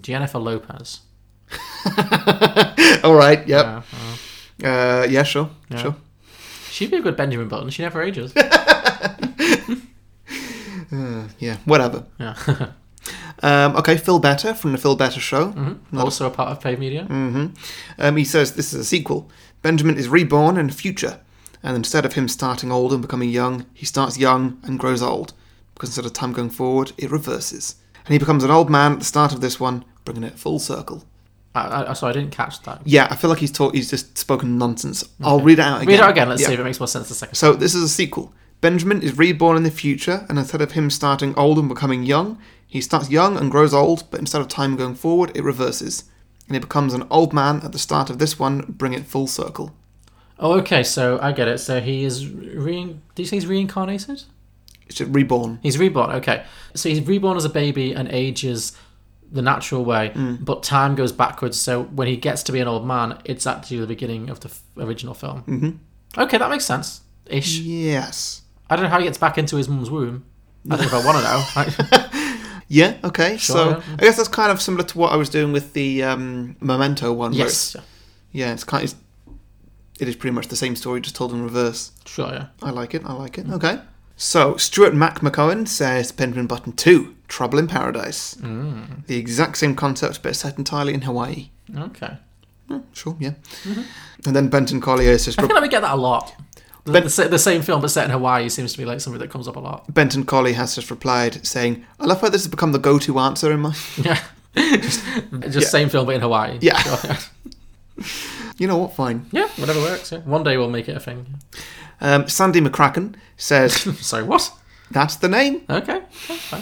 [SPEAKER 4] Jennifer Lopez.
[SPEAKER 3] All right, yep.
[SPEAKER 4] Yeah, uh-huh.
[SPEAKER 3] Uh, yeah, sure,
[SPEAKER 4] Yeah.
[SPEAKER 3] sure.
[SPEAKER 4] She'd be a good Benjamin Button. She never ages.
[SPEAKER 3] Uh, yeah, whatever.
[SPEAKER 4] yeah.
[SPEAKER 3] Um, okay, Phil Better from the Phil Better Show.
[SPEAKER 4] Mhm. Also a part of Pay Media.
[SPEAKER 3] hmm Um, he says this is a sequel. Benjamin is reborn in the future, and instead of him starting old and becoming young, he starts young and grows old, because instead of time going forward, it reverses. And he becomes an old man at the start of this one, bringing it full circle.
[SPEAKER 4] I, I, so I didn't catch that.
[SPEAKER 3] Yeah, I feel like he's taught, he's just spoken nonsense. I'll read it out again.
[SPEAKER 4] Read it again. Let's
[SPEAKER 3] Yeah.
[SPEAKER 4] see if it makes more sense the second.
[SPEAKER 3] So this is a sequel. Benjamin is reborn in the future, and instead of him starting old and becoming young, he starts young and grows old, but instead of time going forward, it reverses. And he becomes an old man at the start of this one, bring it full circle.
[SPEAKER 4] Oh, okay. So I get it. So he is re. Do you say he's reincarnated?
[SPEAKER 3] It's just reborn.
[SPEAKER 4] He's reborn. Okay, so he's reborn as a baby and ages the natural way, but time goes backwards. So when he gets to be an old man, it's actually the beginning of the f- original film. Mm-hmm. Okay, that makes sense. Ish.
[SPEAKER 3] Yes.
[SPEAKER 4] I don't know how he gets back into his mum's womb. I don't know if I want to know. Like,
[SPEAKER 3] Yeah, okay.
[SPEAKER 4] Sure,
[SPEAKER 3] so
[SPEAKER 4] yeah.
[SPEAKER 3] I guess that's kind of similar to what I was doing with the um, Memento one. where
[SPEAKER 4] yes.
[SPEAKER 3] it's- yeah, it's kind of, it is pretty much the same story, just told in reverse.
[SPEAKER 4] Sure. Yeah.
[SPEAKER 3] I like it. I like
[SPEAKER 4] Mm.
[SPEAKER 3] it. Okay. So Stuart Mac McCohen says Benjamin Button Two: Trouble in Paradise. Mm. The exact same concept, but set entirely in Hawaii.
[SPEAKER 4] Okay.
[SPEAKER 3] Hmm, sure. Yeah.
[SPEAKER 4] Mm-hmm.
[SPEAKER 3] And then Benton Collier says
[SPEAKER 4] I feel like we get that a lot. The,
[SPEAKER 3] Ben-
[SPEAKER 4] the, sa- the same film, but set in Hawaii, seems to be like something that comes up a lot.
[SPEAKER 3] Benton Collier has just replied saying, "I love how this has become the go-to answer in my."
[SPEAKER 4] Yeah. just just same film, but in Hawaii.
[SPEAKER 3] Yeah.
[SPEAKER 4] Sure, yeah.
[SPEAKER 3] you know what? Fine.
[SPEAKER 4] Yeah, Whatever works. Yeah. One day we'll make it a thing.
[SPEAKER 3] Um, Sandy McCracken says,
[SPEAKER 4] Sorry. What?
[SPEAKER 3] "That's the name."
[SPEAKER 4] Okay. yeah, fine.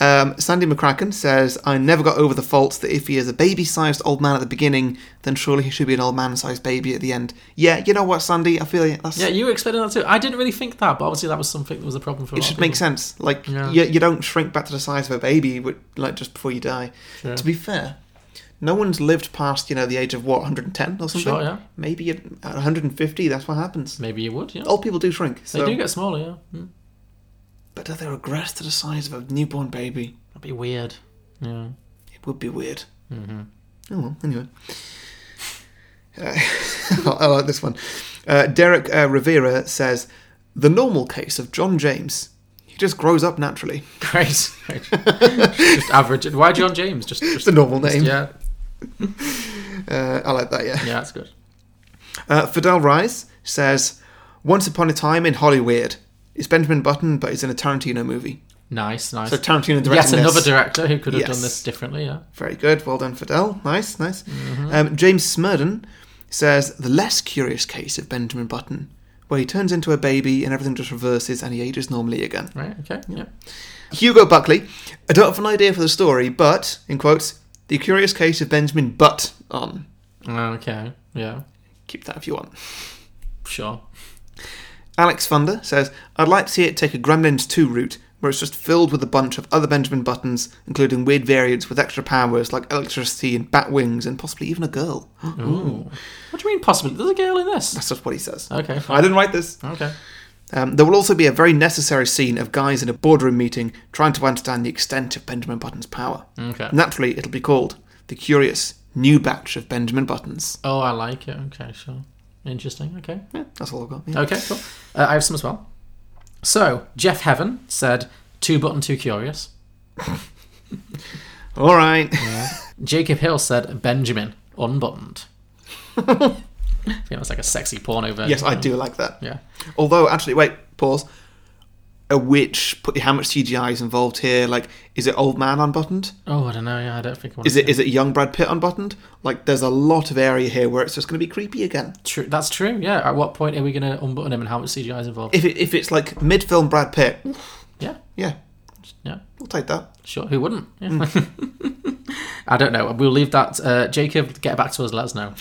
[SPEAKER 3] Um, Sandy McCracken says, I never got over the fault that if he is a baby sized old man at the beginning, then surely he should be an old man sized baby at the end. Yeah, you know what, Sandy? I feel you. That's,
[SPEAKER 4] Yeah, you were expecting that too. I didn't really think that, but obviously that was something that was a problem for. a
[SPEAKER 3] it
[SPEAKER 4] lot
[SPEAKER 3] should
[SPEAKER 4] of
[SPEAKER 3] make
[SPEAKER 4] people.
[SPEAKER 3] sense. Like,
[SPEAKER 4] Yeah.
[SPEAKER 3] you, you don't shrink back to the size of a baby wi- like just before you die.
[SPEAKER 4] Sure.
[SPEAKER 3] To be fair, no one's lived past, you know, the age of what, 110 or something?
[SPEAKER 4] Sure, yeah.
[SPEAKER 3] Maybe at at 150, that's what happens.
[SPEAKER 4] Maybe you would. Yeah,
[SPEAKER 3] Old people do shrink.
[SPEAKER 4] they
[SPEAKER 3] Oh, So.
[SPEAKER 4] do get smaller. Yeah, Mm.
[SPEAKER 3] But do they regress to the size of a newborn baby?
[SPEAKER 4] that'd be weird. Yeah.
[SPEAKER 3] It would be weird. Mm-hmm. Oh well, anyway. Uh, I like this one. Uh, Derek uh, Rivera says, "The normal case of John James. He just grows up naturally.
[SPEAKER 4] Great. Great. just average. Why John James? Just, just
[SPEAKER 3] The normal name.
[SPEAKER 4] Yeah.
[SPEAKER 3] Uh, I like that. Yeah.
[SPEAKER 4] Yeah, that's good.
[SPEAKER 3] Uh, Fidel Rice says, "Once upon a time in Hollywood. It's Benjamin Button, but it's in a Tarantino movie.
[SPEAKER 4] Nice, nice.
[SPEAKER 3] So Tarantino directing
[SPEAKER 4] Yet another
[SPEAKER 3] this.
[SPEAKER 4] director who could have
[SPEAKER 3] Yes.
[SPEAKER 4] done this differently. Yeah.
[SPEAKER 3] Very good. Well done, Fidel. Nice, nice. Um, James Smurden says the less curious case of Benjamin Button, where he turns into a baby and everything just reverses and he ages normally again.
[SPEAKER 4] Right. Okay. Yeah.
[SPEAKER 3] Hugo Buckley, I don't have an idea for the story, but in quotes, the curious case of Benjamin Butt on.
[SPEAKER 4] Okay. Yeah.
[SPEAKER 3] Keep that if you want.
[SPEAKER 4] Sure.
[SPEAKER 3] Alex Funder says, I'd like to see it take a Gremlins 2 route, where it's just filled with a bunch of other Benjamin Buttons, including weird variants with extra powers like electricity and bat wings and possibly even a girl.
[SPEAKER 4] Ooh. What do you mean possibly? There's a girl in this.
[SPEAKER 3] That's just what he says.
[SPEAKER 4] Okay. fine.
[SPEAKER 3] I didn't write this.
[SPEAKER 4] Okay.
[SPEAKER 3] Um, there will also be a very necessary scene of guys in a boardroom meeting trying to understand the extent of Benjamin Button's power.
[SPEAKER 4] Okay.
[SPEAKER 3] Naturally, it'll be called The Curious New Batch of Benjamin Buttons.
[SPEAKER 4] Oh, I like it. Okay. Sure. Interesting. Okay.
[SPEAKER 3] Yeah, that's all I've got. yeah.
[SPEAKER 4] Okay, cool. Uh, I have some as well. So Jeff Heaven said, "Two button, too curious."
[SPEAKER 3] All right.
[SPEAKER 4] Jacob Hill said, "Benjamin unbuttoned." yeah, it's like a sexy porno version.
[SPEAKER 3] yes, I do like that.
[SPEAKER 4] Yeah.
[SPEAKER 3] Although, actually, wait, pause. a witch? Put how much CGI is involved here? Like, is it old man unbuttoned?
[SPEAKER 4] Oh, I don't know. Yeah, I don't think. I wanna
[SPEAKER 3] Is it
[SPEAKER 4] see
[SPEAKER 3] is it young Brad Pitt unbuttoned? Like, there's a lot of area here where it's just going to be creepy again.
[SPEAKER 4] True. That's true. Yeah. At what point are we going to unbutton him, and how much CGI is involved?
[SPEAKER 3] If it, if it's like mid film Brad Pitt,
[SPEAKER 4] yeah,
[SPEAKER 3] yeah,
[SPEAKER 4] yeah.
[SPEAKER 3] we'll take that.
[SPEAKER 4] Sure. Who wouldn't? Yeah. I don't know. We'll leave that. Uh, Jacob, get back to us. Let us know.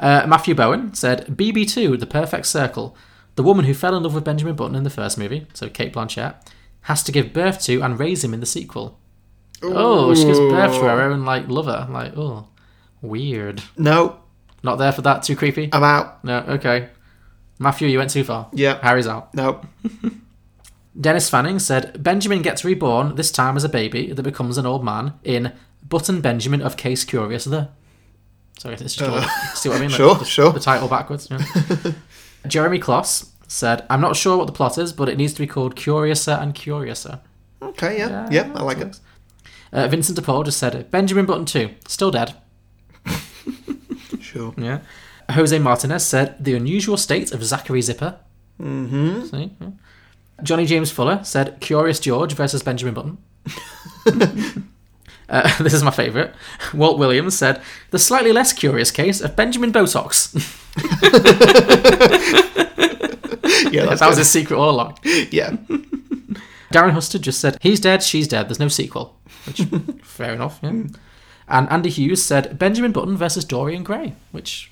[SPEAKER 4] uh, Matthew Bowen said BB2, The Perfect Circle. The woman who fell in love with Benjamin Button in the first movie, so Kate Blanchett, has to give birth to and raise him in the sequel. Oh, she gives birth to her own like lover. Like, oh, weird.
[SPEAKER 3] No,
[SPEAKER 4] Not there for that. Too creepy.
[SPEAKER 3] I'm out.
[SPEAKER 4] No. Okay. Matthew, you went too far.
[SPEAKER 3] Yeah.
[SPEAKER 4] Harry's out.
[SPEAKER 3] No,
[SPEAKER 4] Dennis Fanning said Benjamin gets reborn, this time as a baby that becomes an old man in Button Benjamin of Case Curious The. Sorry, it's just see what I mean? Like,
[SPEAKER 3] Uh, Sure,
[SPEAKER 4] just
[SPEAKER 3] sure.
[SPEAKER 4] The title backwards. Yeah. Jeremy Kloss said, I'm not sure what the plot is, but it needs to be called Curiouser and Curiouser.
[SPEAKER 3] okay, yeah, yeah,
[SPEAKER 4] Yeah,
[SPEAKER 3] I like it.
[SPEAKER 4] Uh, Vincent DePaul just said, Benjamin Button 2, still dead.
[SPEAKER 3] Sure.
[SPEAKER 4] Yeah. Jose Martinez said, The Unusual State of Zachary Zipper. Mm-hmm. See? Yeah. Johnny James Fuller said, Curious George versus Benjamin Button. uh, this is my favourite. Walt Williams said, The slightly less curious case of Benjamin Botox.
[SPEAKER 3] Yeah, that's
[SPEAKER 4] that was
[SPEAKER 3] good.
[SPEAKER 4] his secret all along.
[SPEAKER 3] yeah.
[SPEAKER 4] Darren Huster just said, He's dead, she's dead, there's no sequel. Which, fair enough, yeah.
[SPEAKER 3] Mm.
[SPEAKER 4] And Andy Hughes said, Benjamin Button versus Dorian Gray, which.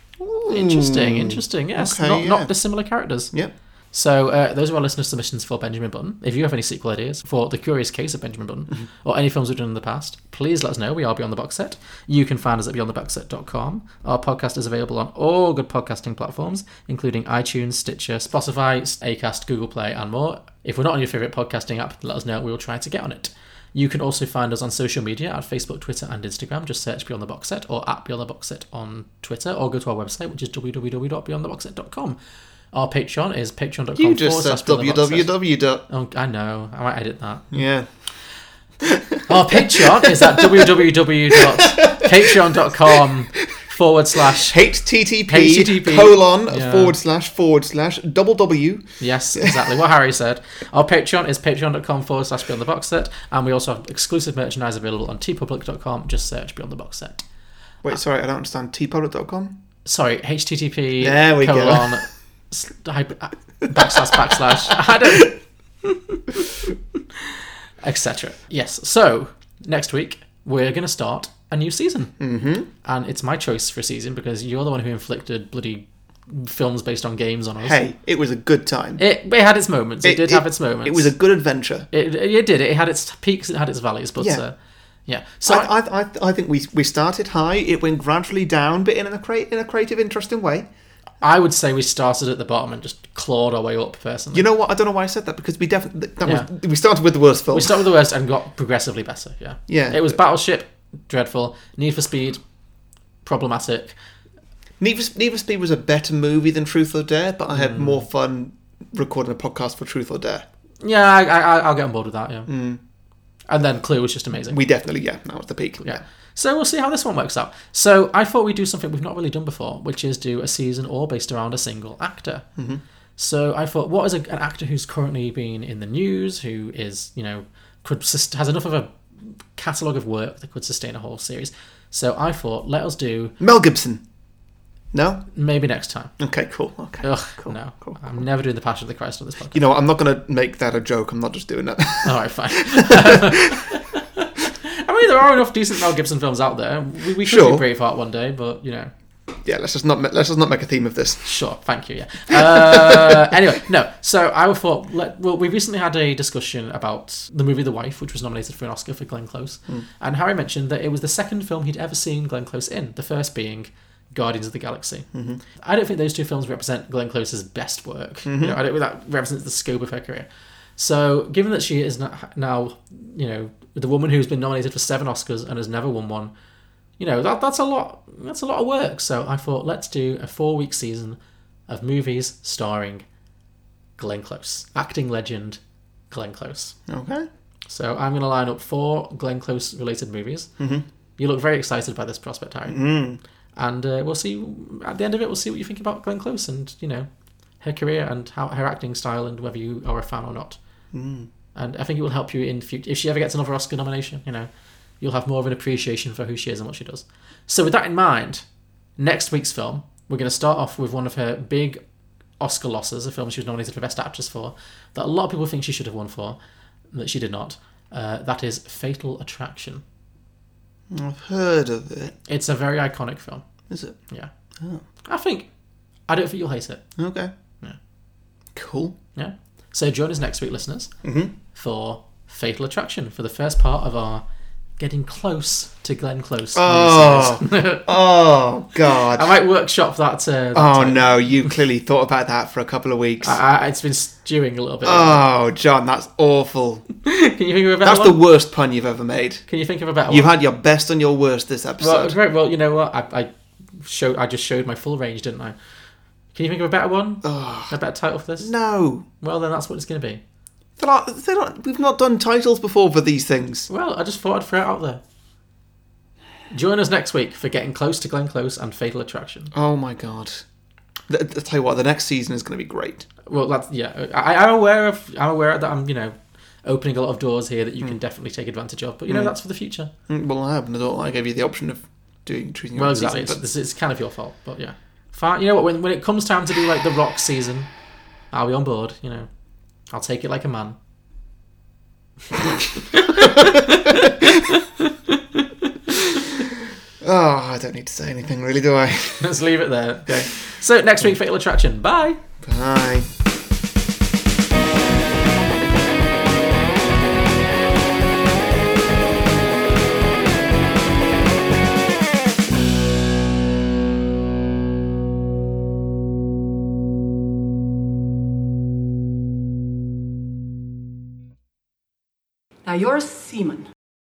[SPEAKER 4] Interesting, interesting. Yes,
[SPEAKER 3] Okay,
[SPEAKER 4] not,
[SPEAKER 3] yeah.
[SPEAKER 4] not dissimilar characters.
[SPEAKER 3] Yep.
[SPEAKER 4] So uh, those are our listener submissions for Benjamin Button. If you have any sequel ideas for The Curious Case of Benjamin Button or any films we've done in the past, please let us know. We are Beyond the Box Set. You can find us at beyondtheboxset.com. Our podcast is available on all good podcasting platforms, including iTunes, Stitcher, Spotify, Acast, Google Play, and more. If we're not on your favourite podcasting app, let us know. We will try to get on it. You can also find us on social media at Facebook, Twitter, and Instagram. Just search Beyond the Box Set or at Beyond the Box Set on Twitter, or go to our website, which is www.beyondtheboxset.com. Our Patreon is patreon.com.
[SPEAKER 3] You just uh,
[SPEAKER 4] forward
[SPEAKER 3] said
[SPEAKER 4] slash Beyond the Box Set.
[SPEAKER 3] www. dot-
[SPEAKER 4] Oh, I know. I might edit that.
[SPEAKER 3] Yeah.
[SPEAKER 4] Our Patreon is at www.patreon.com forward slash.
[SPEAKER 3] HTTP,
[SPEAKER 4] HTTP,
[SPEAKER 3] colon
[SPEAKER 4] yeah.
[SPEAKER 3] forward slash forward slash double W.
[SPEAKER 4] Yes, exactly what Harry said. Our Patreon is patreon.com forward slash beyond the box set, and we also have exclusive merchandise available on tpublic.com. Just search beyond the box set.
[SPEAKER 3] Wait, sorry, I don't understand. tpublic.com?
[SPEAKER 4] Sorry, HTTP
[SPEAKER 3] There we go.
[SPEAKER 4] colon s- hyper- backslash backslash. I don't. Etc. Yes. So next week we're going to start a new season, mm-hmm. and it's my choice for a season because you're the one who inflicted bloody films based on games on us.
[SPEAKER 3] Hey, it was a good time.
[SPEAKER 4] It, it had its moments. It, did have its moments.
[SPEAKER 3] It was a good adventure.
[SPEAKER 4] It, it did. It had its peaks. It had its valleys. But
[SPEAKER 3] Yeah.
[SPEAKER 4] yeah. Uh, yeah. So
[SPEAKER 3] I,
[SPEAKER 4] I,
[SPEAKER 3] I, I, I think we, we started high, it went gradually down, but in a, crea- in a creative, interesting way.
[SPEAKER 4] I would say we started at the bottom and just clawed our way up. Personally,
[SPEAKER 3] You know what? I don't know why I said that because we definitely that was,
[SPEAKER 4] Yeah.
[SPEAKER 3] we started with the worst film.
[SPEAKER 4] We started with the worst and got progressively better. Yeah.
[SPEAKER 3] Yeah.
[SPEAKER 4] It was Battleship, dreadful. Need for Speed, problematic.
[SPEAKER 3] Need for, Need for Speed was a better movie than Truth or Dare, but I had
[SPEAKER 4] Hmm.
[SPEAKER 3] more fun recording a podcast for Truth or Dare.
[SPEAKER 4] Yeah, I, I, I'll get on board with that. Yeah. And then Clue was just amazing.
[SPEAKER 3] Mm. We definitely, yeah, that was the peak.
[SPEAKER 4] yeah. So we'll see how this one works out. So I thought we'd do something we've not really done before, which is do a season all based around a single actor.
[SPEAKER 3] Mm-hmm.
[SPEAKER 4] So I thought, what is a, an actor who's currently been in the news, who is you know could sus- has enough of a catalogue of work that could sustain a whole series. So I thought, let us do
[SPEAKER 3] Mel Gibson. No?
[SPEAKER 4] maybe next time.
[SPEAKER 3] Okay, cool. Okay.
[SPEAKER 4] Ugh, no. I'm never doing the Passion of the Christ on this podcast.
[SPEAKER 3] You know, what, I'm not going to make that a joke. I'm not just doing that.
[SPEAKER 4] All right, fine. I mean, there are enough decent Mel Gibson films out there. We, we should
[SPEAKER 3] Sure.
[SPEAKER 4] do Braveheart one day, but you know,
[SPEAKER 3] yeah, let's just not ma- let's just not make a theme of this.
[SPEAKER 4] sure. Thank you. Yeah. Uh, anyway, no. So I thought, let, well, we recently had a discussion about the movie The Wife, which was nominated for an Oscar for Glenn Close, and Harry mentioned that it was the second film he'd ever seen Glenn Close in. The first being. Guardians of the Galaxy. I don't think those two films represent Glenn Close's best work. You know, I don't think that represents the scope of her career. So, given that she is no- now, you know, the woman who's been nominated for seven Oscars and has never won one, you know, that, that's a lot. That's a lot of work. So I thought, let's do a four-week season of movies starring Glenn Close, acting legend Glenn Close.
[SPEAKER 3] Okay.
[SPEAKER 4] So I'm going to line up four Glenn Close-related movies. Mm-hmm. You look very excited by this prospect, Harry. And uh, we'll see. At the end of it, we'll see what you think about Glenn Close, and you know, her career and how her acting style and whether you are a fan or not.
[SPEAKER 3] Mm.
[SPEAKER 4] And I think it will help you in future if she ever gets another Oscar nomination. You know, you'll have more of an appreciation for who she is and what she does. So with that in mind, next week's film we're going to start off with one of her big Oscar losses, a film she was nominated for Best Actress for that a lot of people think she should have won for, that she did not. Uh, that is Fatal Attraction.
[SPEAKER 3] I've heard of it.
[SPEAKER 4] It's a very iconic film.
[SPEAKER 3] Is it?
[SPEAKER 4] Yeah.
[SPEAKER 3] Oh.
[SPEAKER 4] I think I don't think you'll hate it.
[SPEAKER 3] Okay.
[SPEAKER 4] Yeah.
[SPEAKER 3] Cool.
[SPEAKER 4] Yeah. So join us next week, listeners,
[SPEAKER 3] Mhm.
[SPEAKER 4] for Fatal Attraction for the first part of our Getting Close to Glenn Close.
[SPEAKER 3] Oh. oh God.
[SPEAKER 4] I might workshop that. Uh, that
[SPEAKER 3] Oh
[SPEAKER 4] title.
[SPEAKER 3] no, you clearly thought about that for a couple of weeks.
[SPEAKER 4] I, I, it's been stewing a little bit.
[SPEAKER 3] Oh, John, that's awful.
[SPEAKER 4] Can you think of a better
[SPEAKER 3] That's the
[SPEAKER 4] one?
[SPEAKER 3] worst pun you've ever made.
[SPEAKER 4] Can you think of a better
[SPEAKER 3] You've
[SPEAKER 4] one?
[SPEAKER 3] had your best and your worst this
[SPEAKER 4] Well,
[SPEAKER 3] episode.
[SPEAKER 4] great. Well, you know what? I, I showed. I just showed my full range, didn't I? Can you think of a better one? A better title for this?
[SPEAKER 3] Oh. No.
[SPEAKER 4] Well, then that's what it's going to be.
[SPEAKER 3] They're not, they're not, we've not done titles before for these things.
[SPEAKER 4] Well, I just thought I'd throw it out there. Join us next week for Getting Close to Glenn Close and Fatal Attraction.
[SPEAKER 3] Oh my God. Th- th- I'll tell you what, the next season is going to be great.
[SPEAKER 4] Well, that's yeah. I, I'm aware of. I'm aware that I'm you know opening a lot of doors here that you can definitely take advantage of. But you know
[SPEAKER 3] Mm.
[SPEAKER 4] that's for the future.
[SPEAKER 3] Mm, Well, I haven't. I don't. I gave you the option of doing choosing your
[SPEAKER 4] well,
[SPEAKER 3] own
[SPEAKER 4] exactly.
[SPEAKER 3] season,
[SPEAKER 4] It's, this it's kind of your fault, but yeah. Fine. You know what? When when it comes time to do like the Rock season, I'll be on board. You know, I'll take it like a man.
[SPEAKER 3] but- Oh, I don't need to say anything, really, do I?
[SPEAKER 4] Let's leave it there. Okay. So next week, Fatal Attraction. Bye.
[SPEAKER 3] Bye.
[SPEAKER 10] Now you're a seaman.